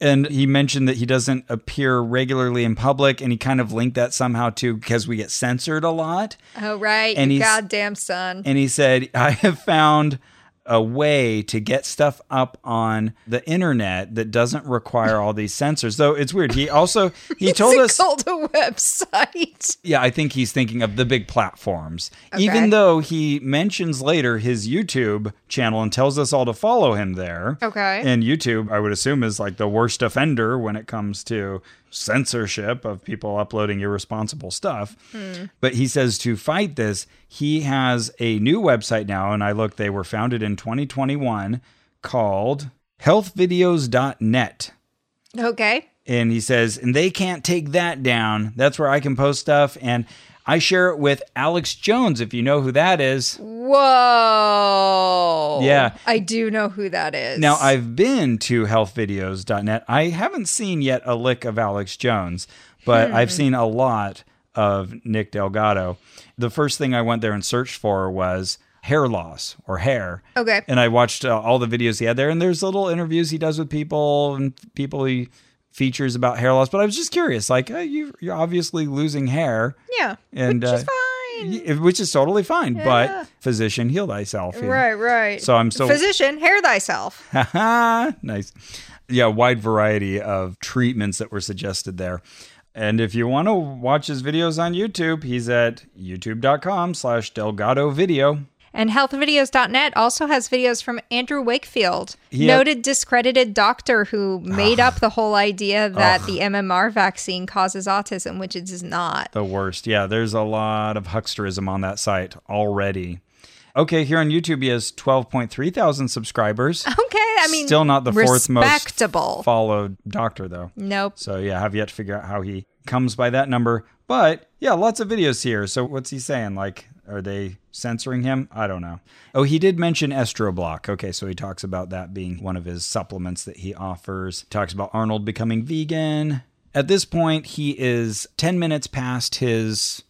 Speaker 2: And he mentioned that he doesn't appear regularly in public, and he kind of linked that somehow to because we get censored a lot.
Speaker 1: Oh right,
Speaker 2: And
Speaker 1: you
Speaker 2: he's-
Speaker 1: goddamn son.
Speaker 2: and he said, I have found a way to get stuff up on the internet that doesn't require all these sensors. Though it's weird. He also he told us
Speaker 1: called a website.
Speaker 2: Yeah, I think he's thinking of the big platforms.
Speaker 1: Okay.
Speaker 2: Even though he mentions later his YouTube channel and tells us all to follow him there.
Speaker 1: Okay.
Speaker 2: And YouTube, I would assume, is like the worst offender when it comes to censorship of people uploading irresponsible stuff.
Speaker 1: Hmm.
Speaker 2: But he says to fight this, he has a new website now. And I look, they were founded in 2021 called healthvideos.net.
Speaker 1: Okay.
Speaker 2: And he says, and they can't take that down. That's where I can post stuff. And I share it with Alex Jones, if you know who that is.
Speaker 1: Whoa.
Speaker 2: Yeah.
Speaker 1: I do know who that is.
Speaker 2: Now, I've been to healthvideos.net. I haven't seen yet a lick of Alex Jones, but I've
Speaker 1: Hmm.
Speaker 2: seen a lot of Nick Delgado. The first thing I went there and searched for was hair loss or hair.
Speaker 1: Okay.
Speaker 2: And I watched uh, all the videos he had there, and there's little interviews he does with people and people he features about hair loss. But I was just curious, like uh, you, you're obviously losing hair,
Speaker 1: Yeah.
Speaker 2: and
Speaker 1: which is
Speaker 2: uh,
Speaker 1: fine.
Speaker 2: y- which is totally fine. But physician, heal thyself. here.
Speaker 1: Right, right.
Speaker 2: So I'm still-
Speaker 1: physician. Hair thyself.
Speaker 2: Haha, nice. Yeah, wide variety of treatments that were suggested there. And if you want to watch his videos on YouTube, he's at youtube.com slash Delgado Video.
Speaker 1: and healthvideos.net also has videos from Andrew Wakefield,
Speaker 2: Yeah.
Speaker 1: noted discredited doctor who made up the whole idea that the MMR vaccine causes autism, which it does not.
Speaker 2: The worst. Yeah, there's a lot of hucksterism on that site already. Okay, here on YouTube, he has 12.3 thousand subscribers.
Speaker 1: Okay, I mean,
Speaker 2: Still not the fourth most
Speaker 1: respectable.
Speaker 2: Followed doctor, though.
Speaker 1: nope.
Speaker 2: So yeah, have yet to figure out how he comes by that number. But yeah, lots of videos here. So what's he saying? Like, are they censoring him? I don't know. Oh, he did mention Estroblock. Okay, so he talks about that being one of his supplements that he offers. Talks about Arnold becoming vegan. At this point, he is 10 minutes past his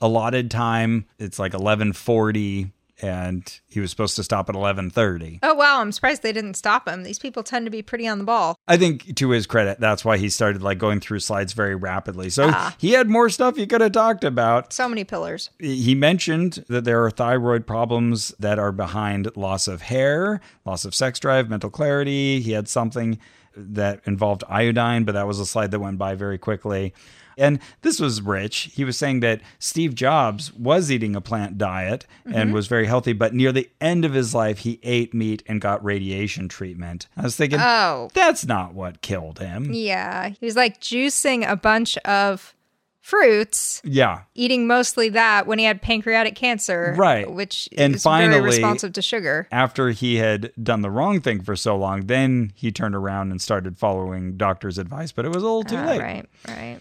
Speaker 2: allotted time. It's like 11:40 and he was supposed to stop at 11:30.
Speaker 1: Oh wow, I'm surprised they didn't stop him. These people tend to be pretty on the ball.
Speaker 2: I think to his credit, that's why he started like going through slides very rapidly. So he had more stuff he could have talked about.
Speaker 1: So many pillars.
Speaker 2: He mentioned that there are thyroid problems that are behind loss of hair, loss of sex drive, mental clarity. He had something that involved iodine, but that was a slide that went by very quickly. And this was rich. He was saying that Steve Jobs was eating a plant diet and was very healthy, but near the end of his life, he ate meat and got radiation treatment. I was thinking,
Speaker 1: Oh.
Speaker 2: that's not what killed him.
Speaker 1: Yeah. He was like juicing a bunch of fruits,
Speaker 2: Yeah.
Speaker 1: eating mostly that when he had pancreatic cancer.
Speaker 2: Right.
Speaker 1: Which
Speaker 2: And
Speaker 1: is
Speaker 2: finally-
Speaker 1: very responsive to sugar.
Speaker 2: After he had done the wrong thing for so long, then he turned around and started following doctor's advice, but it was a little too
Speaker 1: Ah,
Speaker 2: late.
Speaker 1: right. Right.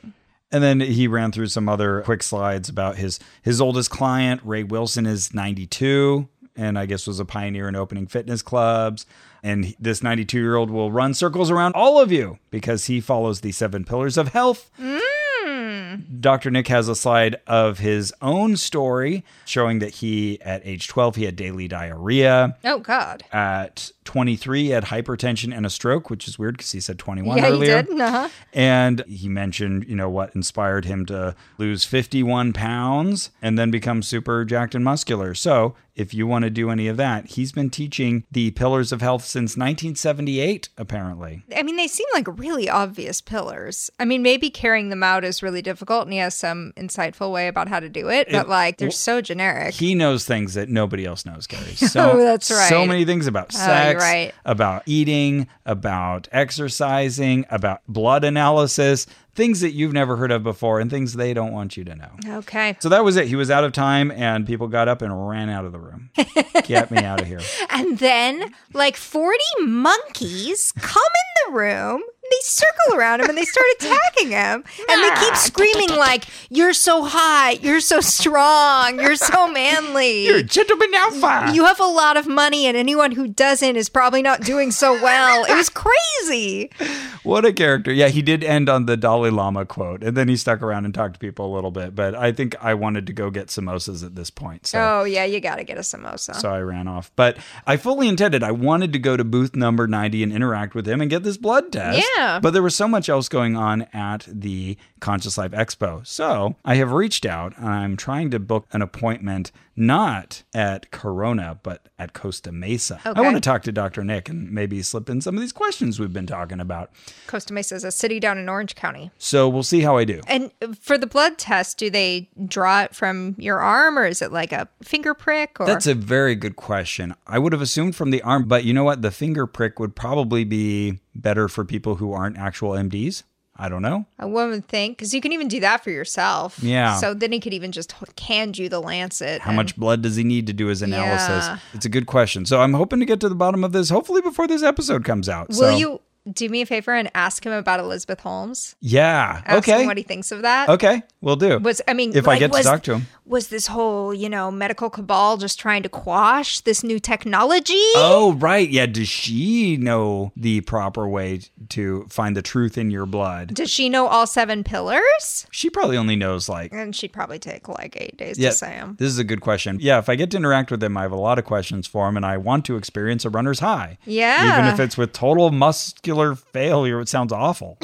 Speaker 2: And then he ran through some other quick slides about his his oldest client, Ray Wilson, is 92, and I guess was a pioneer in opening fitness clubs. And he- this 92 year old will run circles around all of you because he follows the seven pillars of health.
Speaker 1: Mm.
Speaker 2: Dr. Nick has a slide of his own story showing that he, at age 12, he had daily diarrhea.
Speaker 1: Oh, God.
Speaker 2: At 23, he had hypertension and a stroke, which is weird because he said 21
Speaker 1: yeah,
Speaker 2: earlier.
Speaker 1: he did. Uh-huh.
Speaker 2: And he mentioned, you know, what inspired him to lose 51 pounds and then become super jacked and muscular. So, if you want to do any of that, he's been teaching the pillars of health since 1978, apparently.
Speaker 1: I mean, they seem like really obvious pillars. I mean, maybe carrying them out is really difficult, and he has some insightful way about how to do it, but like they're so generic.
Speaker 2: He knows things that nobody else knows, Gary. So,
Speaker 1: Oh, that's
Speaker 2: So
Speaker 1: right. Oh,
Speaker 2: many things about
Speaker 1: you're
Speaker 2: sex,
Speaker 1: right.
Speaker 2: about eating, about exercising, about blood analysis, things that you've never heard of before and things they don't want you to know.
Speaker 1: okay.
Speaker 2: So that was it. He was out of time, and people got up and ran out of the room. Get me out of here.
Speaker 1: And then, like 40 monkeys come in the room. and They circle around him and they start attacking him. And they keep screaming, like, You're so hot. You're so strong. You're so manly.
Speaker 2: gentleman alpha.
Speaker 1: you have a lot of money, and anyone who doesn't is probably not doing so well. It was crazy.
Speaker 2: what a character. Yeah, he did end on the Dalai Lama quote, and then he stuck around and talked to people a little bit. But I think I wanted to go get samosas at this point. So.
Speaker 1: Oh, yeah, you got to get a samosa.
Speaker 2: So I ran off. But I fully intended, I wanted to go to booth number 90 and interact with him and get this blood test.
Speaker 1: Yeah.
Speaker 2: But there was so much else going on at the Conscious Life Expo. So I have reached out and I'm trying to book an appointment, not at Corona, but at Costa Mesa. I
Speaker 1: Okay.
Speaker 2: want to talk to Dr. Nick and maybe slip in some of these questions we've been talking about.
Speaker 1: Costa Mesa is a city down in Orange County.
Speaker 2: So we'll see how I do.
Speaker 1: And for the blood test, do they draw it from your arm or is it like a finger prick? Or
Speaker 2: That's a very good question. I would have assumed from the arm, but you know what? The finger prick would probably be better for people who aren't actual MDs. I don't know.
Speaker 1: a woman think because you can even do that for yourself.
Speaker 2: Yeah.
Speaker 1: So then he could even just h- hand you the lancet.
Speaker 2: How much blood does he need to do his analysis?
Speaker 1: Yeah.
Speaker 2: It's a good question. So I'm hoping to get to the bottom of this hopefully before this episode comes out.
Speaker 1: Will
Speaker 2: So-
Speaker 1: you do me a favor and ask him about Elizabeth Holmes?
Speaker 2: Yeah.
Speaker 1: Ask
Speaker 2: okay.
Speaker 1: him what he thinks of that.
Speaker 2: okay. We'll do.
Speaker 1: Was I mean,
Speaker 2: if
Speaker 1: like,
Speaker 2: I get
Speaker 1: was,
Speaker 2: to talk to him.
Speaker 1: was this whole you know medical cabal just trying to quash this new technology?
Speaker 2: Oh, right. Yeah. Does she know the proper way to find the truth in your blood?
Speaker 1: Does she know all seven pillars?
Speaker 2: She probably only knows like
Speaker 1: And she'd probably take like eight days to say 'em.
Speaker 2: This is a good question. Yeah, if I get to interact with him, I have a lot of questions for him, and I want to experience a runner's high.
Speaker 1: Yeah.
Speaker 2: Even if it's with total muscular failure, it sounds awful.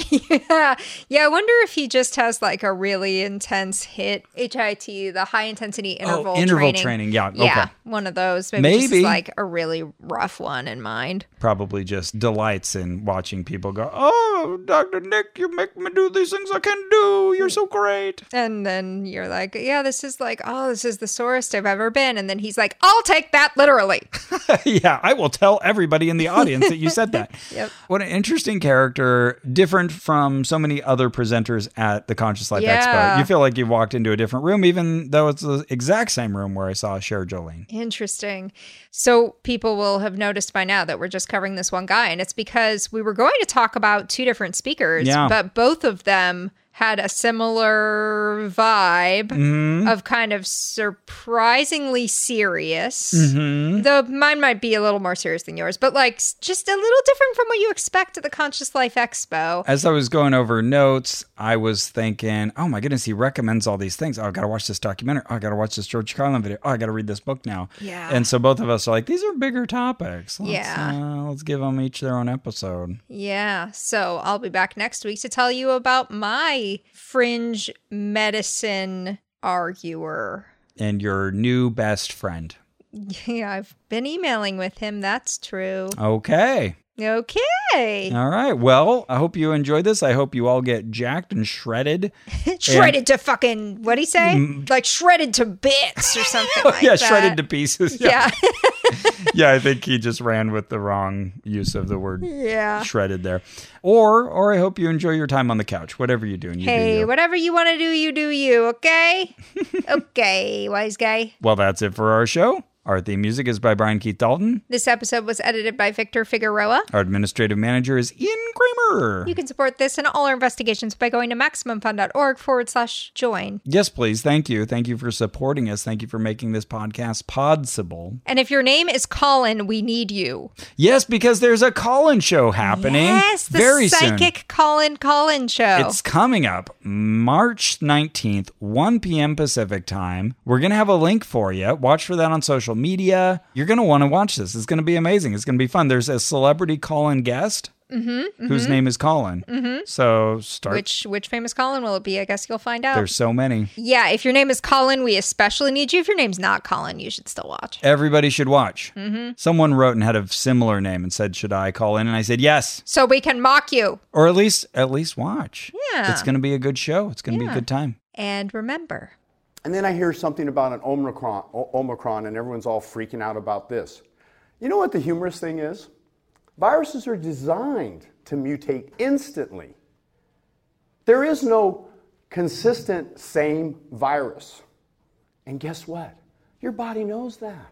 Speaker 1: Yeah, I wonder if he just has like a really intense hit HIT, the high intensity interval
Speaker 2: Oh, interval
Speaker 1: training.
Speaker 2: training, yeah,
Speaker 1: yeah,
Speaker 2: okay.
Speaker 1: one of those. Maybe, just
Speaker 2: Maybe.
Speaker 1: like a really rough one in mind.
Speaker 2: Probably just delights in watching people go, Oh, Dr. Nick, you make me do these things I can do. You're so great.
Speaker 1: And then you're like, yeah, this is like, oh, this is the sorest I've ever been. And then he's like, I'll take that literally.
Speaker 2: yeah, I will tell everybody in the audience that you said that.
Speaker 1: Yep.
Speaker 2: What an interesting character, different from so many other presenters at the Conscious Life Expo.
Speaker 1: Yeah.
Speaker 2: You feel like you walked into a different room, even though it's the exact same room where I saw Cher Jolene.
Speaker 1: Interesting. So people will have noticed by now that we're just covering this one guy. And it's because we were going to talk about two different speakers,
Speaker 2: Yeah.
Speaker 1: but both of them had a similar vibe of kind of surprisingly serious.
Speaker 2: Mm-hmm.
Speaker 1: Though mine might be a little more serious than yours, but like s- just a little different from what you expect at the Conscious Life Expo.
Speaker 2: As I was going over notes, I was thinking, oh my goodness, he recommends all these things. Oh, I got to watch this documentary. Oh, I got to watch this George Carlin video. Oh, I got to read this book now.
Speaker 1: Yeah.
Speaker 2: And so both of us are like, these are bigger topics. Let's,
Speaker 1: Yeah.
Speaker 2: uh, let's give them each their own episode.
Speaker 1: Yeah. So I'll be back next week to tell you about my fringe medicine arguer.
Speaker 2: And your new best friend.
Speaker 1: Yeah, I've been emailing with him. That's true.
Speaker 2: Okay.
Speaker 1: Okay.
Speaker 2: All right. Well, I hope you enjoyed this. I hope you all get jacked and shredded.
Speaker 1: shredded to fucking, what'd he say? like shredded to bits or something like
Speaker 2: Mm. yeah,
Speaker 1: that.
Speaker 2: shredded to pieces.
Speaker 1: Yeah.
Speaker 2: yeah, I think he just ran with the wrong use of the
Speaker 1: Hmm.
Speaker 2: word
Speaker 1: yeah.
Speaker 2: shredded there. Or or I hope you enjoy your time on the couch, whatever you're doing. You do
Speaker 1: Hey,
Speaker 2: you.
Speaker 1: whatever you want to do, you do you, okay? okay, wise guy.
Speaker 2: Well, that's it for our show. Our theme music is by Brian Keith Dalton.
Speaker 1: This episode was edited by Victor Figueroa.
Speaker 2: Our administrative manager is Ian Kramer.
Speaker 1: You can support this and all our investigations by going to MaximumFun.org forward slash join.
Speaker 2: yes, please. Thank you. Thank you for supporting us. Thank you for making this podcast possible.
Speaker 1: And if your name is Colin, we need you.
Speaker 2: Yes, because there's a call-in show happening
Speaker 1: Yes, the
Speaker 2: very soon.
Speaker 1: psychic Colin Colin show.
Speaker 2: It's coming up March 19th, 1 p.m. Pacific time. We're going to have a link for you. Watch for that on social media. You're going to want to watch this. It's going to be amazing. It's going to be fun. There's a celebrity call in guest whose name is Colin. So start.
Speaker 1: Mm-hmm, which which famous Colin will it be? I guess you'll find out.
Speaker 2: There's so many.
Speaker 1: yeah, if your name is Colin, we especially need you. If your name's not Colin, you should still watch.
Speaker 2: Everybody should watch.
Speaker 1: Mm-hmm.
Speaker 2: Someone wrote and had a similar name and said, "Should I call in?" And I said, "Yes,"
Speaker 1: So we can mock you.
Speaker 2: or at least at least watch.
Speaker 1: Yeah.
Speaker 2: it's going to be a good show. It's going to be a good time.
Speaker 1: And remember,
Speaker 3: And then I hear something about an Omicron, O- Omicron, and everyone's all freaking out about this. You know what the humorous thing is? Viruses are designed to mutate instantly. There is no consistent same virus. And guess what? Your body knows that.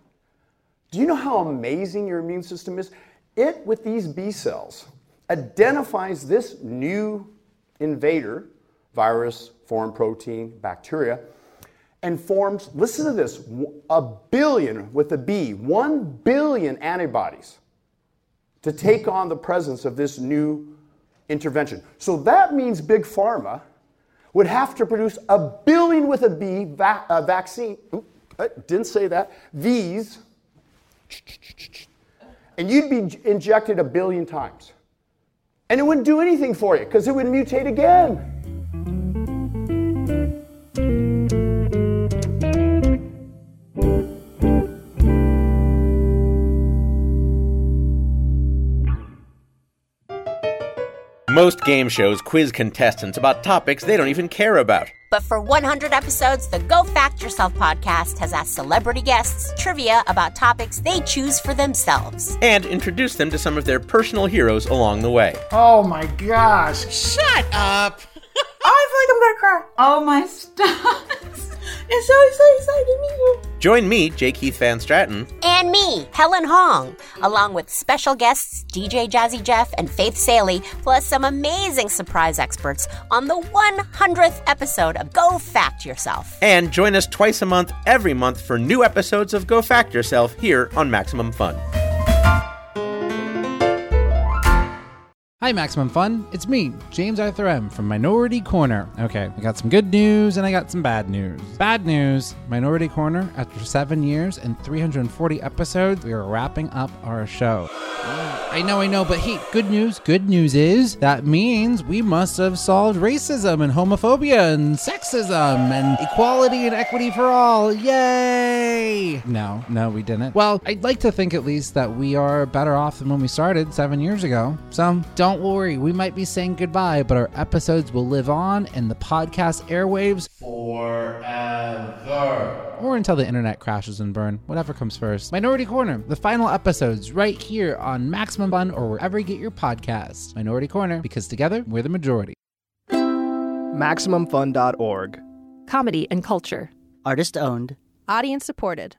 Speaker 3: Do you know how amazing your immune system is? It, with these B cells, identifies this new invader, virus, foreign protein, bacteria, and forms, listen to this, w- a billion with a B, one billion antibodies to take on the presence of this new intervention. So that means Big Pharma would have to produce a billion with a B va- uh, vaccine. Oop, I didn't say that. V's. And you'd be j- injected a billion times. And it wouldn't do anything for you because it would mutate again.
Speaker 4: Most game shows quiz contestants about topics they don't even care about.
Speaker 5: But for 100 episodes, the Go Fact Yourself podcast has asked celebrity guests trivia about topics they choose for themselves.
Speaker 4: And introduce them to some of their personal heroes along the way.
Speaker 6: Oh my gosh.
Speaker 7: Shut up.
Speaker 8: Oh, I feel like I'm gonna cry. Oh my stars. It's so exciting, exciting to meet you.
Speaker 4: Join me, J. Keith Van Stratton,
Speaker 5: And me, Helen Hong, along with special guests DJ Jazzy Jeff and Faith Saley, plus some amazing surprise experts on the 100th episode of Go Fact Yourself.
Speaker 4: and join us twice a month every month for new episodes of Go Fact Yourself here on Maximum Fun.
Speaker 7: Hi, Maximum Fun. It's me, James Arthur M. from Minority Corner. Okay, I got some good news and I got some bad news. Bad news Minority Corner, after seven years and 340 episodes, we are wrapping up our show. I know, I know, but hey, good news. Good news is that means we must have solved racism and homophobia and sexism and equality and equity for all. Yay! No, no, we didn't. Well, I'd like to think at least that we are better off than when we started seven years ago. So don't worry, we might be saying goodbye, but our episodes will live on in the podcast airwaves or until the internet crashes and burn, whatever comes first. Minority Corner, the final episodes right here on Maximum Fun or wherever you get your podcast. Minority Corner, because together we're the majority.
Speaker 9: MaximumFun.org.
Speaker 10: comedy and culture.
Speaker 11: Artist owned.
Speaker 10: Audience supported.